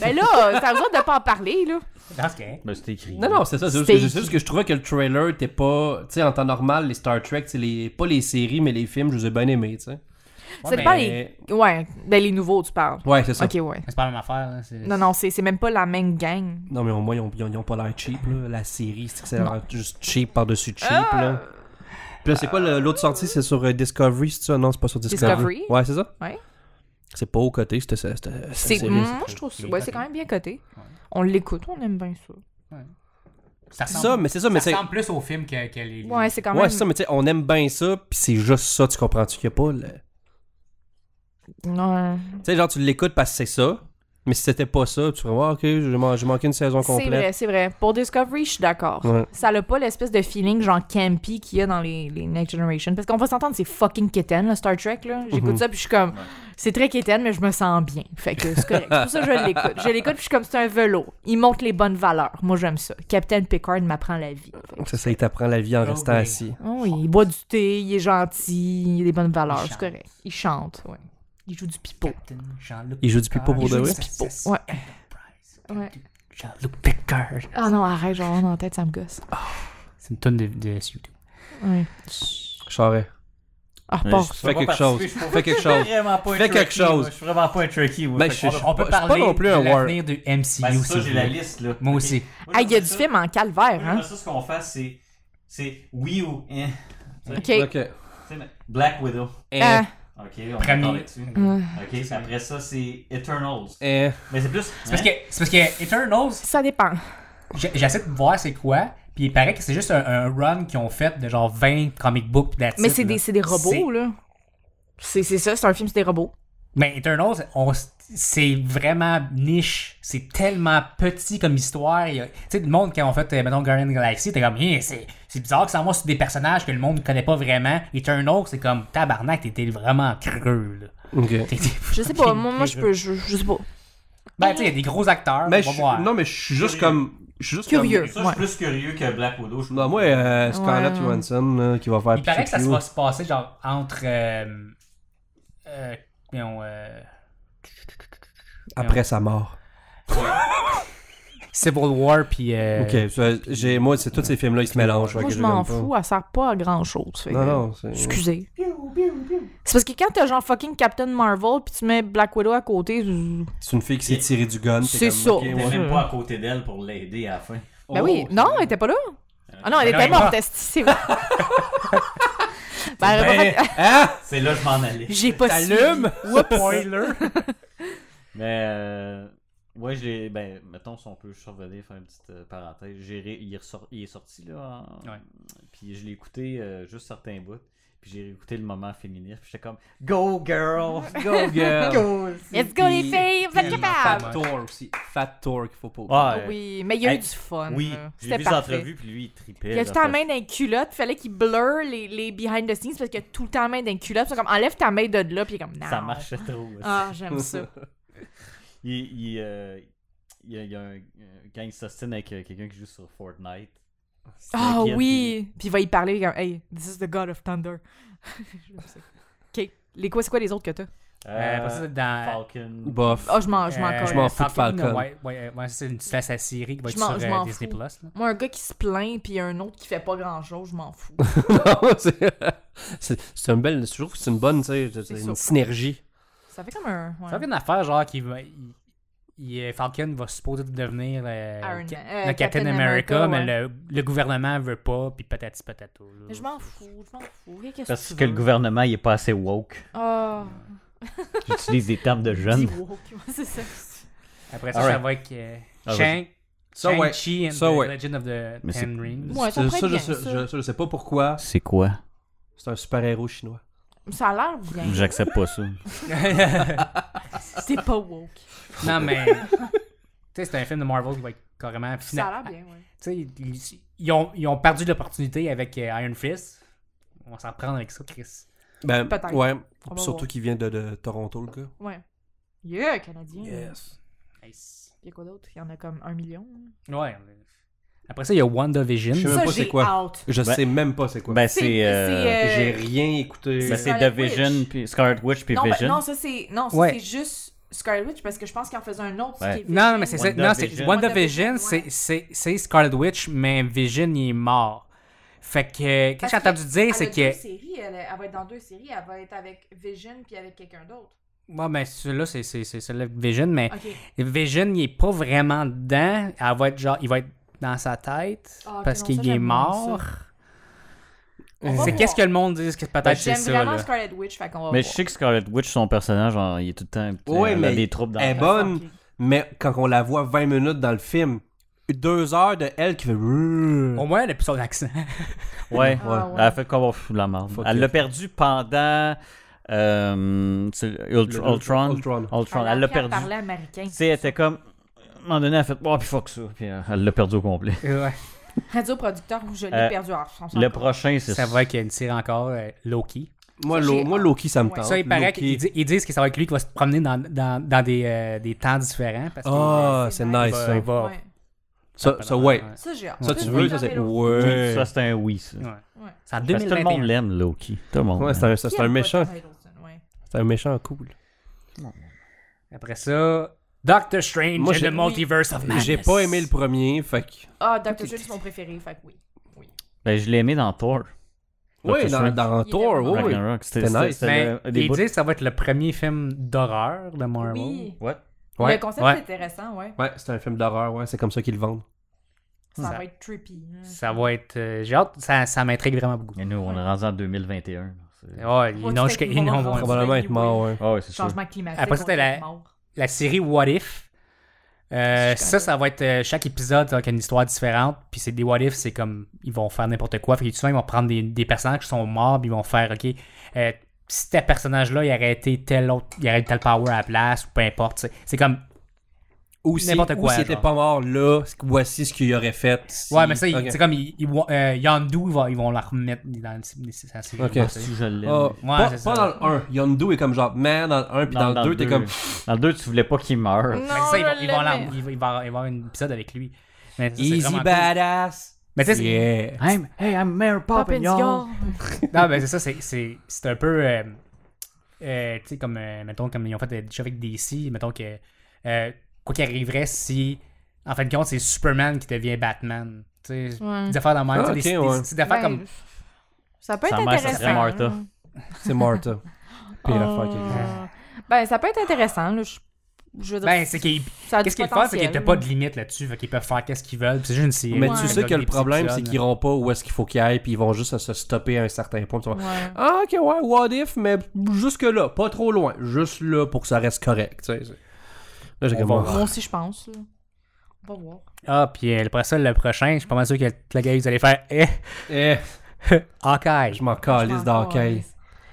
A: Ben là, t'as besoin de pas en parler, là.
D: Dans ce cas,
C: Ben, c'est écrit.
E: Non, non, c'est ça. C'est juste,
A: C'était-
E: que- c'est juste que je trouvais que le trailer, t'es pas. Tu sais, en temps normal, les Star Trek, c'est les, pas les séries, mais les films, je les ai bien aimés, tu sais.
A: c'est
D: mais-
A: pas les... Ouais, ben les nouveaux, tu parles.
E: Ouais, c'est ça.
A: Ok, ouais.
D: c'est pas la même affaire. là, c'est-
A: Non, non, c'est c'est même pas la même gang.
E: Non, mais au moins, ils ont, ils ont- ils ont pas l'air cheap, là. La série, c'est que ça a l'air juste cheap par-dessus cheap,
A: Ah!
E: là. Puis là, c'est quoi le- l'autre sortie C'est sur euh, Discovery, c'est ça Non, c'est pas sur Discovery.
A: Discovery?
E: Ouais, c'est ça
A: Ouais.
E: C'est pas au côté, c'était ça. c'était-
A: C'est...
E: c'était-
A: Moi, je trouve ça...
D: Il est
A: Ouais,
D: coté.
A: c'est quand même bien coté. On l'écoute, on aime bien ça.
D: Ça
E: C'est
D: ressemble,
E: ça, mais c'est ça, mais
D: ça
E: c'est.
D: ressemble plus au film que, que les.
A: Ouais, c'est Mm. quand même...
E: Ouais, c'est ça, mais tu sais, on aime bien ça, puis c'est juste ça, tu comprends-tu qu'il y a pas. le-
A: Ouais.
E: Tu sais, genre, tu l'écoutes parce que c'est ça, mais si c'était pas ça, tu ferais, ah, ok, j'ai man- j'ai manqué une saison
A: C'est
E: complète.
A: vrai, c'est vrai. Pour Discovery, je suis d'accord.
E: Ouais.
A: Ça n'a pas l'espèce de feeling genre campy
E: Mhm.
A: qu'il y a dans les, les Next Generation. Parce qu'on va s'entendre, c'est fucking kitten, là, Star Trek. là. J'écoute ça, puis je suis comme. C'est très quétaine, mais je me sens bien. Fait que c'est correct. C'est pour ça que je l'écoute. Je l'écoute, puis je suis comme c'est un velo. Il montre les bonnes valeurs. Moi, j'aime ça. Captain Picard m'apprend la vie. Fait que-
G: C'est ça, il t'apprend la vie en restant
D: oui.
G: assis.
A: Oh, il boit du thé, il est gentil, il a des bonnes valeurs. C'est
D: chante.
A: correct. Il chante, ouais. Il joue du pipeau.
D: Captain Jean-Luc
G: Il joue du pipeau
D: Picard,
G: pour
D: il
G: de
D: joue
G: vrai?
D: du pipeau.
A: Ouais.
D: Enterprise,
A: Ouais.
D: Captain Jean-Luc Picard.
A: Ah non, arrête, j'en ai en tête, ça me gosse.
D: C'est une tonne de, de YouTube.
A: Ouais.
G: Charret.
A: Ah,
C: Ouais,
A: repars.
C: je suis
G: Fais
C: pas
G: quelque
C: participé,
G: chose.
C: je suis pas-
G: Fais quelque chose.
C: Je suis vraiment pas un
G: Fais quelque
C: Trekkie, moi.
G: chose.
C: Je suis vraiment pas un tricky.
G: Ben, je- je-
D: On peut
G: suis pas
D: parler
G: non plus un
D: de
G: war-
D: l'avenir du MCU
C: Ben,
D: si
C: ça,
D: vous
C: j'ai la
D: voulez.
C: liste, là.
D: Moi
C: Ok.
D: aussi.
C: Moi,
A: Ah, il y a
C: j'aimerais
A: du
C: ça-
A: film en
C: moi,
A: calvaire, hein?
C: j'aimerais ça, ce qu'on fasse, c'est... C'est oui ou... hein.
A: Ok.
G: Ok.
C: Tu sais, mais- Black Widow.
G: Eh,
A: Ah,
C: Ok, on va
D: Premier.
C: parler dessus.
A: euh,
C: Ok, après ça, c'est Eternals.
G: eh.
C: Mais c'est plus... hein?
D: C'est parce que, c'est parce que Eternals,
A: ça dépend.
D: j'ai- j'essaie de voir c'est quoi, puis il paraît que c'est juste un, un run qu'ils ont fait de genre 20 comic books that's
A: Mais
D: it,
A: c'est
D: là.
A: des, c'est des
D: C'est-
A: robots, là. C'est c'est ça, c'est un film, c'est des robots.
D: Mais Eternals, on s- c'est vraiment niche. C'est tellement petit comme histoire. Il y a- Tu sais, le monde, quand on fait, euh, mettons, Guardian of the Galaxy, t'es comme, Hein, c'est c'est bizarre que ça moi sur des personnages que le monde ne connaît pas vraiment. Eternals, c'est comme, tabarnak, t'étais vraiment creux, là.
G: Ok.
D: T'étais-
A: Je sais pas, moi, moi je peux, je, je sais pas.
D: Ben, tu sais, il y a des gros acteurs,
G: Mais
D: on
G: je,
D: va voir.
G: non, mais je suis juste
C: Curieux.
G: comme. Je suis juste
A: Curieux.
C: Ça, je
A: Ouais.
C: suis plus curieux que Black Widow.
E: Bah,
C: je
G: Comme... Non, moi, euh, Scarlett
A: Ouais.
G: Johansson là, qui va faire.
D: Il paraît que ça se
G: Pichou-Pichou.
D: va se passer, genre, entre. euh, euh, voyons, euh,
G: Après sa mort.
D: Civil War, puis. euh,
G: Ok, ça, j'ai, moi, c'est tous ces films-là, ils se mélangent.
A: Moi,
G: fait que
A: je m'en
G: l'aime pas.
A: fous, elle sert pas à grand chose. fait
G: Non,
A: que-
G: non, c'est.
A: Excusez. C'est parce que quand t'as genre fucking Captain Marvel puis tu mets Black Widow à côté, z-
G: C'est une fille qui s'est tirée du gun.
A: C'est
G: comme,
A: ça.
G: ok, Oh. ouais.
C: T'es même
A: Ouais.
C: pas à côté d'elle pour l'aider à la fin.
E: Oh,
A: ben oui, non, elle était pas là. Ah non, elle était
D: Ben non, elle est
A: morte, esti, c'est vrai. ben, elle aurait pas fait-
G: Ah!
C: C'est là que je m'en allais.
A: J'ai pas su.
G: T'allumes!
D: Spoiler!
C: Mais euh, ouais, je l'ai. Ben, mettons, si on peut juste revenir, faire une petite euh, parenthèse. J'ai ré- il, est ressor- il est sorti, là. en-
D: Ouais.
C: Puis je l'ai écouté euh, juste certains bouts. Puis j'ai écouté le moment féministe. Puis j'étais comme Go, girl! Go, girl! Go!
A: Let's go, les filles, vous êtes capables.
G: Fat Tour aussi. Fat Tour qu'il faut pas. oublier.
C: Ouais.
A: Oui, mais il y a eu
C: Hey,
A: du fun.
C: Oui,
A: là.
C: j'ai
A: c'était
C: vu
A: parfait.
C: l'entrevue, puis lui, il tripait.
A: Il y a tout le temps la main d'un culotte, il fallait qu'il blur les, les behind the scenes parce qu'il y a tout le temps la main d'un culotte. C'est comme enlève ta main de là, puis il est comme non.
C: Ça marchait trop. là.
A: Ah, j'aime ça.
C: Il, il, euh, il y a, il y a un, un- quand il s'ostine avec euh, quelqu'un qui joue sur Fortnite. c'est
A: Ah
C: inquiétant.
A: oui! Puis il va y parler comme Hey, this is the god of thunder. J'aime ça. ok. Les quoi, c'est quoi les autres que t'as?
D: Euh, parce que
C: Euh,
D: c'est dans.
C: Falcon.
G: Bof.
A: Ah, je m'en je m'en
D: euh,
A: colle.
G: je m'en fous de Falcon.
D: Ouais, ouais, euh, ouais, c'est une petite la série qui va
A: Je
D: être
A: m'en- je
D: sur euh,
A: m'en
D: Disney
A: fous.
D: Plus. là.
A: Moi, un gars qui se plaint, puis un autre qui fait pas grand chose, je m'en fous.
G: Non, c'est- c'est c'est une belle. Je trouve que c'est une bonne, tu sais, c'est
A: ça.
G: une synergie.
A: Ça fait comme un. ouais.
D: Ça fait une affaire genre qui va. il- il- euh, Falcon va supposer devenir euh,
A: Iron
D: Ca-
A: Man.
D: le
A: Euh,
D: Captain
A: Captain
D: America,
A: America,
D: mais
A: ouais.
D: le, le gouvernement veut pas, puis patati patato. là.
A: Mais je m'en fous, je m'en fous. Hey, Qu'est-ce
C: Parce
A: tu
C: que le
A: veux?
C: gouvernement, il est pas assez woke.
A: Ah,
C: J'utilise des termes de
A: dis
C: jeunes.
A: woke, c'est ça.
D: Après ça,
C: Alright.
D: ça va avec euh,
C: Ah,
D: Shang.
G: Ça, ouais.
D: chi and
G: Ça,
D: the
G: ouais.
D: Legend of the
C: Mais c'est-
D: Ten Rings.
A: Ouais, ça
G: Ça,
A: pourrait être
G: je,
A: bien,
G: sais-
A: ça.
G: je- ça, je sais pas pourquoi.
C: C'est quoi?
G: C'est un super-héros chinois.
A: Ça a l'air bien.
C: J'accepte pas ça.
A: C'est pas woke.
D: non, mais. tu sais, c'est un film de Marvel qui va être carrément.
A: Ça a
D: Finalement,
A: l'air bien, ouais.
D: tu sais, ils, ils ont, ils ont perdu l'opportunité avec euh, Iron Fist. On va s'en prendre avec ça, Chris.
G: Ben,
A: Peut-être.
G: ouais.
A: On va
G: Surtout
A: voir.
G: qu'il vient de, de Toronto, le gars.
A: Ouais. Yeah, Canadien.
G: Yes.
D: Nice.
A: Il y a quoi d'autre? Il y en a comme un million. hein.
D: Ouais. Après ça, il y a WandaVision.
G: Je sais même
A: Ça,
G: pas c'est
A: j'ai
G: quoi.
A: out.
G: Je
C: Ben-
G: sais même pas c'est quoi.
C: Ben,
A: C'est-
C: c'est. euh,
A: c'est, euh,
G: J'ai rien écouté.
C: ben, c'est
A: Scarlet
C: The Vision,
A: Witch.
C: puis Scarlet Witch, puis
A: Non, ben,
C: Vision.
A: non, ça c'est. Non, ça,
D: Ouais.
A: c'est juste Scarlet Witch parce que je pense qu'il en faisait un autre.
C: Ouais.
A: qui est
D: Non, non,
A: Vision.
D: mais c'est ça.
C: WandaVision.
D: Non, c'est WandaVision, c'est- c'est c'est Scarlet Witch, mais Vision, il est mort. Fait que, euh, qu'est-ce que j'ai
A: Parce que
D: entendu dire, c'est
A: Elle, a
D: que.
A: deux séries, elle, elle va être dans deux séries. Elle va être avec Vision puis avec quelqu'un d'autre.
D: Ouais, mais celui-là, c'est c'est- c'est celui-là, Vision, mais
A: Ok.
D: Vision, il est pas vraiment dedans. Elle va être genre, il va être dans sa tête
A: Ah, ok,
D: parce
A: non, ça,
D: qu'il est
A: j'aime moins
D: mort.
A: On va
D: C'est
A: voir.
D: qu'est-ce que le monde dit que peut-être Ben, c'est
A: Ben, J'aime
D: ça.
A: vraiment
D: là.
A: Scarlet Witch, fait qu'on va
C: Mais je
A: voir.
C: sais que Scarlet Witch, son personnage, genre, il est tout le temps. putain,
G: Ouais,
C: il a
G: mais-
C: des troubles dans
G: Elle est
C: la-
G: bonne,
A: Ok.
G: mais quand on la voit 20 minutes dans le film, deux heures de elle qui fait.
D: Au moins, elle a plus son accent.
C: Ouais,
A: Ah,
C: ouais.
A: ouais.
C: Elle a fait comme on fout de la merde.
G: Fuck
C: Elle
G: it.
C: l'a perdu pendant. euh, c'est Ult-
G: Le-
C: Ultron.
G: Ultron.
C: Ultron. Elle l'a
A: Pierre
C: perdu.
A: parlait américain.
C: Tu sais, elle était comme. À un moment donné, elle a fait. Oh, puis fuck ça. Puis euh, elle l'a perdu au complet.
D: Ouais.
A: Radio producteur, je l'ai
C: Euh,
A: perdu. Ah, on s'en
C: Le
A: fout.
C: prochain, c'est
D: Ça va être qu'il y a une série encore, euh, Loki.
E: Moi,
A: Ça,
E: Lo-
A: j'ai-
E: moi, Loki, ça me tente.
D: Ça, il paraît
E: Ah, Loki.
D: qu'ils di- ils disent que ça va être lui qui va se promener dans, dans, dans des, euh, des temps différents. Parce que
E: Ah,
A: C'est
E: c'est
A: nice.
E: nice.
D: il
E: Ça,
D: va.
A: Ouais.
E: ça, ça, ouais.
A: Ça, j'ai hâte.
E: Ça, tu veux, ça, c'est. Ouais.
C: Oui, ça, c'est un oui, ça.
D: Ouais.
A: Ouais.
D: C'est en
C: Parce que tout le
D: 2021.
C: monde l'aime, Loki. Tout le monde.
E: Ouais, c'est un, ça, c'est un méchant.
A: Ouais.
E: C'est un méchant cool.
D: Après ça, Doctor Strange
E: Moi,
D: and
E: j'ai-
D: the Multiverse of Madness.
E: J'ai pas aimé le premier, fait que.
A: Ah, Doctor Strange, c'est mon préféré, fait que oui.
C: Ben, je l'ai aimé dans Thor.
E: Oui,
C: Doctor
E: dans,
C: Strange.
E: dans
A: Il
E: Thor,
A: était
E: oui, oui.
C: Ragnarok. C'était
E: C'était
C: c'était-
E: nice.
C: c'était
D: Mais
C: le- des
D: Ben, ils
C: bouts-
D: disent que ça va être le premier film d'horreur de Marvel.
A: Oui.
C: Ouais.
E: Ouais.
A: Le concept
D: Ouais.
A: est intéressant, ouais.
E: Ouais, c'est un film d'horreur, ouais, c'est comme ça qu'ils le vendent.
A: Ça,
D: Ça-
A: va être trippy. hein.
D: Ça va être. euh, j'ai hâte, ça, ça m'intrigue vraiment beaucoup. Ah,
C: Et nous, on est rendu en 2021. là. C'est-
D: Ouais, ils
A: Ouais,
D: n'ont
A: tu sais
D: jusqu'à-
A: qu'ils
D: ils
A: vont
D: n'ont-
A: rendre-
E: Probablement être mort, ouais.
C: Ah ouais, c'est sûr.
A: Changement climatique.
D: Après ça,
A: on
D: t'as la-
A: est mort.
D: La série What If. euh,
A: Je suis
D: ça, ça va être euh, chaque épisode ça va être une histoire différente. Puis c'est des what if, c'est comme ils vont faire n'importe quoi. Fait que souvent ils vont prendre des, des personnages qui sont morts, puis ils vont faire OK, euh, si tel personnage-là, il aurait été tel autre, il aurait eu tel power à la place, ou peu importe. tu sais. C'est comme
E: Ou si-
D: N'importe
E: ou
D: quoi,
E: s'il était
D: genre.
E: pas mort là, voici ce qu'il aurait fait. si-
D: Ouais, mais ça, il-
E: Ok.
D: c'est comme il, il- euh, Yondu, il va- ils vont la remettre dans le- dans la série.
E: Ok.
D: Ouais, c'est-
C: Si je l'aime.
E: Ah, pas,
D: c'est
E: pas
D: ça.
E: dans le 1. Yondu est comme genre man dans le 1, puis dans, le 2, t'es comme.
C: Dans le 2, tu voulais pas qu'il meure.
A: Non,
D: Mais c'est ça, ils vont-
A: je
D: ils vont l'en-
A: l'aimais.
D: il va- il va il va avoir un épisode avec lui. Mais ça, c'est
E: Easy
D: vraiment cool.
E: badass.
D: Mais tu sais, c'est-
E: Yeah.
D: I'm- hey, I'm Mary Poppins,
A: Poppins,
D: y'all.
A: y'all.
D: Non, mais c'est ça, c'est- c'est c'est un peu. euh, euh, tu sais, comme, euh, mettons, comme ils ont fait euh, déjà avec DC, mettons que. euh, quoi qu'il arriverait si. En fin de compte, c'est Superman qui devient Batman. Tu sais,
A: Ouais.
D: des affaires dans le même.
E: Ah,
D: tu sais, des,
E: ok,
D: des-
E: ouais.
D: des affaires comme.
A: Ben, Ça peut
C: Sa
A: être
C: mère, ça
A: intéressant. hein.
C: serait Martha.
A: là.
E: C'est Martha. Puis la fuck
A: Euh, Ben, ça peut être intéressant. Là. Je, je veux dire,
D: Ben, c'est qu'il.
A: ça a du
D: Qu'est-ce qu'ils font, c'est qu'ils
A: potentiel.
D: n'ont pas de limite là-dessus. Fait qu'ils peuvent faire qu'est-ce qu'ils veulent. puis C'est juste une série.
E: Mais
A: Ouais.
E: tu sais que le
D: Des petits
E: problème, c'est
D: épisodes.
E: qu'ils iront pas où est-ce qu'il faut qu'ils aillent, puis ils vont juste se stopper à un certain point. puis ils vont-
A: Ouais.
E: Ah, ok, ouais, what if, mais jusque-là, pas trop loin, juste là pour que ça reste correct. tu sais, c'est- Là, j'ai
D: On
E: comme.
D: va
E: oh.
A: Moi aussi, je pense. là. On va voir.
D: Ah, puis euh, après ça, le prochain, je suis pas mal sûr que la gars, vous allez faire. Eh,
E: Eh,
D: Hawkeye.
E: je m'en
A: Ah,
E: calisse d'Hawkeye.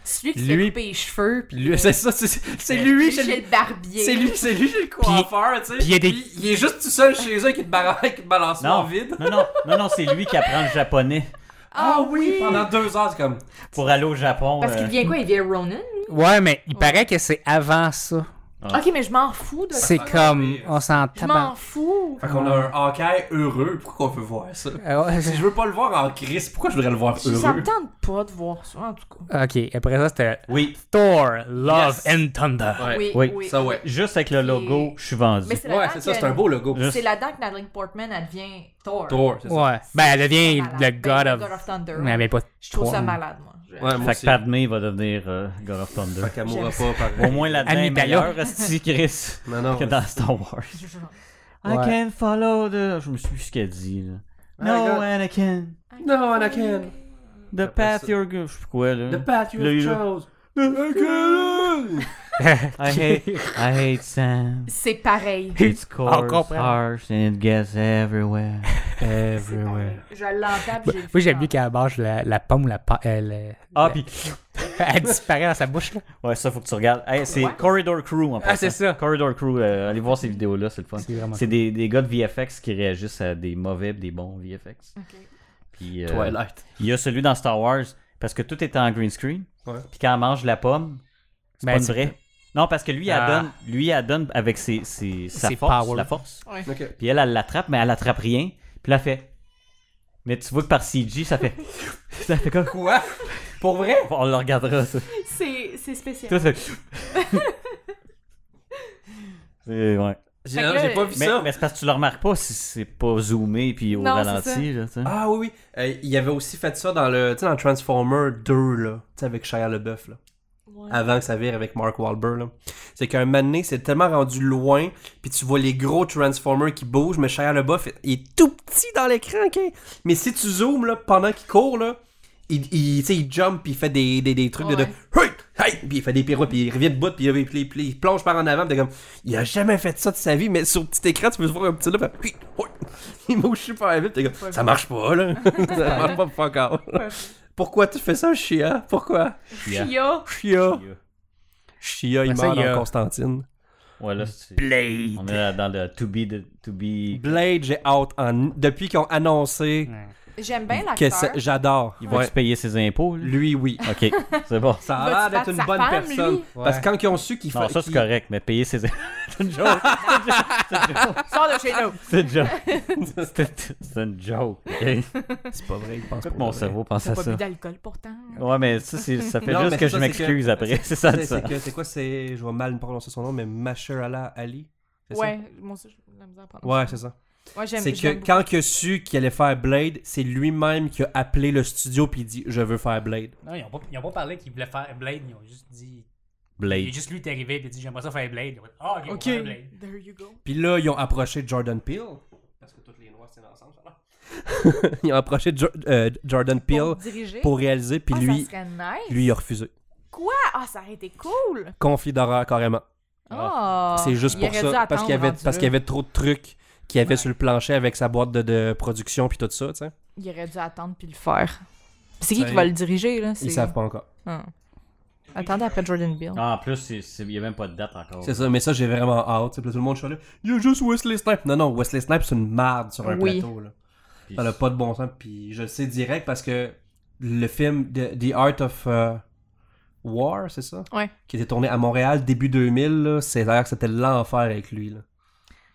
A: Celui qui
E: Lui-
A: s'est coupé les cheveux. Puis
E: Lui, c'est ça, c'est c'est lui,
A: chez
E: c'est
A: le barbier.
E: c'est lui, c'est lui, j'ai le coiffeur, tu sais.
D: puis il y a des-
E: Puis, il est juste tout seul chez eux qui te balance, qui te balance en
C: Non,
E: vide.
C: non, non, non, non, c'est lui qui apprend le japonais
A: Ah
E: Pendant deux heures, c'est comme.
C: pour aller au Japon.
A: Parce
C: euh,
A: qu'il vient quoi Il vient Ronin
D: Ouais, mais il paraît que c'est avant ça.
C: Ah.
A: Ok, mais je m'en fous de
D: C'est
A: ça.
D: comme. On s'en
A: Je
D: tape.
A: m'en fous.
E: Fait qu'on a un Hawkeye heureux, pourquoi on veut voir ça? Si
D: Euh,
E: je veux pas le voir en crise, pourquoi je voudrais le voir
A: Ça me
E: heureux?
A: tente pas de voir ça, en tout cas.
D: Ok, après ça, c'était
C: Oui,
D: Thor, Love
E: Yes.
D: and Thunder.
A: Oui,
C: oui,
A: oui.
E: ça ouais.
C: juste avec le logo, je suis vendu.
A: Mais c'est
E: Ouais,
A: là-dedans
E: c'est ça,
A: que-
E: c'est un beau logo.
C: Juste-
A: C'est là-dedans que Natalie Portman, elle devient Thor.
E: Thor, c'est ça.
D: Ouais. Ben, elle devient
A: Malade.
D: le
A: Ben,
D: God of.
A: God of Thunder.
D: Mais elle avait pas.
A: Je trouve ça
D: Thor.
A: malade, moi. Je-
E: Ouais, moi
C: Fait
E: aussi.
C: que Padmé va devenir euh, God of Thunder.
E: Fait qu'elle mourra pas par.
C: Au moins là-dedans,
D: Anne
C: elle est
D: Italia.
C: meilleure, Esti Chris,
E: Non, non.
C: que dans Star Wars.
A: je- je-
D: Ouais. Ah,
C: I can't follow the... ah, Je me suis plus ce qu'elle dit, là.
E: Oh my
C: no,
E: God.
C: Anakin,
E: Non, Anakin!
C: the path you're... go- Je sais plus quoi, là.
E: path
C: Hmm. Le- le-
E: Anakin!
C: I hate... I hate Sam.
A: C'est pareil.
C: It's cold,
D: comprend.
C: harsh, and it gets everywhere.
E: Everywhere.
A: Euh, Je l'entends. puis j'ai le
D: Moi, j'aime
A: fun.
D: mieux qu'elle mange la, la pomme ou la. pa- euh, le-
C: Ah,
D: le-
C: pis...
D: Elle disparaît dans sa bouche, là.
C: Ouais, ça, faut que tu regardes. Hey, c'est
A: Ouais.
C: Corridor Crew, en
D: Ah, c'est
C: passant.
D: ça.
C: Corridor Crew, euh, allez voir ces vidéos-là, c'est le fun.
D: C'est vraiment.
C: C'est des, des gars de VFX qui réagissent à des mauvais pis des bons VFX.
A: Ok.
C: Puis, euh,
E: Twilight.
C: il y a celui dans Star Wars, parce que tout est en green screen.
E: Ouais.
C: Puis quand elle mange la pomme, c'est
D: Ben,
C: pas une
D: c'est-
C: vraie. Non, parce que lui,
D: Ah.
C: elle donne, lui, elle donne avec ses, ses- sa
D: Ses
C: force,
D: powers.
C: la force.
E: Ok.
C: Puis elle, elle l'attrape, mais elle l'attrape rien. Puis là, elle fait. Mais tu vois que par CG, ça fait. ça fait comme.
E: Quoi? Pour vrai?
C: On le regardera, ça.
A: C'est c'est spécial.
C: Tout ça. C'est- ouais.
E: J'ai
A: que là,
E: j'ai pas vu
C: Mais,
E: ça.
C: mais c'est parce que tu le remarques pas si c'est pas zoomé puis au
A: Non, c'est
C: ralenti. Là, tu sais.
E: Ah oui, oui. Euh, il avait aussi fait ça dans le, tu sais, dans Transformer 2, là. Tu sais, avec Shia LeBeouf, là.
A: Ouais.
E: Avant que ça vire avec Mark Wahlberg, là. C'est qu'un moment donné, c'est tellement rendu loin, puis tu vois les gros Transformers qui bougent, mais Shia LeBeouf, il est tout petit dans l'écran, ok? Mais si tu zoomes, là, pendant qu'il court, là, il, il, tu sais, il jump, puis il fait des, des, des trucs de, de hey, hey, puis il fait des pirouettes, puis il revient de bout, puis, il- puis- puis il plonge par en avant, puis t'es comme, il a jamais fait ça de sa vie, mais sur le petit écran, tu peux le voir un petit là, puis, Hey, hey. il bouge super vite, t'es comme, ça marche pas, là, ça marche pas, fuck off. Pourquoi tu fais ça, Chia? Pourquoi?
C: Yeah.
A: Chia.
E: Chia. Chia, Ben, il
D: Mais ça,
E: meurt
D: il y a-
E: dans Constantine.
C: Ouais, là, c'est- On est dans le to be. de- to be...
E: Blade, j'ai hâte. En... Depuis qu'ils ont annoncé
D: Ouais.
A: J'aime bien
E: Que ça-
A: l'acteur.
E: J'adore.
C: Il va
E: Ouais.
C: tu payer ses impôts, là?
E: Lui, oui.
C: OK, c'est bon.
E: Ça
A: Va-tu
E: a l'air
A: battre
E: d'être une
A: sa
E: bonne
A: femme,
E: personne.
A: lui?
E: Parce que quand ils ont su qu'il
C: Non,
E: fa-
C: ça, c'est
E: qu'il-
C: correct, mais payer ses impôts... c'est une joke.
A: Sors de chez nous.
C: C'est une joke. C'était- C'est une joke, OK?
E: C'est pas vrai, il pense pas.
C: Écoute, mon
E: vrai.
C: cerveau pense
A: T'as
C: à
A: pas
C: ça.
A: bu d'alcool pourtant.
C: Ouais, mais ça, c'est- ça fait
E: Non,
C: juste
E: mais ça,
C: que je
E: c'est
C: m'excuse
E: que-
C: après. C'est ça,
E: C'est-
C: ça.
E: C'est que- c'est quoi, c'est. Je vais mal prononcer son nom, mais Masherala Ali. c'est ça?
A: Ouais, moi aussi, j'ai de la misère à prendre.
E: Ouais, c'est ça.
A: Ouais, j'aime
E: C'est
A: j'aime
E: que
A: beaucoup.
E: quand il a su qu'il allait faire Blade, c'est lui-même qui a appelé le studio puis il dit Je veux faire Blade.
D: Non, ils n'ont pas, ils ont pas parlé qu'ils voulaient faire Blade, ils ont juste dit. Il est
C: Blade.
D: juste lui qui est arrivé et il a dit J'aimerais ça faire Blade. Ils ont dit, Ah, ok, on
E: Ok.
D: va faire Blade.
A: There you go.
E: Puis là, ils ont approché Jordan Peele. Parce que toutes les noirs, c'est ensemble, ça a l'air. Ils ont approché Jo- euh, Jordan
A: Pour
E: Peele
A: diriger.
E: pour réaliser, puis
A: Ah,
E: lui,
A: Ça serait nice.
E: lui, il a refusé.
A: Quoi? Ah, ça aurait été cool.
E: Conflit d'horreur, carrément.
A: Ah.
E: C'est juste
A: Il
E: pour
A: aurait dû
E: ça. Parce qu'il
A: attendre
E: y, avait,
A: rendu
E: parce
A: là.
E: qu'il y avait trop de trucs qu'il y avait sur le plancher avec sa boîte de, de production puis tout ça, tu sais.
A: Il aurait dû attendre puis le faire. C'est qui
E: Ça
A: qui
E: y
A: va
E: est.
A: le diriger, là?
E: Ils
A: C'est-
E: savent pas encore.
A: Ah. Attendez après Jordan Bill.
C: Ah, en plus, c'est- c'est- il n'y a même pas de date encore.
E: C'est ça, mais ça, j'ai vraiment hâte. tu sais, puis Tout le monde, je suis là. Il y a juste Wesley Snipes. Non, non, Wesley Snipes, c'est une marde sur un
A: Oui.
E: plateau, Ah, là.
C: Puis-
E: Ça n'a pas de bon sens. Puis je le sais direct parce que le film The, The Art of euh, War, c'est ça?
A: Ouais.
E: Qui était tourné à Montréal début 2000, là, c'est l'air que c'était l'enfer avec lui. Là.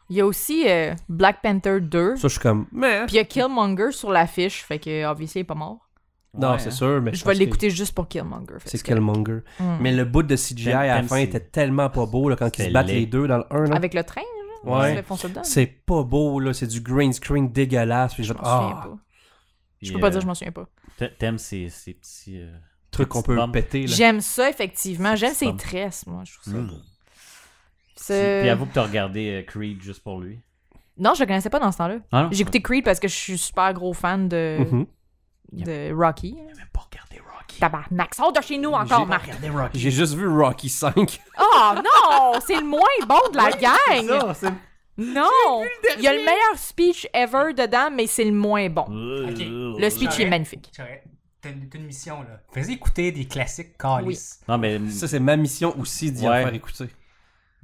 A: Il y a aussi euh, Black Panther 2.
E: Ça, je suis comme. Mais.
A: Puis il y a Killmonger sur l'affiche, fait que obviously il est pas mort.
E: Non,
C: Ouais,
E: c'est
C: hein.
E: sûr, mais.
A: Je
E: pense
A: vais
E: que
A: l'écouter juste pour Killmonger. fait
E: C'est
A: que-
E: Killmonger.
A: Mm.
E: Mais le bout de CGI à la
C: T'aimes-
E: fin
C: t'aimes,
E: était
C: Ben, c'est-
E: tellement pas beau là, quand ils
C: C'était
E: se battent
C: laid.
E: les deux dans le 1. Là.
A: Avec le train, là?
E: Ouais.
A: ils se font ça dedans.
E: C'est pas beau, là. C'est du green screen dégueulasse. Puis je.
A: Je m'en souviens
E: Ah,
A: pas.
C: Puis,
A: Je peux pas
C: euh,
A: dire je m'en souviens pas.
C: t'a- T'aimes ces, ces petits. euh,
E: truc qu'on peut
C: Bum.
E: péter, là.
A: J'aime ça, effectivement. J'aime
C: C'est
A: ses
C: bon.
A: tresses, moi. Je trouve ça
C: Mm.
A: beau.
C: Puis,
A: C'est-
C: puis avoue que t'as regardé euh, Creed juste pour lui.
A: Non, je le connaissais pas dans ce temps-là.
C: Ah non?
A: J'ai écouté Creed parce que je suis super gros fan de,
E: Mhm.
A: de Rocky.
C: J'ai même pas regardé Rocky.
A: Tabarnak, sors de chez nous encore,
E: J'ai-
A: Marc.
E: J'ai juste vu Rocky 5.
A: Oh non, c'est le moins bon de la gang. Non, il y a le meilleur speech ever dedans, mais c'est le moins bon.
C: Euh,
A: Le speech est magnifique.
D: Tu aurais- T'as une, t'as une mission, là. Fais écouter des classiques calices.
C: Non, mais tu
E: Ça, c'est ma mission aussi d'y en
C: Ouais.
E: faire écouter.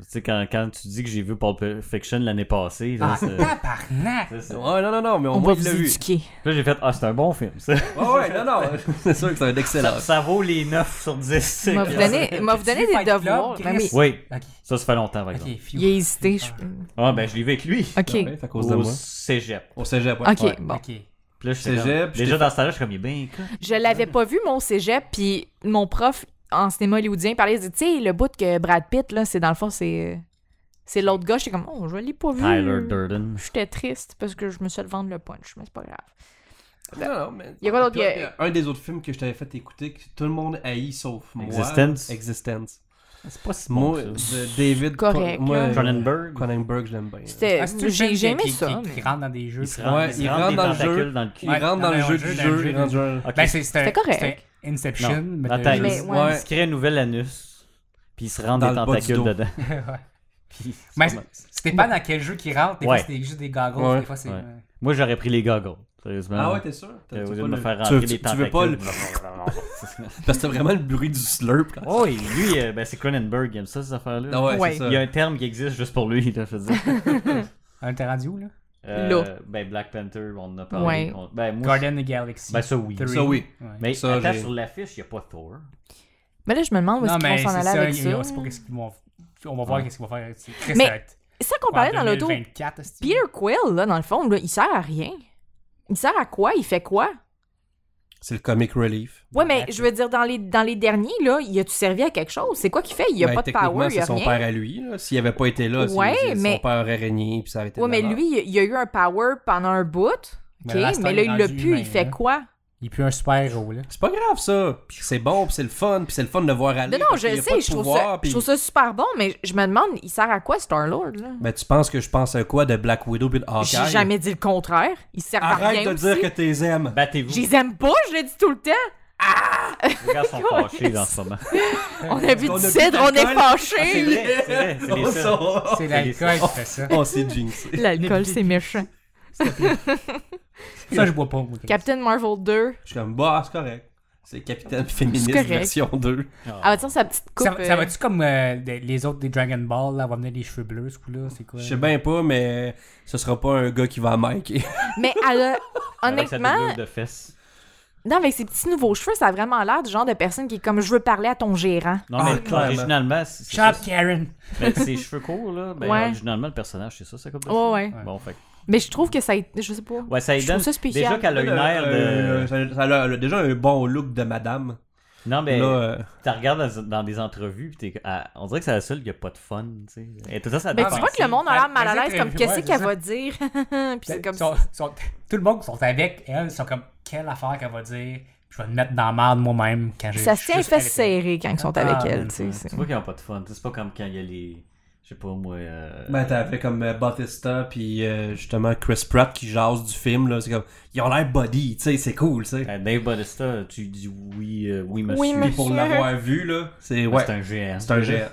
C: sais, quand, quand tu dis que j'ai vu Pulp Fiction l'année passée, là,
D: Ah,
C: c'est-
D: tabarnak!
C: c'est ça.
E: Ouais, non, non, non, mais au
A: On
E: moins
A: va
E: il
A: vous
E: l'a vu.
A: éduquer.
C: Là, j'ai fait Ah, c'est un bon film, ça.
E: Ouais, ouais, non, non, c'est sûr que ça va être excellent.
C: ça, ça vaut les 9 sur 10.
A: Il m'a vous donner, il m'a vous donner
D: Tu
A: des
D: veux Fight Club,
A: devoirs. Ben
D: Chris?
A: oui.
C: Oui,
D: Ok,
C: ça, ça fait longtemps, par exemple.
D: ok, phew.
A: Il a hésité. je-
C: Ah, ben, je l'ai vu avec lui.
A: Ok.
E: Ouais, à cause de
C: Au
E: moi.
C: cégep.
E: Au cégep, ouais.
A: Ok,
C: Ouais.
A: bon.
D: Ok.
C: Puis là, j'étais comme-
E: Cégep, j'étais-
C: Déjà, dans ce temps-là, je suis comme, il est bien con.
A: Je l'avais pas vu, mon cégep, puis mon prof en cinéma hollywoodien parlait, il dit, tu sais, le bout que Brad Pitt, là, c'est dans le fond, c'est. C'est l'autre gars, j'étais comme, oh, je l'ai pas vu.
C: Tyler Durden.
A: J'étais triste parce que je me suis fait vendre le punch, mais c'est pas grave.
E: Non, non, mais...
A: Il y a quoi d'autre
E: Puis,
A: que-
E: euh, Un des autres films que je t'avais fait écouter, que tout le monde haït sauf moi.
C: Existence.
E: Existence.
C: C'est pas si
E: Moi, euh,
C: bon que ça.
E: de David...
A: Correct,
E: Con- moi,
A: là.
E: euh,
C: Cronenberg.
E: Cronenberg, je l'aime bien.
A: C'était.
D: Ah, c'est-tu
A: Euh,
D: le
A: J'ai
D: film qui-
A: j'ai aimé
D: qui-
A: ça.
D: qui-
A: mais-
D: Qui rentre dans des
C: Il
D: jeux. puis
C: se
D: qui
C: rend,
E: Ouais,
C: il se
E: il
C: rend
E: rentre
C: des
E: dans le
C: tentacules
E: jeu.
C: dans le cul.
E: Il
D: Ouais,
E: rentre dans
D: dans
E: le
D: un
E: jeu
D: jeu,
E: du
D: dans le
E: jeu,
D: jeu
E: il
D: du
E: rentre dans le jeu.
C: Ok.
D: Ben, c'est c'est un-
A: C'était correct.
D: c'est un Inception,
C: Non,
D: mais
C: attends,
D: t'as
C: il-
A: Mais
D: juste-
A: ouais.
E: Ouais.
C: Il se crée un nouvel anus. Puis il se rend
E: Dans
C: des
E: le bas du
C: tentacules
E: dos.
C: dedans.
D: Puis- Mais c'est- c'était pas dans quel jeu qui rentre. Des
C: Ouais.
D: fois, c'était juste des goggles.
E: Ouais.
D: Des fois, c'est.
C: Ouais. Moi, j'aurais pris les goggles. Sérieusement.
E: Ah ouais, t'es sûr? T'as-
C: Euh,
E: t'as
C: au lieu
E: pas
C: de me
E: le-
C: faire
E: tu,
C: rentrer
E: tu-
C: des
E: tu veux pas le...
C: tentacules.
E: Parce que t'as vraiment le bruit du slurp. Quand...
C: Oh, et lui, euh, ben, c'est Cronenberg, il aime ça, ces affaires-là.
E: Ah ouais,
A: Ouais.
E: c'est ça.
C: Il y a un terme qui existe juste pour lui, là, je veux dire.
D: Un terrain radio, là.
A: Là.
C: Ben, Black Panther, on en a parlé.
A: Ouais.
C: On- Ben, moi,
D: Guardian of the Galaxy.
C: Ben, ça, oui.
D: Three.
E: Ça, oui.
D: Ouais.
C: Mais
E: Ça,
C: attends,
E: j'ai-
C: sur l'affiche, il n'y a pas Thor.
A: Mais là, je me demande où
D: Non,
A: est-ce qu'ils
D: mais
A: vont
D: c'est
A: s'en aller
D: ça.
A: avec
D: ils- On
A: ça.
D: sait pas qu'est-ce qu'ils vont. On va voir qu'est-ce qu'ils vont faire. C'est très
A: Mais-
D: certain.
A: C'est ça qu'on
D: En
A: parlait dans l'auto.
D: 2024, est-ce que-
A: Peter Quill, là, dans le fond, là, il sert à rien. Il sert à quoi? Il fait quoi?
E: C'est le comic relief.
A: Ouais, mais je veux dire, dans les, dans les derniers, là, il a-tu servi à quelque chose? C'est quoi qu'il fait? Il a
E: Ben,
A: pas de power,
E: techniquement,
A: il a
E: c'est son
A: rien.
E: père à lui. là. S'il avait pas été là, c'est-
A: Ouais,
E: c'est-
A: mais-
E: son père aurait régné puis ça aurait été
A: Ouais,
E: de
A: mais
E: la Ben, merde.
A: lui, il il a eu un power pendant un bout.
D: Mais
A: OK,
D: là, à
A: mais,
D: ce temps,
A: là,
D: il est
A: il l'a
D: rendu
A: plus.
D: humain,
A: Il fait
D: là.
A: quoi?
D: Il est plus un super-héros,
C: Oh,
D: là.
E: C'est pas grave ça. Puis c'est bon, puis c'est le fun, puis c'est le fun de le voir aller.
A: Non, non,
E: parce
A: je
E: qu'il y a pas
A: sais,
E: de
A: je trouve, ça,
E: pouvoir, puis-
A: je trouve ça super bon, mais je me demande, il sert à quoi Star-Lord? là?
E: Ben, tu penses que je pense à quoi de Black Widow puis de Hawkeye?
A: J'ai jamais dit le contraire. Il sert à rien
E: Arrête de dire
A: aussi.
E: que Euh, t'es aimes.
C: Ben,
A: Je
C: Battez-vous.
A: les aime pas, je le dis tout le temps.
C: Les gars sont fâchés dans ce moment.
A: On a vu
E: On
A: du
E: a bu
A: cidre,
E: de
A: on est
E: l'alcool. Ah,
C: C'est
A: fâchés.
C: vrai, c'est vrai. C'est les
E: on
C: seuls.
E: s'en-
D: C'est
C: les-
D: l'alcool
E: Oh,
D: qui fait ça.
E: on s'est jinxé.
A: L'alcool, c'est méchant.
D: Ça, je bois pas, moi.
A: Captain Marvel 2.
E: Je suis comme, bah, c'est correct. C'est Capitaine Féministe
A: C'est correct.
E: version 2.
A: Ah, tiens, sa petite coupe.
D: Ça, va- ça
A: euh,
D: va-tu comme euh, des- les autres des Dragon Ball, là, on va venir les cheveux bleus, ce coup-là, c'est quoi?
E: Je sais bien pas, mais ce sera pas un gars qui va à Mike.
A: Mais elle a,
C: Avec sa
A: honnêtement,
C: doublure de fesses.
A: non, avec ses petits nouveaux cheveux, ça a vraiment l'air du genre de personne qui est comme je veux parler à ton gérant.
C: Non,
E: Ah,
C: mais
E: clairement.
C: originalement, c'est c'est
D: Shop
C: ça.
D: Karen!
C: Mais avec ses cheveux courts, là, ben,
A: Ouais.
C: originalement, le personnage, c'est ça, sa coupe de
A: Ouais,
C: cheveux.
A: ouais.
C: Bon, fait que-
A: Mais je trouve que ça. est- Je sais pas.
C: Ouais, ça lui
A: Je
C: donne-
A: trouve ça spécial.
C: Déjà qu'elle a une aire de.
E: Euh, ça- ça a déjà un bon look de madame.
C: Non, mais
E: Là, euh,
C: tu regardes dans, dans des entrevues, pis t'es- ah, on dirait que c'est la seule qui a pas de fun, tu sais. Et tout ça, ça
A: Mais
C: dépend.
A: tu vois que le monde a l'air mal à l'aise, comme
D: Ouais,
A: qu'est-ce
D: c'est
A: qu'elle
D: ça.
A: va dire? Puis c'est comme
D: Ben, Sont- sont- tout le monde sont avec elle, ils sont comme quelle affaire qu'elle va dire, je vais me mettre dans la merde moi-même quand j'ai.
A: ça se tient les
D: juste
A: fesses
D: avec elle.
A: serrées quand ils sont
D: Ah,
A: avec
D: man,
A: elle, tu sais. c'est-
C: Tu vois qu'ils n'ont pas de fun. tu sais, C'est pas comme quand il y a les. Je sais pas moi. euh,
E: ben, t'avais comme euh, Bautista puis euh, justement Chris Pratt qui jase du film là, c'est comme ils ont l'air body, tu sais, c'est cool, tu sais.
C: euh, Dave Bautista, tu dis oui, euh, oui, monsieur.
A: Oui,
E: Puis
A: monsieur.
E: pour l'avoir vu là, c'est
C: Ah,
E: ouais,
C: C'est un géant.
E: c'est un géant.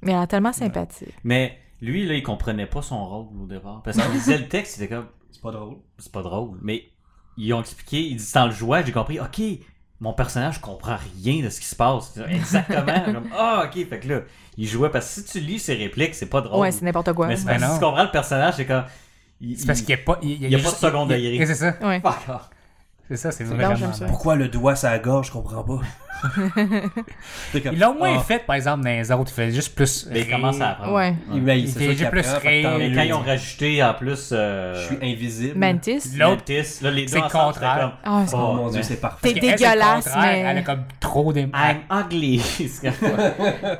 A: Mais elle est tellement sympathique.
C: Mais lui, là, il comprenait pas son rôle au départ. Parce qu'il lisait le texte, il était comme.
E: C'est pas drôle.
C: C'est pas drôle. Mais ils ont expliqué, ils disent dans le jouage, j'ai compris, ok, mon personnage comprend rien de ce qui se passe. Exactement. Comme, Ah, ok, fait que là, il jouait. Parce que si tu lis ses répliques, c'est pas drôle.
A: Ouais, c'est n'importe quoi.
C: Mais c'est
D: Ben
C: parce que
D: non.
C: si tu comprends le personnage, c'est comme. il-
D: C'est parce
C: il-
D: qu'il n'y a pas. Il
C: il y a pas de second degré.
D: Et c'est ça,
A: Ouais.
C: Fuck off.
D: c'est ça, c'est
A: Non,
D: vraiment.
A: j'aime ça.
E: Pourquoi le doigt ça gorge, je comprends pas. C'est comme,
D: Ils l'ont moins
E: ah,
D: fait, par exemple, dans les autres. Ils faisaient juste plus. euh,
C: Mais ben, il
D: rire.
C: commence à apprendre.
A: Ouais.
E: il- mais
D: Il
E: c'est
D: fait
E: sûr
D: juste
E: qu'après,
D: plus
E: en fait, tant
D: rire.
C: Mais
E: mieux.
C: quand ils ont rajouté en plus. euh,
E: je suis invisible.
A: Mantis.
D: L'autre,
C: Mantis, là, les deux
D: C'est le
C: ensemble, c'était
D: contraire.
C: comme,
A: Ah, c'est-
E: Oh mon
C: mais-
E: dieu, c'est parfait.
A: T'es
D: parce qu'elle, c'est le
A: dégueulasse,
D: contraire,
A: mais-
D: Elle a comme trop des.
C: I'm ugly. C'est comme-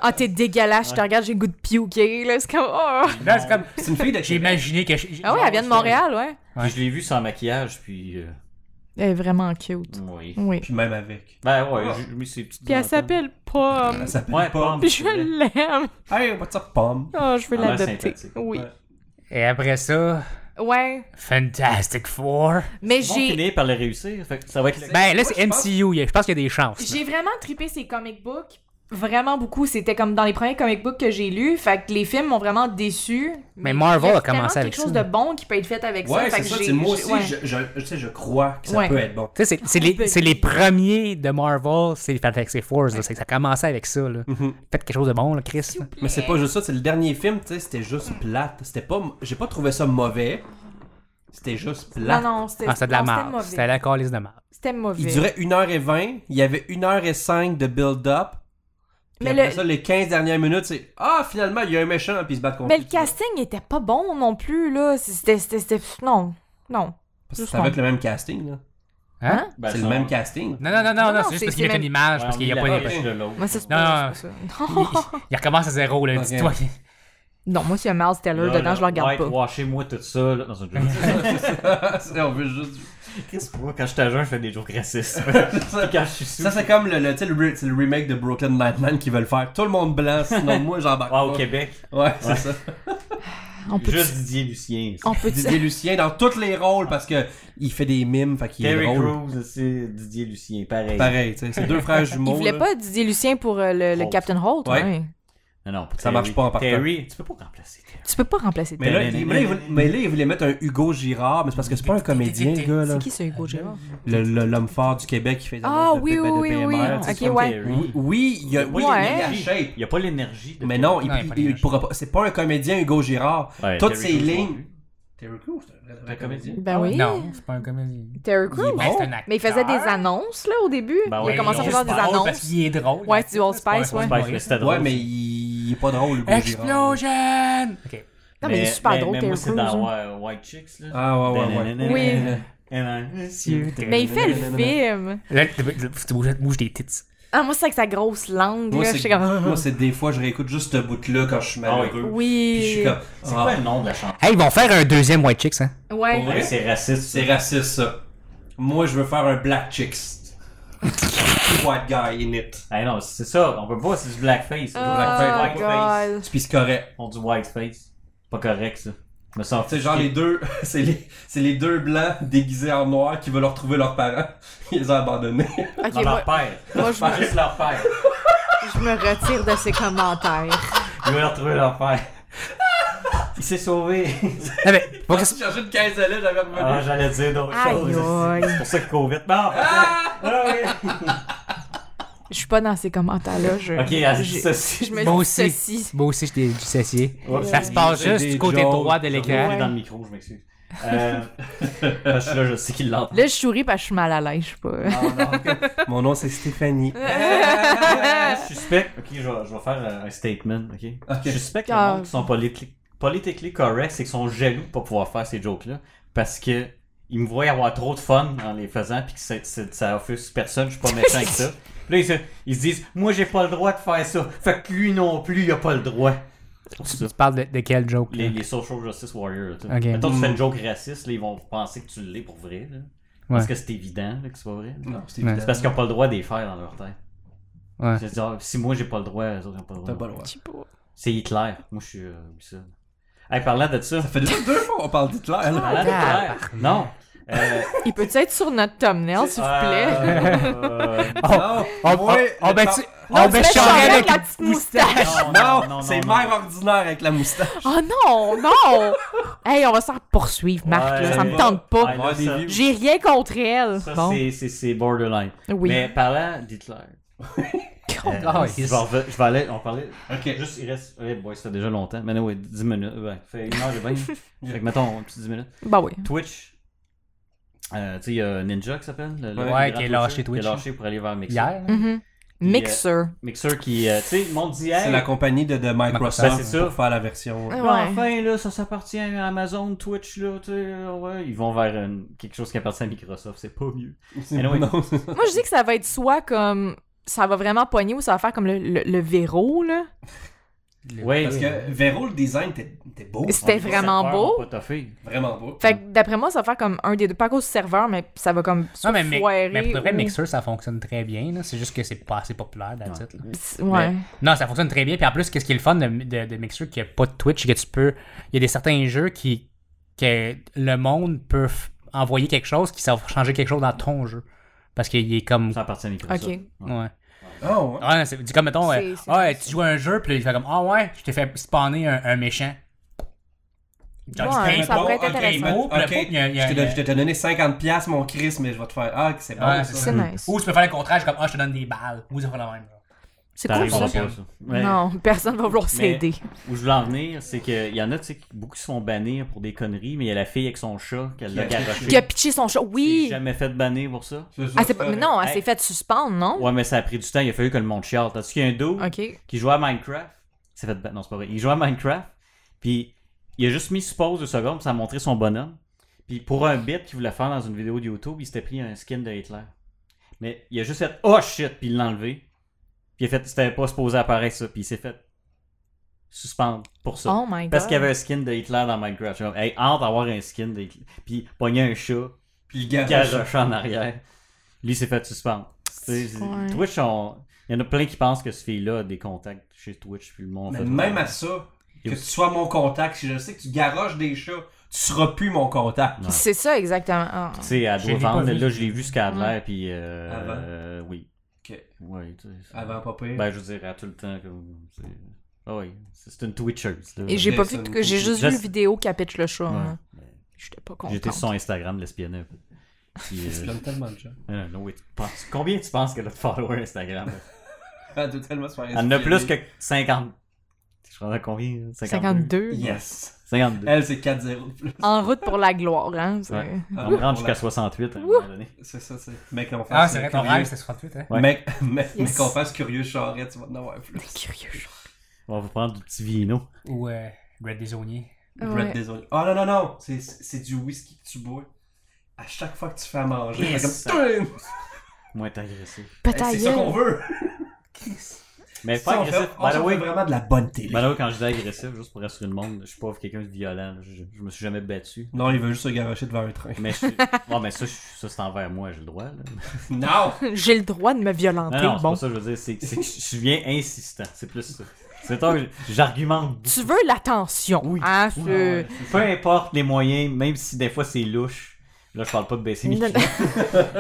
A: Ah, t'es dégueulasse, je te regarde, j'ai le goût de piouquer, là. C'est comme. Oh.
D: Là, c'est comme.
E: C'est une fille de
D: J'ai
E: Québec.
D: imaginé que. je-
A: Ah ouais, elle vient de Montréal, ouais.
D: Ouais.
C: Puis je l'ai vu sans maquillage, puis. euh,
A: Elle est vraiment cute.
C: oui.
A: Oui.
E: Puis même avec.
C: Ben ouais, je je mis ces petites.
A: Mm. Puis elle s'appelle Pomme.
E: Elle s'appelle
C: Ouais,
E: Pomme.
A: Puis je l'aime.
E: Hey, what's up, Pomme?
A: Oh, je veux
C: Elle a l'air
A: l'adopter.
C: sympathique.
A: Oui.
D: Et après ça,
A: Ouais.
D: Fantastic Four.
A: Mais
C: Ils vont
A: j'ai.
C: finir par le réussir. Fait que ça va être. le-
D: Ben là, c'est
E: je pense-
D: MCU. il y a- Je pense qu'il y a des chances. là.
A: J'ai vraiment tripé ces comic books. Vraiment beaucoup. C'était comme dans les premiers comic books que j'ai lus. Fait que les films m'ont vraiment déçu.
D: Mais Marvel a commencé
A: quelque
D: avec
A: chose
D: ça.
A: de bon qui peut être fait avec ça.
E: Ouais,
A: Fait
E: c'est
A: que
E: ça.
A: j'ai-
E: c'est- Moi
A: j'ai-
E: aussi,
A: ouais.
E: je, je- je sais, je crois que ça
A: Ouais.
E: peut être bon.
D: Tu sais, c'est- c'est les, c'est les premiers de Marvel, c'est les Fantastic Four. là. C'est que Ça commençait avec ça. Là. Faites quelque chose de bon, là, Chris. là.
E: Mais c'est pas juste ça, c'est le dernier film, tu sais, c'était
A: Mm.
E: juste plate. C'était pas. J'ai pas trouvé ça mauvais. C'était juste
A: Non,
E: plate.
A: non, c'était
D: Ah, c'était de la
A: non,
D: merde. C'était
A: C'était mauvais.
D: la calice de merde.
A: C'était mauvais.
E: Il durait 1h20, il y avait 1h05 de build-up. Puis
A: Mais
E: après
A: le-
E: ça, les 15 dernières minutes, c'est Ah, finalement, il y a un méchant, puis ils se battent contre
A: Mais le
E: lui.
A: casting était pas bon non plus, là. C'était. c'était- c'était- Non. Non.
E: Parce que c'est avec le même casting, là.
D: Hein?
C: Ben,
E: c'est le
C: son-
E: même casting.
D: Non, non, non, non,
A: Non,
D: non,
A: non,
D: c'est
A: c'est-
D: juste parce
A: c'est
D: qu'il a fait
A: même-
D: une image,
C: Ouais,
D: parce
C: on
D: qu'il n'y a
C: met
D: pas
C: la
D: les-
C: pêche de l'autre.
A: Moi, ça, c'est
D: Non,
A: pas,
D: non.
A: c'est pas ça.
D: il-
A: Non.
D: il- Il recommence à zéro, là.
E: Ok.
D: Dis-toi.
A: Non, moi, s'il y a Miles Teller
C: Là,
A: dedans, je le regarde pas.
C: Whitewashez-moi tout ça. Là, dans un jeu.
E: C'est- on veut juste.
C: Chris, pourquoi quand je suis à jeun, je fais des jokes racistes. Puis quand je suis sous.
E: Ça, c'est comme le, le, tu sais, le, re- c'est le remake de Brooklyn Nine-Nine qu'ils veulent faire. Tout le monde blanc, sinon moi, j'embarque.
C: Ouais, ah, au
E: pas.
C: Québec.
E: Ah, Ouais, c'est ça.
A: On peut
C: Juste Didier Lucien.
A: on peut
E: Didier Lucien dans tous les rôles parce que il fait des mimes, fait qu'il est
C: Terry
E: drôle.
C: Crews, c'est Didier Lucien, pareil.
E: Pareil, tu sais, c'est deux frères jumeaux.
A: Il voulait
E: là.
A: pas Didier Lucien pour euh, le, le
C: Holt.
A: Captain Holt,
E: Ouais.
A: ouais.
C: Non, non,
E: Ça marche pas en partant.
C: Terry, tu peux pas remplacer Terry.
A: Tu peux pas remplacer
E: Mais
A: Terry.
E: là, il, mais, là, il voulait, mais là, il voulait mettre un Hugo Girard, mais c'est parce que c'est pas un comédien, le gars, là.
A: C'est qui ce Hugo Girard?
E: Le- le- L'homme fort du Québec qui fait des
A: Ah
E: annonces de
A: oui,
E: P-
A: oui,
E: de
A: oui, oui.
E: PMR, tu sais,
A: Ok,
E: c'est comme-
A: ouais.
E: Oui, oui, il y a, oui, il y a- il y a la shape.
C: Il n'y a pas l'énergie. de
E: Mais
C: Terry.
E: non, il,
D: Non, il y a pas
E: il- il
D: d'énergie.
E: pourra pas. C'est pas un comédien, Hugo Girard.
C: Ouais,
E: Toutes
C: Terry
E: ses
C: Crews non
E: lignes.
C: plus.
E: Terry Crews, c'est un vrai
C: comédien.
A: Ben
D: Ah
A: oui.
D: Non, c'est pas un comédien.
A: Terry
E: Il est
A: Crews.
E: bon.
D: Ben, c'est un acteur.
A: Mais il faisait des annonces, là, au début.
D: Ah
C: Ben
A: il
C: ouais,
A: a commencé à
C: il
A: faire des
C: est drôle
A: annonces.
D: Parce qu'il est drôle.
A: Ouais, c'est du Old
D: C'est pas un
A: Spice, ouais.
D: Old
C: Ouais,
D: Spice.
C: mais c'était drôle.
E: Ouais, mais il est pas drôle, Hugo Girard.
D: Explosion! Ok.
A: Non, mais il est super drôle,
C: mais
A: Terry
C: moi, c'est
A: Crews.
C: dans
A: hein.
C: euh, White Chicks, là.
E: Ah, ouais, ouais, ouais.
A: Oui.
C: Oui.
A: Mais il fait le film.
D: Là, tu tu bouges bouges des tits.
A: Ah, moi, c'est avec sa grosse langue,
E: Moi,
A: là.
E: c'est-
A: Je suis comme...
E: moi, c'est des fois, je réécoute juste ce bout-là quand je suis malheureux. Puis je suis
A: Oui.
E: comme.
C: Ah, C'est
E: ah,
C: quoi le nom de la chanson?
D: Hey, ils vont faire un deuxième White Chicks, hein?
A: Ouais.
E: Ouais.
C: C'est raciste. ça.
E: C'est raciste, ça. Moi, je veux faire un Black Chicks. White guy in it.
C: Ah non, c'est ça. On peut pas, c'est du blackface.
A: Oh,
C: Blackface.
A: God.
E: Puis c'est correct.
C: On dit whiteface. Pas correct, ça. Je me sens
E: C'est genre les deux, c'est les, c'est les deux blancs déguisés en noir qui veulent retrouver leurs parents. Ils les ont abandonnés.
A: OK,
C: Non,
A: moi,
C: leur père.
A: moi, je, me,
C: Juste leur père.
A: je me retire de ces commentaires.
C: Ils veulent retrouver leur père. Il s'est sauvé.
D: Non, mais, faut que ça-
E: J'ai cherché une quinzaine, j'avais revenu.
C: Ah, j'allais dire d'autres
A: Aïe,
C: choses.
A: aïe.
C: C'est pour ça qu'il court vite. Non, en fait, ah, oui.
A: Je suis pas dans ces commentaires-là. Je,
C: Ok, elle
A: je-
C: dit ceci.
A: je me
D: Moi
A: dis
D: aussi.
A: ceci.
D: Moi aussi, je t'ai dissocié.
C: Ouais.
D: Ça se passe
E: C'est
D: juste
E: des
D: du côté
E: jokes.
D: droit de
C: Je vais
D: l'écran.
C: dans le micro, je m'excuse. Euh, parce que là, je sais qu'il l'entend.
A: Là, je souris parce que je suis mal à l'aise, je sais pas.
C: Non, Ah, non, ok.
E: Ah, Mon nom, c'est Stéphanie.
C: Je suspecte. Ok, je vais, je vais faire euh, un statement. Ok. Je suspecte que
A: Ah.
C: les gens qui sont politi- politically correct, c'est qu'ils sont jaloux de pas pouvoir faire ces jokes-là parce que ils me voient avoir trop de fun en les faisant puis que c'est- c'est- ça offusque personne. Je suis pas méchant avec ça. Puis là, ils se, ils se disent, moi, j'ai pas le droit de faire ça. Fait que lui non plus, il a pas le droit. C'est pour ça.
D: Tu parles de, de quel joke? là?
C: Les, les social justice warriors. Là,
D: Ok.
C: okay. Mettons, tu fais une joke raciste, là, ils vont penser que tu l'es pour vrai. Là. Parce
D: Ouais.
C: que c'est évident là, que c'est pas vrai.
E: Non, c'est
D: Ouais.
E: évident.
C: C'est parce qu'ils n'ont pas le droit de les faire dans leur tête.
D: Ouais.
C: C'est genre, si moi j'ai pas le droit, eux autres n'ont pas le
E: T'as
C: droit.
E: pas le droit.
A: Je sais pas.
C: C'est Hitler. Moi je suis. euh, oublie ça. Hey, parlant de ça.
E: Ça fait deux, deux fois qu'on parle d'Hitler. là.
C: Parlant
D: Ah,
C: d'Hitler. Non. Euh,
A: Il peut être sur notre
D: Oh,
A: thumbnail, s'il vous plaît?
C: euh, euh,
E: Non,
D: On,
E: ouais,
D: on, on
E: le
D: ben,
E: par-
D: tu-
A: Ah, Non,
D: on
A: tu
D: ben
A: fais
D: Charest
A: Charest
D: avec
A: la
D: une
A: petite moustache.
E: Non, c'est
C: non.
E: mère ordinaire avec la moustache.
A: Oh non, non! Hey, on va se faire poursuivre, Marc,
C: Ouais,
A: là, ça me
C: ouais.
A: tente pas.
C: Ouais, là,
E: Ouais, des
C: ça-
E: vieux.
A: J'ai rien contre elle.
C: ça,
A: bon,
C: c'est- c'est c'est borderline.
A: oui.
C: Mais parlant d'Hitler. Euh,
D: Ah,
C: je,
D: yes.
C: vais, rev- je vais aller, on parlait.
E: Ok.
C: Juste, il reste. Ouais, boy, ça fait déjà longtemps. Mais non, ouais, 10 minutes. Ouais, fait une heure et vingt. fait que mettons, un petit 10 minutes.
A: Bah oui.
C: Twitch. Euh, tu sais, il y a Ninja qui s'appelle. le- le-
D: Ouais,
C: le grand
D: qui est
C: Twitcher, Qui est
D: lâché Twitch. hein.
C: lâché pour aller vers Mixer.
D: Hier? là?
A: Mhm. Mixer.
C: Mixer qui. euh, tu sais, le monde dit, hey,
E: C'est la compagnie de, de Microsoft
C: Ben, c'est ça.
E: pour faire la version.
A: Ouais.
C: là, enfin, là, ça s'appartient à Amazon, Twitch, là, tu sais, là, ouais. Ils vont vers une- quelque chose qui appartient à Microsoft, c'est pas mieux. Anyway.
E: Non, c'est-
A: Moi, je dis que ça va être soit comme ça va vraiment pogner ou ça va faire comme le, le, le Véro, là.
C: Ouais,
E: Parce que Véro, le design, t'es t'es beau.
A: C'était
C: on dit,
A: vraiment
C: serveurs
A: beau.
C: ont Pas toffé.
E: Vraiment beau.
A: Fait que d'après moi, ça va faire comme un des deux. Pas à cause du serveur, mais ça va comme.
D: Non, mais,
A: soit
D: mi-
A: foirer
D: mais pour de vrai,
A: ou-
D: Mixer, ça fonctionne très bien. là. C'est juste que c'est pas assez populaire, dans
C: Ouais.
D: le titre.
A: Pis- Ouais.
D: Non, ça fonctionne très bien. Puis en plus, qu'est-ce qui est le fun de, de, de Mixer qu'il n'y a pas de Twitch, c'est que tu peux. Il y a des certains jeux qui que le monde peut f- envoyer quelque chose qui ça va changer quelque chose dans ton jeu. Parce qu'il est comme.
C: Ça appartient à Microsoft.
A: Ok.
C: Ouais.
D: Ouais.
E: Oh, ouais.
D: Ouais, c'est c'est comme mettons,
A: C'est-
D: euh,
A: c'est-
D: ah, tu joues à un jeu, puis là, il fait comme Ah ouais, je t'ai fait spawner un, un méchant. Genre,
A: Ouais,
D: il
A: ça
D: paint-
A: pourrait être
E: Ok,
A: intéressant.
E: mais-
D: Oh, puis le
E: ok,
D: pauvre, il y a- il y a-
E: Je te- je te donnais 50$, mon Chris, mais je vais te faire. Ah, c'est bon.
D: Ouais,
E: ça.
D: c'est ça.
A: C'est nice.
D: Ou tu peux faire le contraire, je comme Ah, je te donne des balles. Ou ça fait la même.
A: C'est
C: Ça
A: cool ça.
C: arrivera
D: ça.
C: pas, ça. Ouais.
A: Non, personne va vouloir s'aider.
C: Où je voulais en venir, c'est qu'il y en a, tu sais, qui- beaucoup qui se font bannir pour des conneries, mais il y a la fille avec son chat qu'elle l'a
E: Qui a-
C: garoché.
A: Qui a pitché son chat.
C: Qui s'est
A: Oui!
C: jamais fait bannir pour ça.
E: C'est ça,
A: Ah, c'est
E: ça.
A: pas- mais non, elle
C: Hey.
A: s'est faite suspendre, non?
C: Ouais, mais ça a pris du temps, il a fallu que le monde chiale. T'as-tu qu'il y a un dos
A: Ok.
C: qui jouait à Minecraft. C'est fait ba- non, c'est pas vrai. Il jouait à Minecraft, puis il a juste mis sur pause deux secondes, puis ça a montré son bonhomme. Puis pour un bit qu'il voulait faire dans une vidéo de YouTube, il s'était pris un skin de Hitler. Mais il a juste fait Oh shit, puis il l'a enlevé. Puis il a fait C'était pas supposé apparaître ça, puis il s'est fait suspendre pour ça.
A: Oh my god.
C: Parce qu'il y avait un skin de Hitler dans Minecraft. J'ai comme, Hey, hâte d'avoir un skin de Hitler. Puis pogner un chat,
E: Puis le gars.
C: garoche en arrière. Lui il s'est fait suspendre. Tu sais,
A: Ouais.
C: Twitch, on- il y en a plein qui pensent que ce fille-là a des contacts chez Twitch. Puis le monde
E: Mais
C: fait-
E: même à ça, que
C: Et-
E: tu sois mon contact, si je sais que tu garoches des chats, tu seras plus mon contact.
C: Ouais.
A: C'est ça, exactement. Ah.
C: Tu sais, elle
D: Je
C: doit
D: l'ai pas
C: vendre.
D: vu.
C: Là, je l'ai vu ce qu'elle a de l'air. Puis. euh,
E: Avant.
C: euh, oui.
E: Ok.
C: Oui, tu sais. ça-
E: Avant, pas pire.
C: Ben, je veux dire, à tout le temps. Comme, c'est- ah oui, c'est c'est une Twitcher. là.
A: Et j'ai pas vu.
E: Jason.
A: que- J'ai juste
C: Je
A: vu une
C: sais-
A: vidéo qui a pitché le chat.
C: Ouais.
A: hein. J'étais pas contente.
C: J'étais sur son Instagram, l'espionner un peu. Puis,
E: Tu
C: euh,
E: donnes tellement de chats.
C: euh, non, oui, tu penses- Combien tu penses qu'elle a de followers Instagram?
E: Ah, t'as tellement de soirées
C: Elle en a plus que
E: inspirées.
C: 50. Je suis rendu à combien? hein?
A: 52.
C: 52.
E: Yes.
C: 52.
E: Elle, c'est 4-0 de plus.
A: En route pour la gloire, hein. c'est-
C: Ouais.
E: Ah,
C: On
E: pour la-
C: rentre jusqu'à 68 à un moment donné.
E: C'est ça, c'est. Mec, on fasse.
D: Ah, c'est vrai, ton
E: curieux.
D: rêve, c'est 68, hein?
C: Ouais.
E: Mec, mec,
A: Yes.
E: mec, on fasse curieux charrette, tu vas en avoir plus.
A: Curieux.
C: On va vous prendre du petit vino.
D: Ou euh, Red Desaunier.
E: Brett,
A: Ouais.
E: désolé. Ah non, non, non, c'est- c'est du whisky que tu bois. À chaque fois que tu fais à manger,
C: Yes.
E: c'est comme. Tum!
C: Moins être agressif.
E: Hey, C'est ça qu'on
A: Peut-être.
E: veut.
C: Mais
E: Ça,
C: pas
E: on fait,
C: agressif.
E: on
C: By the
E: fait
C: way,
E: vraiment de la bonne télé.
C: by the way, quand je dis agressif, juste pour rassurer le monde, je suis pas quelqu'un de violent. là. Je, je me suis jamais battu.
E: Non, il veut juste se garocher devant un train.
C: Mais, je, bon, mais ça, je- ça c'est envers moi, j'ai le droit. Là.
E: non!
A: J'ai le droit de me violenter.
C: Non, non, c'est
A: bon.
C: pas ça que je veux dire. C'est c'est que je viens insistant. C'est plus ça. C'est toi que j'argumente.
A: Tu veux l'attention. Hein,
C: beaucoup.
A: c'est-
C: Peu importe les moyens, même si des fois c'est louche. Là, je parle pas de baisser mes
A: Non,
C: pieds.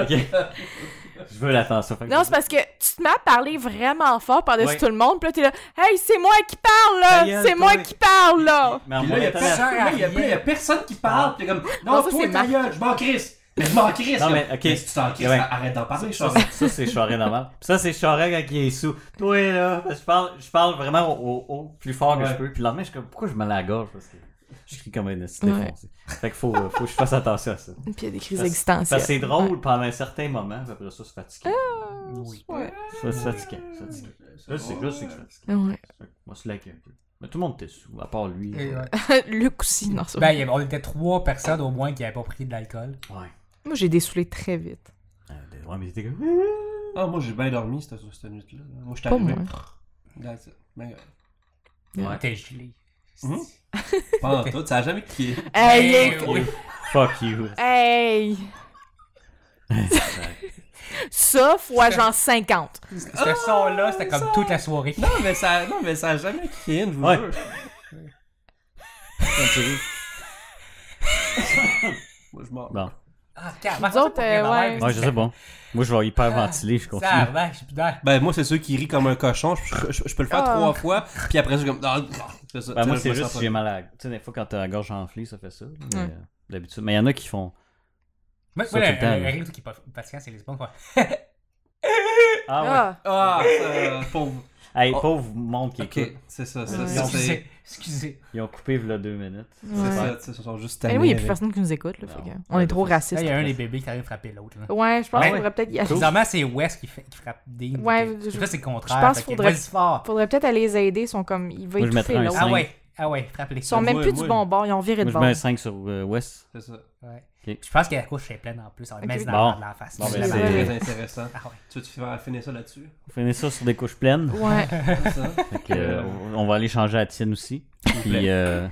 C: Ok. Je veux l'attention. Fait que
A: Non, c'est parce que tu te mets à parler vraiment fort par-dessus
C: Ouais.
A: tout le monde, puis là, t'es là, hey, c'est moi qui parle, là!
C: Ta gueule,
A: C'est moi
C: toi.
A: qui parle, là!
C: Mais en
E: Puis là, il y a
C: montant la-
E: personne, là, il y a- là, il y a personne qui parle. Puis comme, non,
A: Non, Ah, ça,
E: toi,
A: c'est
E: ta
A: Marc.
E: gueule, je m'en crisse. Mais je m'en crisse.
C: Ah. Non,
E: comme,
C: mais, ok. Eh
E: si tu t'en crisses,
C: Ouais.
E: arrête d'en parler,
C: Ça,
E: Charles.
C: c'est- ça, c'est Charest normal. Puis ça, c'est Charest quand il est sous. Toi, là, parce que je parle, je parle vraiment au, au- au plus fort que
E: Ouais.
C: je peux. Puis le lendemain, je suis comme, pourquoi je me la gorge? Parce que... Je crie comme un esti défoncé. Fait qu'il faut, euh, faut que je fasse attention à ça.
A: Puis il y a des crises
C: Parce-
A: existentielles.
C: Parce que c'est drôle pendant un certain moment, puis après ça, c'est fatigué.
A: Ouais. Ah Ouais.
C: C'est fatigué. c'est fatigué. Là, c'est là, c'est que c'est fatigué.
A: Ouais.
C: Moi, c'est là un peu. Mais tout le monde était sous, à part lui.
A: Eh
D: Et ouais.
A: Luc aussi, non, ça.
D: Ben, il y avait- on était trois personnes au moins qui n'avaient pas pris de l'alcool.
C: Ouais.
A: Moi, j'ai dessoulé très vite.
C: Euh, des- Ouais, mais c'était comme.
E: Ah, moi, j'ai bien dormi cette, cette nuit-là. Moi, j'étais
A: Pas
E: arrivé.
A: moi.
E: That's it. Ben,
A: Ouais.
D: On était gelés.
E: Mhm.
D: Hum?
E: Pas en tout, ça a jamais cliqué.
A: Hey!
E: Eh
D: Ben,
A: Luc!
D: oui.
C: Fuck you.
A: Hey! ça, fois genre 50.
D: Ce son-là, c'était
A: Ah!
D: comme toute la soirée.
E: Non, mais ça, non, mais ça a jamais cliqué, je vous
C: Ouais.
E: jure.
C: Comme tu ris.
E: Moi, je m'en.
C: Bon.
D: Ah, calme.
A: Nous autres, euh, ouais.
C: Ouais, je sais bon. Moi, je vais hyperventiler, je continue.
D: Ça, ouais, je suis plus d'air.
E: Ben, moi, c'est ceux qui rient comme un cochon. Je, je- je peux le faire
A: Ah.
E: trois fois, puis après, je suis comme. Ah, ah, c'est ça.
C: Ben,
E: Tu
C: moi,
E: sais,
C: c'est
E: je me
C: juste
E: sens
C: si j'ai mal à la... Tu sais, des fois, quand t'as la gorge enflée, ça fait ça. là, mais,
A: Ouais.
C: euh, D'habitude. Mais il y en a qui font...
D: Moi,
C: Ça,
D: moi,
C: tout le temps,
D: le- le
C: là.
D: rire qui est pas patient, c'est les bonnes fois.
C: Ah
A: Ah,
E: Ah, ça, pauvre.
C: ouais. Hey,
E: Oh.
C: pauvre monde qui
E: Ok,
C: écoute.
E: c'est ça.
A: Ouais.
E: ça, ça, c'est
D: Excusez. Excusez.
C: Ils ont coupé, v'là deux minutes.
A: Ouais.
E: c'est ça, tu sais, ils sont juste
A: Eh
E: tannés.
A: oui, il n'y a plus
E: avec-
A: personne qui nous écoute. Là, fait
C: Non.
A: que on est trop
D: Là,
A: racistes.
D: il y a un des bébés qui arrive à frapper l'autre. là.
A: Ouais, je pense
D: Ouais.
A: qu'on pourrait peut-être y aller.
D: Bizarrement, c'est Wes qui, fait- qui frappe Dean.
A: Ouais,
D: Fait que-
A: je-
D: Là, c'est le contraire.
A: je pense
D: Fait que
A: qu'il faudrait-
D: vas-y fort.
A: faudrait peut-être aller les aider. Ils sont comme. Ils veulent
C: Moi, je
A: étouffer
C: mettrais un
A: l'autre.
D: Ah
C: Cinq.
D: ouais, ah ouais, frappe-les.
A: Ils sont même
E: Moi,
A: plus
E: moi,
A: du bon bord. Ils ont viré de
C: Moi, je mets un
A: bord.
C: 5 sur euh, West.
E: C'est ça.
D: Ouais.
C: Ok.
D: Je pense que la couche est pleine en plus. On la
A: Ok.
D: met dans
C: Bon.
D: la- dans la face.
C: Bon, ben,
E: C'est
A: c'est-
E: très intéressant.
D: Ah ouais.
E: Tu veux tu fais- finir ça là-dessus?
C: On finit ça sur des couches pleines.
A: Ouais.
E: C'est ça?
C: Fait que, euh, on- on va aller changer à tienne aussi. Puis, euh,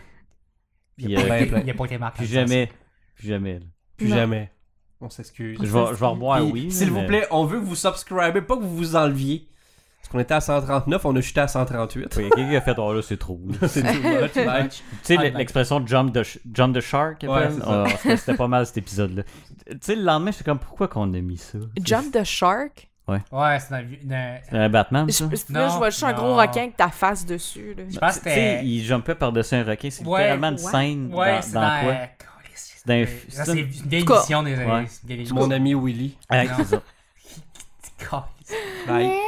C: puis, euh,
E: Ben, plein.
D: Il n'y a pas été marqué.
C: plus jamais. Plus jamais. là.
E: Plus
A: Non.
E: jamais. On s'excuse.
C: Je vais, je vais revoir,
E: Puis,
C: oui.
E: S'il
C: mais-
E: vous plaît, on veut que vous subscribez, pas que vous vous enleviez. Parce qu'on était à 139, on a chuté à 138.
C: Il y a quelqu'un qui a fait, oh là, c'est trop. là.
E: c'est too much, man.
C: Tu sais, l'expression jump the, sh- jump the shark,
E: Ouais,
C: appelle?
E: c'est ça.
C: Ah, c'était- c'était pas mal cet épisode-là. Tu sais, le lendemain, j'étais comme, pourquoi qu'on a mis ça?
A: Jump the shark.
D: Ouais, c'est dans le vieux- dans-
C: C'est un Euh, Batman,
A: Je-
C: ça?
A: là, je vois juste un gros
D: non.
A: requin avec ta face dessus. Là.
D: Je pense que
C: Tu sais,
D: Ah, c'était.
C: il jumpait par-dessus un requin. C'est
D: Ouais,
C: littéralement une
A: ouais.
C: scène
D: Ouais,
C: dans,
D: c'est
C: dans
D: dans.
C: quoi?
D: euh,
C: dans un-
D: C'est ça, c'est une vieille
A: tout cas-
D: émission des
C: Ouais.
D: années. c'est une vieille
E: Mon
D: émission.
E: ami Willy.
C: Ouais,
D: Non.
C: c'est ça.
D: Calisse.
E: Bye.